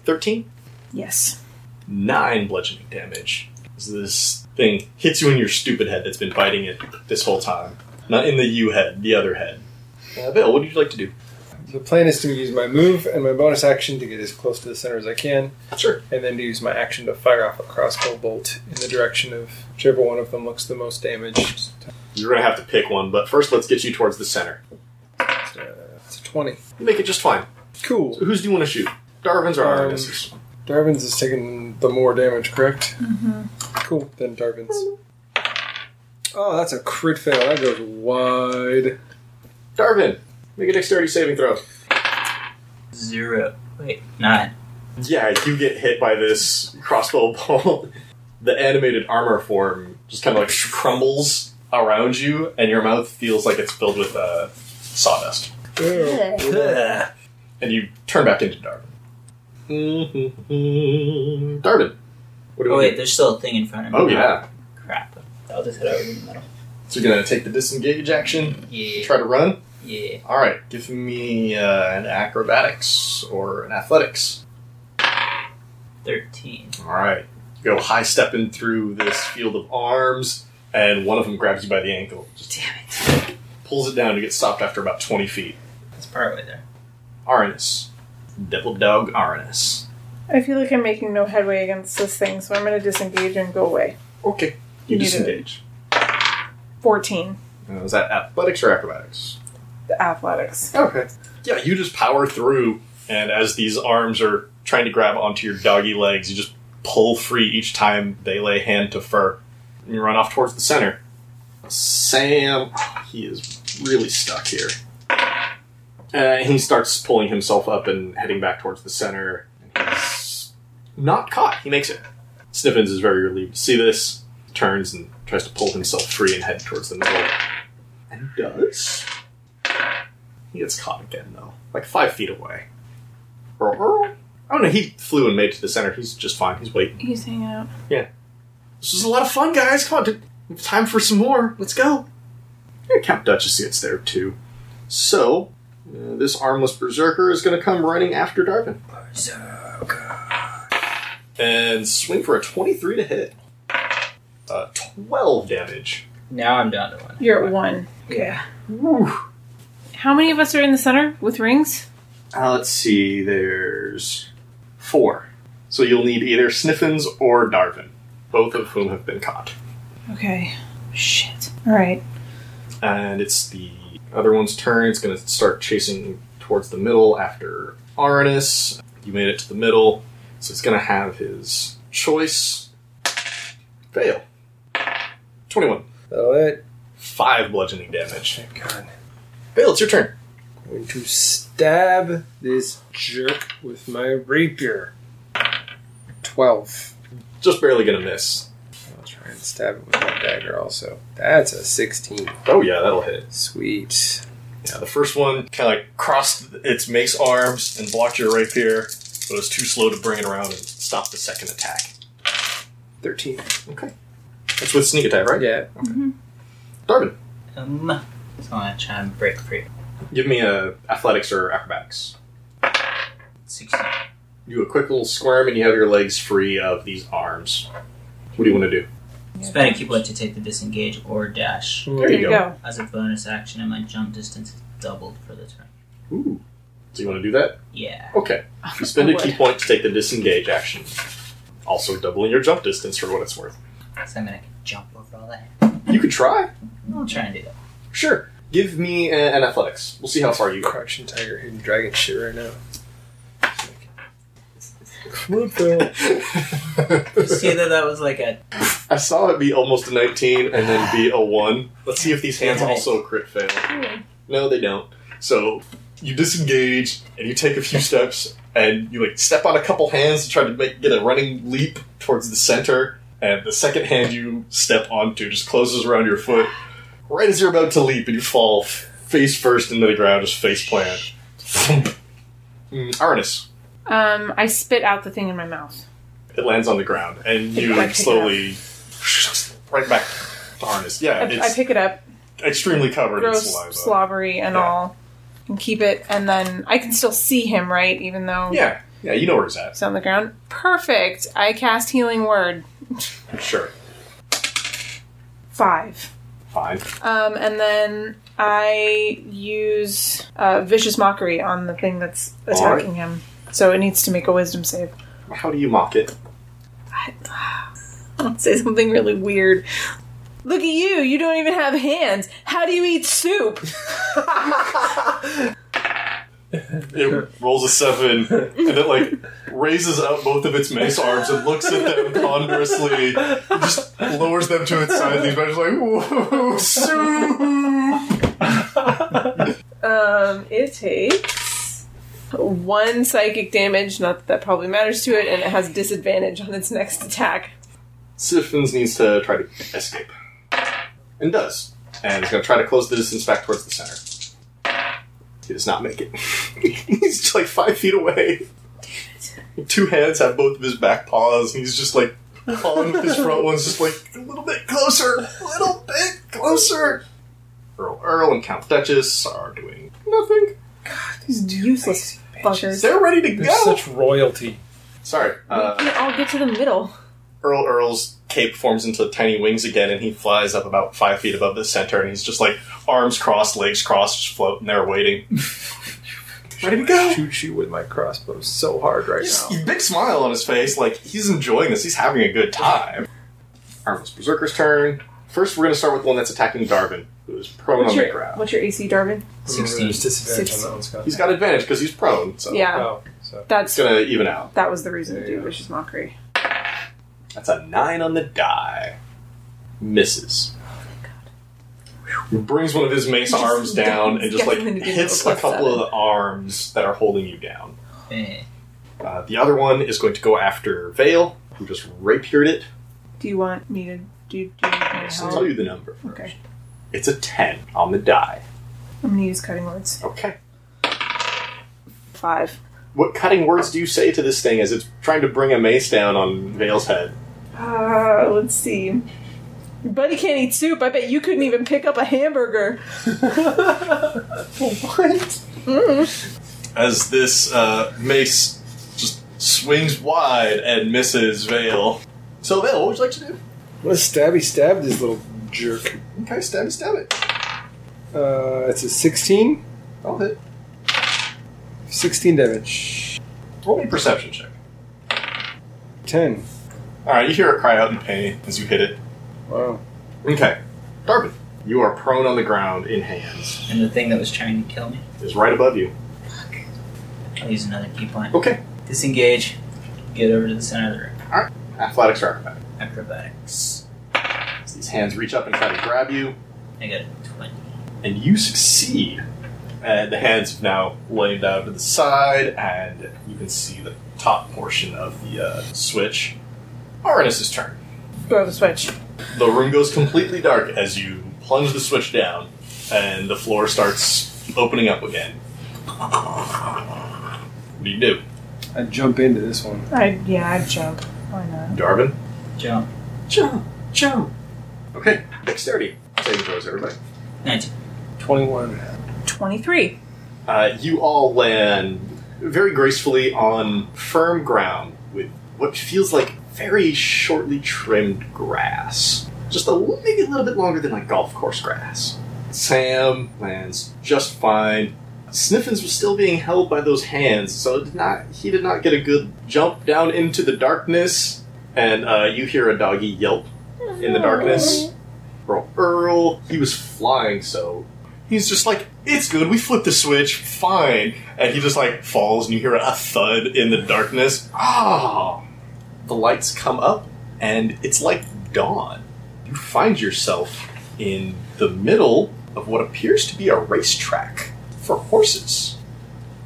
[SPEAKER 1] 13.
[SPEAKER 7] Yes.
[SPEAKER 1] 9 bludgeoning damage. As this thing hits you in your stupid head that's been biting it this whole time. Not in the U head, the other head. Uh, Bill, what would you like to do?
[SPEAKER 8] The plan is to use my move and my bonus action to get as close to the center as I can,
[SPEAKER 1] Sure.
[SPEAKER 8] and then to use my action to fire off a crossbow bolt in the direction of whichever one of them looks the most damage.
[SPEAKER 1] You're going to have to pick one, but first let's get you towards the center.
[SPEAKER 8] It's a 20.
[SPEAKER 1] You make it just fine.
[SPEAKER 8] Cool.
[SPEAKER 1] So who's do you want to shoot? Darvin's or
[SPEAKER 8] Um,
[SPEAKER 1] Arnis?
[SPEAKER 8] Darvin's is taking the more damage, correct? Mm-hmm. Cool. Then Darvin's. Oh, that's a crit fail. That goes wide.
[SPEAKER 1] Darvin, make a dexterity saving throw.
[SPEAKER 5] 0. Wait, 9.
[SPEAKER 1] Yeah, you get hit by this crossbow bolt. the animated armor form just kind of like crumbles around you, and your mouth feels like it's filled with uh, sawdust.
[SPEAKER 5] Oh,
[SPEAKER 1] And you turn back into Darvin. Darvin, what do you
[SPEAKER 5] Oh,
[SPEAKER 1] want
[SPEAKER 5] wait,
[SPEAKER 1] to do?
[SPEAKER 5] there's still a thing in front of me.
[SPEAKER 1] Oh yeah,
[SPEAKER 5] Crap. I'll just hit over in the middle.
[SPEAKER 1] so you're gonna take the disengage action,
[SPEAKER 5] Yeah.
[SPEAKER 1] try to run.
[SPEAKER 5] Yeah.
[SPEAKER 1] All right, give me uh, an acrobatics or an athletics.
[SPEAKER 5] 13.
[SPEAKER 1] All right. You go high stepping through this field of arms, and one of them grabs you by the ankle, just
[SPEAKER 5] Damn it.
[SPEAKER 1] pulls it down to get stopped after about 20 feet.
[SPEAKER 5] That's partway there.
[SPEAKER 1] Aranus. Devil Dog Aranus.
[SPEAKER 7] I feel like I'm making no headway against this thing, so I'm going to disengage and go away.
[SPEAKER 1] Okay. You
[SPEAKER 7] You do
[SPEAKER 1] disengage.
[SPEAKER 7] 14.
[SPEAKER 1] Uh, is that athletics or acrobatics?
[SPEAKER 7] The athletics.
[SPEAKER 1] Okay. Yeah, you just power through, and as these arms are trying to grab onto your doggy legs, you just pull free each time they lay hand to fur, and you run off towards the center. Sam, he is really stuck here. Uh, he starts pulling himself up and heading back towards the center, and he's not caught. He makes it. Sniffins is very relieved to see this, turns and tries to pull himself free and head towards the middle. And does. He gets caught again, though. Like five feet away. I don't know, he flew and made it to the center. He's just fine. He's waiting.
[SPEAKER 7] He's hanging out.
[SPEAKER 1] This was a lot of fun, guys. Come on, dude. It's time for some more. Let's go. Yeah, Count Duchess gets there, too. So, uh, this armless berserker is going to come running after Darvin. And swing for a 23 to hit. Uh, 12 damage.
[SPEAKER 5] Now I'm down to one.
[SPEAKER 7] You're at one.
[SPEAKER 5] Yeah.
[SPEAKER 1] Whew.
[SPEAKER 7] How many of us are in the center with rings?
[SPEAKER 1] Uh, let's see, there's four. So you'll need either Sniffins or Darvin, both of whom have been caught.
[SPEAKER 7] Okay. Shit. All right.
[SPEAKER 1] And it's the other one's turn. It's going to start chasing towards the middle after Aranus. You made it to the middle, so it's going to have his choice. Fail. 21.
[SPEAKER 8] Oh, it.
[SPEAKER 1] Five bludgeoning damage.
[SPEAKER 8] God.
[SPEAKER 1] Fail, it's your turn.
[SPEAKER 8] Going to stab this jerk with my rapier. 12.
[SPEAKER 1] Just barely going to miss.
[SPEAKER 8] I'll try and stab it with my dagger also. That's a 16.
[SPEAKER 1] Oh, yeah, that'll hit.
[SPEAKER 8] Sweet.
[SPEAKER 1] Yeah, the first one kind of like crossed its mace arms and blocked your rapier, but it was too slow to bring it around and stop the second attack.
[SPEAKER 8] 13.
[SPEAKER 1] Okay. That's with sneak attack, right?
[SPEAKER 8] Yeah.
[SPEAKER 1] Darvin,
[SPEAKER 5] Um, so I'm gonna try and break free.
[SPEAKER 1] give me a athletics or acrobatics.
[SPEAKER 5] 16.
[SPEAKER 1] You do a quick little squirm and you have your legs free of these arms. What do you want to do?
[SPEAKER 5] Spending key point to take the disengage or dash.
[SPEAKER 1] There you go.
[SPEAKER 5] As a bonus action, and my jump distance is doubled for the turn.
[SPEAKER 1] Ooh. So you want to do that?
[SPEAKER 5] Yeah.
[SPEAKER 1] Okay. You spend a key point to take the disengage action. Also doubling your jump distance for what it's worth.
[SPEAKER 5] So I'm gonna jump over all that.
[SPEAKER 1] You could try.
[SPEAKER 5] I'll try and do that.
[SPEAKER 1] Sure. Give me a- an athletics. We'll see how far you go.
[SPEAKER 8] Crouching tiger, hidden dragon shit right now.
[SPEAKER 5] See that that was like a
[SPEAKER 1] I saw it be almost a 19 and then be a 1. Let's see if these hands
[SPEAKER 5] Damn it.
[SPEAKER 1] also crit fail. No, they don't. So you disengage and you take a few steps and you like step on a couple hands to try to make get a running leap towards the center and the second hand you step onto just closes around your foot right as you're about to leap and you fall f- face first into the ground just face plant. Mm, Arnis.
[SPEAKER 7] Um, I spit out the thing in my mouth.
[SPEAKER 1] It lands on the ground and you
[SPEAKER 7] I pick it up.
[SPEAKER 1] slowly right back to Arnis. Yeah,
[SPEAKER 7] I,
[SPEAKER 1] it's
[SPEAKER 7] I pick it up,
[SPEAKER 1] extremely covered in
[SPEAKER 7] gross
[SPEAKER 1] saliva.
[SPEAKER 7] slobbery and
[SPEAKER 1] Yeah.
[SPEAKER 7] all, and keep it. And then I can still see him, right? Even though
[SPEAKER 1] Yeah, yeah, you know where he's at.
[SPEAKER 7] he's on the ground. Perfect. I cast healing word
[SPEAKER 1] Sure,
[SPEAKER 7] five.
[SPEAKER 1] fine.
[SPEAKER 7] Um, and then I use uh, vicious mockery on the thing that's attacking him. So it needs to make a wisdom save.
[SPEAKER 1] How do you mock it?
[SPEAKER 7] I'll say something really weird. Look at you! You don't even have hands. How do you eat soup?
[SPEAKER 1] It rolls a seven, and it like raises up both of its mace arms and looks at them ponderously, just lowers them to its side. These guys like, whoa, soup.
[SPEAKER 7] Um, it takes one psychic damage. Not that that probably matters to it, and it has disadvantage on its next attack.
[SPEAKER 1] Siphons needs to try to escape, and does, and is going to try to close the distance back towards the center. He does not make it. he's just, like five feet away. Two hands have both of his back paws, and he's just like clawing with his front ones, just like a little bit closer, a little bit closer. Earl, Earl, and Count Duchess are doing nothing.
[SPEAKER 7] These useless fuckers.
[SPEAKER 1] They're ready to
[SPEAKER 8] They're
[SPEAKER 1] go.
[SPEAKER 8] such royalty.
[SPEAKER 1] Sorry. Uh,
[SPEAKER 7] We can all get to the middle.
[SPEAKER 1] Earl Earl's cape forms into tiny wings again, and he flies up about five feet above the center, and he's just like arms crossed, legs crossed, just floating there waiting. Where did he go?
[SPEAKER 9] Shoot you with my crossbow so hard right
[SPEAKER 1] He's-
[SPEAKER 9] now.
[SPEAKER 1] he's big smile on his face, like he's enjoying this. He's having a good time. Harmless Berserker's turn. First, we're going to start with one that's attacking Darvin, who is prone
[SPEAKER 7] What's
[SPEAKER 1] on the
[SPEAKER 7] your,
[SPEAKER 1] ground.
[SPEAKER 7] what's your AC, Darvin?
[SPEAKER 9] Remember, there's disadvantage on that one, Scott.
[SPEAKER 1] He's got advantage because he's prone, so
[SPEAKER 7] Yeah,
[SPEAKER 9] Oh, so
[SPEAKER 1] it's
[SPEAKER 7] that's
[SPEAKER 1] going to even out.
[SPEAKER 7] that was the reason to
[SPEAKER 9] Yeah.
[SPEAKER 7] do vicious mockery.
[SPEAKER 1] That's a nine on the die. Misses. Brings one of his mace
[SPEAKER 7] Just
[SPEAKER 1] arms down and just like
[SPEAKER 7] definitely didn't
[SPEAKER 1] hits a
[SPEAKER 7] look like
[SPEAKER 1] couple
[SPEAKER 7] that.
[SPEAKER 1] of the arms that are holding you down.
[SPEAKER 5] Eh.
[SPEAKER 1] Uh, the other one is going to go after Vale, who just rapiered it.
[SPEAKER 7] Do you want me to do? do you want
[SPEAKER 1] I'll tell
[SPEAKER 7] help?
[SPEAKER 1] you the number first.
[SPEAKER 7] Okay,
[SPEAKER 1] It's a ten on the die.
[SPEAKER 7] I'm gonna use cutting words.
[SPEAKER 1] Okay.
[SPEAKER 7] Five.
[SPEAKER 1] What cutting words do you say to this thing as it's trying to bring a mace down on Vale's head?
[SPEAKER 7] Uh, let's see. Your buddy can't eat soup. I bet you couldn't even pick up a hamburger.
[SPEAKER 1] as this uh, mace just swings wide and misses Vale. So Vale, what would you like to do?
[SPEAKER 9] I'm gonna stabby stab this little jerk.
[SPEAKER 1] Okay, stab it, stab it.
[SPEAKER 9] Uh, it's a 16,
[SPEAKER 1] I'll hit.
[SPEAKER 9] 16 damage,
[SPEAKER 1] Roll me a perception check.
[SPEAKER 9] 10.
[SPEAKER 1] All right, you hear it cry out in pain as you hit it.
[SPEAKER 9] Wow.
[SPEAKER 1] Okay, Darvin, you are prone on the ground in hands.
[SPEAKER 5] And the thing that was trying to kill me.
[SPEAKER 1] Is right above you.
[SPEAKER 5] I'll use another key point.
[SPEAKER 1] Okay,
[SPEAKER 5] Disengage. Get over to the center of the room.
[SPEAKER 1] athletics are acrobatic.
[SPEAKER 5] Acrobatics.
[SPEAKER 1] As These hands reach up and try to grab you,
[SPEAKER 5] I got a 20.
[SPEAKER 1] and you succeed. And the hands have now laid down to the side, and you can see the top portion of the uh, switch. Arnis' turn.
[SPEAKER 7] Throw the switch.
[SPEAKER 1] The room goes completely dark as you plunge the switch down, and the floor starts opening up again. What do you do,
[SPEAKER 9] I jump into this one.
[SPEAKER 7] I yeah, I'd jump. Why not?
[SPEAKER 1] Darvin?
[SPEAKER 5] Jump.
[SPEAKER 1] Jump, jump. Okay, dexterity. Saving throws, everybody.
[SPEAKER 5] 19.
[SPEAKER 9] 21.
[SPEAKER 7] Twenty-three.
[SPEAKER 1] Uh, you all land very gracefully on firm ground with what feels like very shortly trimmed grass. Just a li- maybe a little bit longer than like golf course grass. Sam lands just fine. Sniffins was still being held by those hands, so it did not, he did not get a good jump down into the darkness. And uh, you hear a doggy yelp in the darkness. Earl, Earl, he was flying, so He's just like, it's good, we flipped the switch, fine. And he just like falls and you hear a thud in the darkness. Ah! The lights come up and it's like dawn. You find yourself in the middle of what appears to be a racetrack for horses.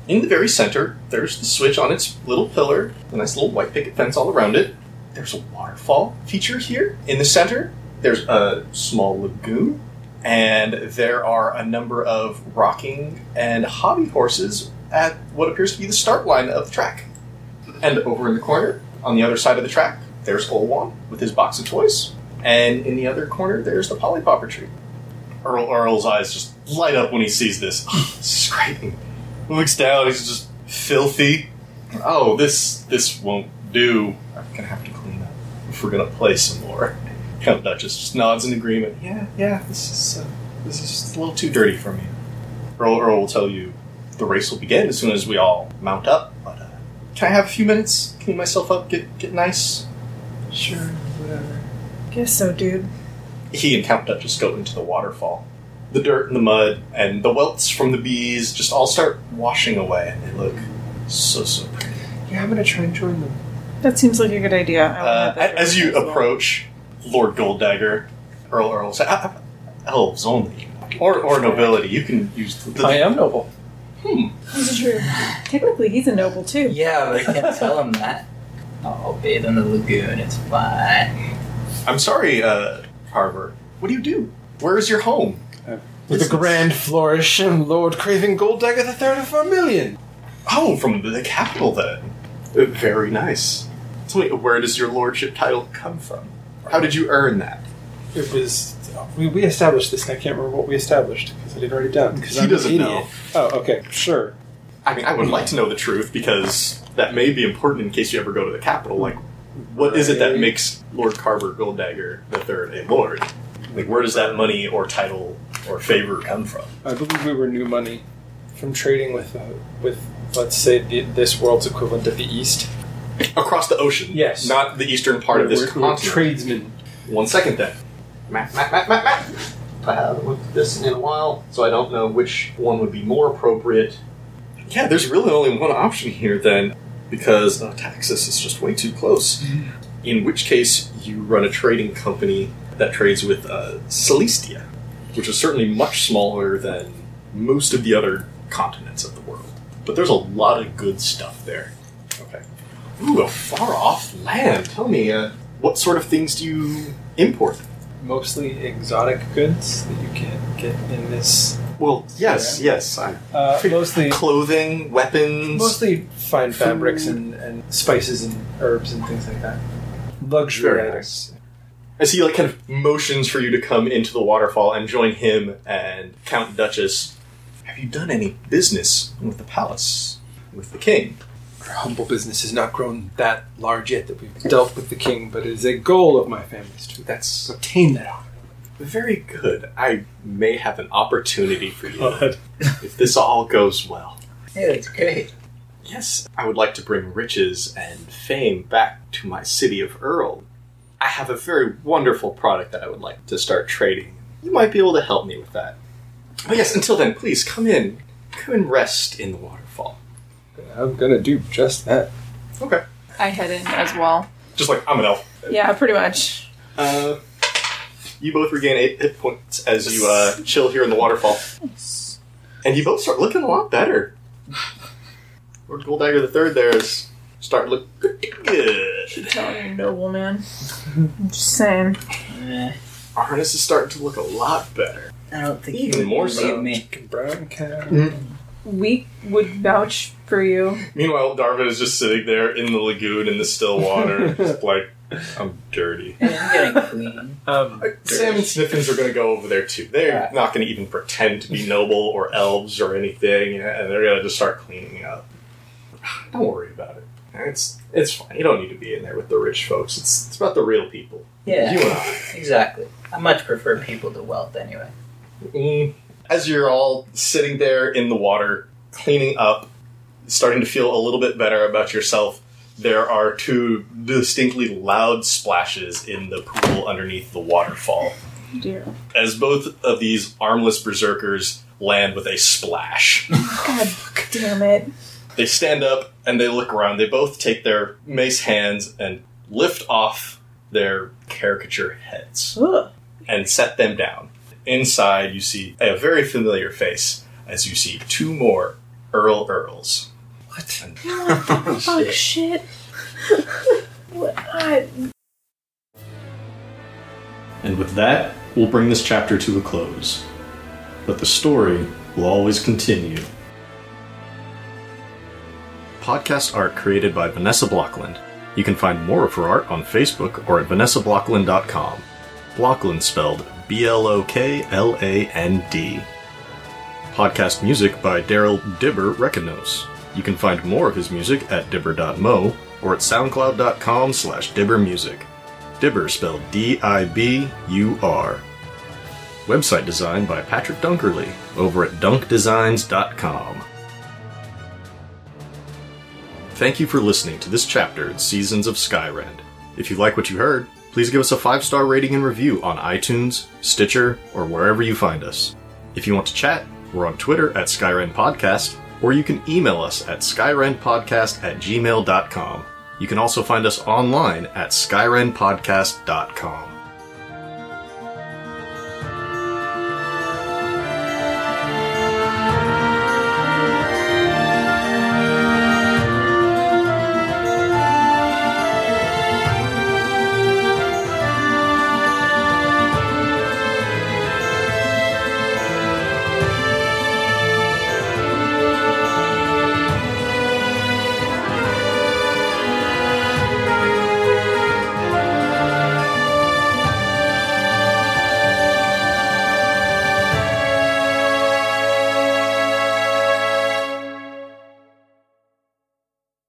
[SPEAKER 1] In the very center, there's the switch on its little pillar, a nice little white picket fence all around it. There's a waterfall feature here. In the center, there's a small lagoon and there are a number of rocking and hobby horses at what appears to be the start line of the track. And over in the corner, on the other side of the track, there's Olwan with his box of toys, and in the other corner, there's the polypopper tree. Earl Earl's eyes just light up when he sees this. Scraping. He looks down, he's just filthy. Oh, this this won't do. I'm gonna have to clean up if we're gonna play some more. Count Duchess just nods in agreement. Yeah, yeah, this is uh, this is just a little too dirty for me. Earl Earl will tell you the race will begin as soon as we all mount up. But uh, can I have a few minutes? Clean myself up, get get nice. Sure.
[SPEAKER 7] Guess so, dude.
[SPEAKER 1] He and Count Duchess go into the waterfall. The dirt and the mud and the welts from the bees just all start washing away, and they look so so pretty.
[SPEAKER 9] Yeah, I'm gonna try and join them.
[SPEAKER 7] That seems like a good idea. I wanna
[SPEAKER 1] Uh,
[SPEAKER 7] have that
[SPEAKER 1] as you
[SPEAKER 7] as well.
[SPEAKER 1] approach Lord Golddagger, Earl Earl, say, "Ah, ah, elves only, or or nobility. You can use the,
[SPEAKER 9] I am noble.
[SPEAKER 7] This is true. Technically, he's a noble too.
[SPEAKER 5] Yeah, but I can't tell him that. I'll bathe in the lagoon. It's fine.
[SPEAKER 1] I'm sorry, uh, Harvard. What do you do? Where is your home?
[SPEAKER 9] With a grand flourish, I'm Lord Craven Golddagger the Third of our million.
[SPEAKER 1] Oh, from the capital, then. Uh, Very nice. Tell me, where does your lordship title come from? How did you earn that?
[SPEAKER 9] It was. We, we established this, and I can't remember what we established because I didn't write it down. Because
[SPEAKER 1] He
[SPEAKER 9] I'm
[SPEAKER 1] doesn't
[SPEAKER 9] an idiot.
[SPEAKER 1] know.
[SPEAKER 9] Oh, okay, sure.
[SPEAKER 1] I mean, I would like to know the truth because that may be important in case you ever go to the capital. Like, what is it that makes Lord Carver Goldagger the Third a lord? Like, where does that money or title or favor come from?
[SPEAKER 9] I believe we were new money from trading with, uh, with let's say, the, this world's equivalent of the East.
[SPEAKER 1] Across the ocean,
[SPEAKER 9] Yes.
[SPEAKER 1] not the eastern part of this
[SPEAKER 9] we're, we're
[SPEAKER 1] continent.
[SPEAKER 9] tradesmen.
[SPEAKER 1] One second then. Map, map, map, map, map. I haven't looked at this in a while, so I don't know which one would be more appropriate. Yeah, there's really only one option here then, because uh, Texas is just way too close. In which case, you run a trading company that trades with uh, Celestia, which is certainly much smaller than most of the other continents of the world. But there's a lot of good stuff there. Okay. Ooh, a far off land. Tell me, uh, what sort of things do you import?
[SPEAKER 9] Mostly exotic goods that you can't get in this.
[SPEAKER 1] Well, yes, yes. I,
[SPEAKER 9] Uh, mostly,
[SPEAKER 1] clothing, weapons.
[SPEAKER 9] mostly fine fabrics and, and spices and herbs and things like that. Luxury
[SPEAKER 1] Very
[SPEAKER 9] items.
[SPEAKER 1] As he like kind of motions for you to come into the waterfall and join him and Count Duchess. Have you done any business with the palace, with the king?
[SPEAKER 9] Our humble business has not grown that large yet that we've dealt with the king, but it is a goal of my family's to
[SPEAKER 1] That's
[SPEAKER 9] obtain that honor.
[SPEAKER 1] very good. I may have an opportunity for you if this all goes well.
[SPEAKER 5] Hey, that's great.
[SPEAKER 1] Yes, I would like to bring riches and fame back to my city of Earl. I have a very wonderful product that I would like to start trading. You might be able to help me with that. But yes, until then, please come in. Come and rest in the waterfall.
[SPEAKER 9] I'm gonna do just that.
[SPEAKER 1] Okay.
[SPEAKER 7] I head in as well.
[SPEAKER 1] Just like I'm an elf.
[SPEAKER 7] Yeah, pretty much.
[SPEAKER 1] Uh, you both regain eight hit points as you uh, chill here in the waterfall. And you both start looking a lot better. Lord Goldagger the Third there is start look pretty good.
[SPEAKER 7] Telling you, noble man. I'm just saying.
[SPEAKER 5] Eh,
[SPEAKER 1] Arnis is starting to look a lot better.
[SPEAKER 5] I don't think
[SPEAKER 1] Even
[SPEAKER 5] you would
[SPEAKER 1] more
[SPEAKER 5] believe
[SPEAKER 1] so.
[SPEAKER 5] me.
[SPEAKER 9] Brown cow.
[SPEAKER 7] We would vouch for you.
[SPEAKER 10] Meanwhile, Darvin is just sitting there in the lagoon in the still water, just like, I'm dirty.
[SPEAKER 5] Hey, I'm getting clean.
[SPEAKER 9] Um,
[SPEAKER 1] Sam and Sniffins are going to go over there too. They're not going to even pretend to be noble or elves or anything, and they're going to just start cleaning up. Don't worry about it. It's it's fine. You don't need to be in there with the rich folks. It's, it's about the real people.
[SPEAKER 5] Yeah,
[SPEAKER 1] You and I.
[SPEAKER 5] exactly. I much prefer people to wealth anyway.
[SPEAKER 1] Mm. As you're all sitting there in the water, cleaning up, starting to feel a little bit better about yourself, there are two distinctly loud splashes in the pool underneath the waterfall.
[SPEAKER 7] Dear.
[SPEAKER 1] As both of these armless berserkers land with a splash,
[SPEAKER 7] God damn it.
[SPEAKER 1] they stand up and they look around. They both take their mace hands and lift off their caricature heads
[SPEAKER 7] Ugh.
[SPEAKER 1] and set them down. Inside, you see a very familiar face as you see two more Earl Earls. What?
[SPEAKER 7] Fuck shit. what? I-
[SPEAKER 10] And with that, we'll bring this chapter to a close. But the story will always continue. Podcast art created by Vanessa Blockland. You can find more of her art on Facebook or at vanessablockland.com. Blockland spelled B L O K L A N D. Podcast music by Daryl Dibber Reconos. You can find more of his music at dibber.mo or at soundcloud.com slash dibbermusic. Dibber spelled D I B U R. Website design by Patrick Dunkerley over at dunkdesigns.com. Thank you for listening to this chapter in Seasons of Skyrend. If you like what you heard, please give us a five star rating and review on iTunes, Stitcher, or wherever you find us. If you want to chat, we're on Twitter at Skyrend Podcast, or you can email us at skyrendpodcast at gmail.com. You can also find us online at skyrendpodcast.com.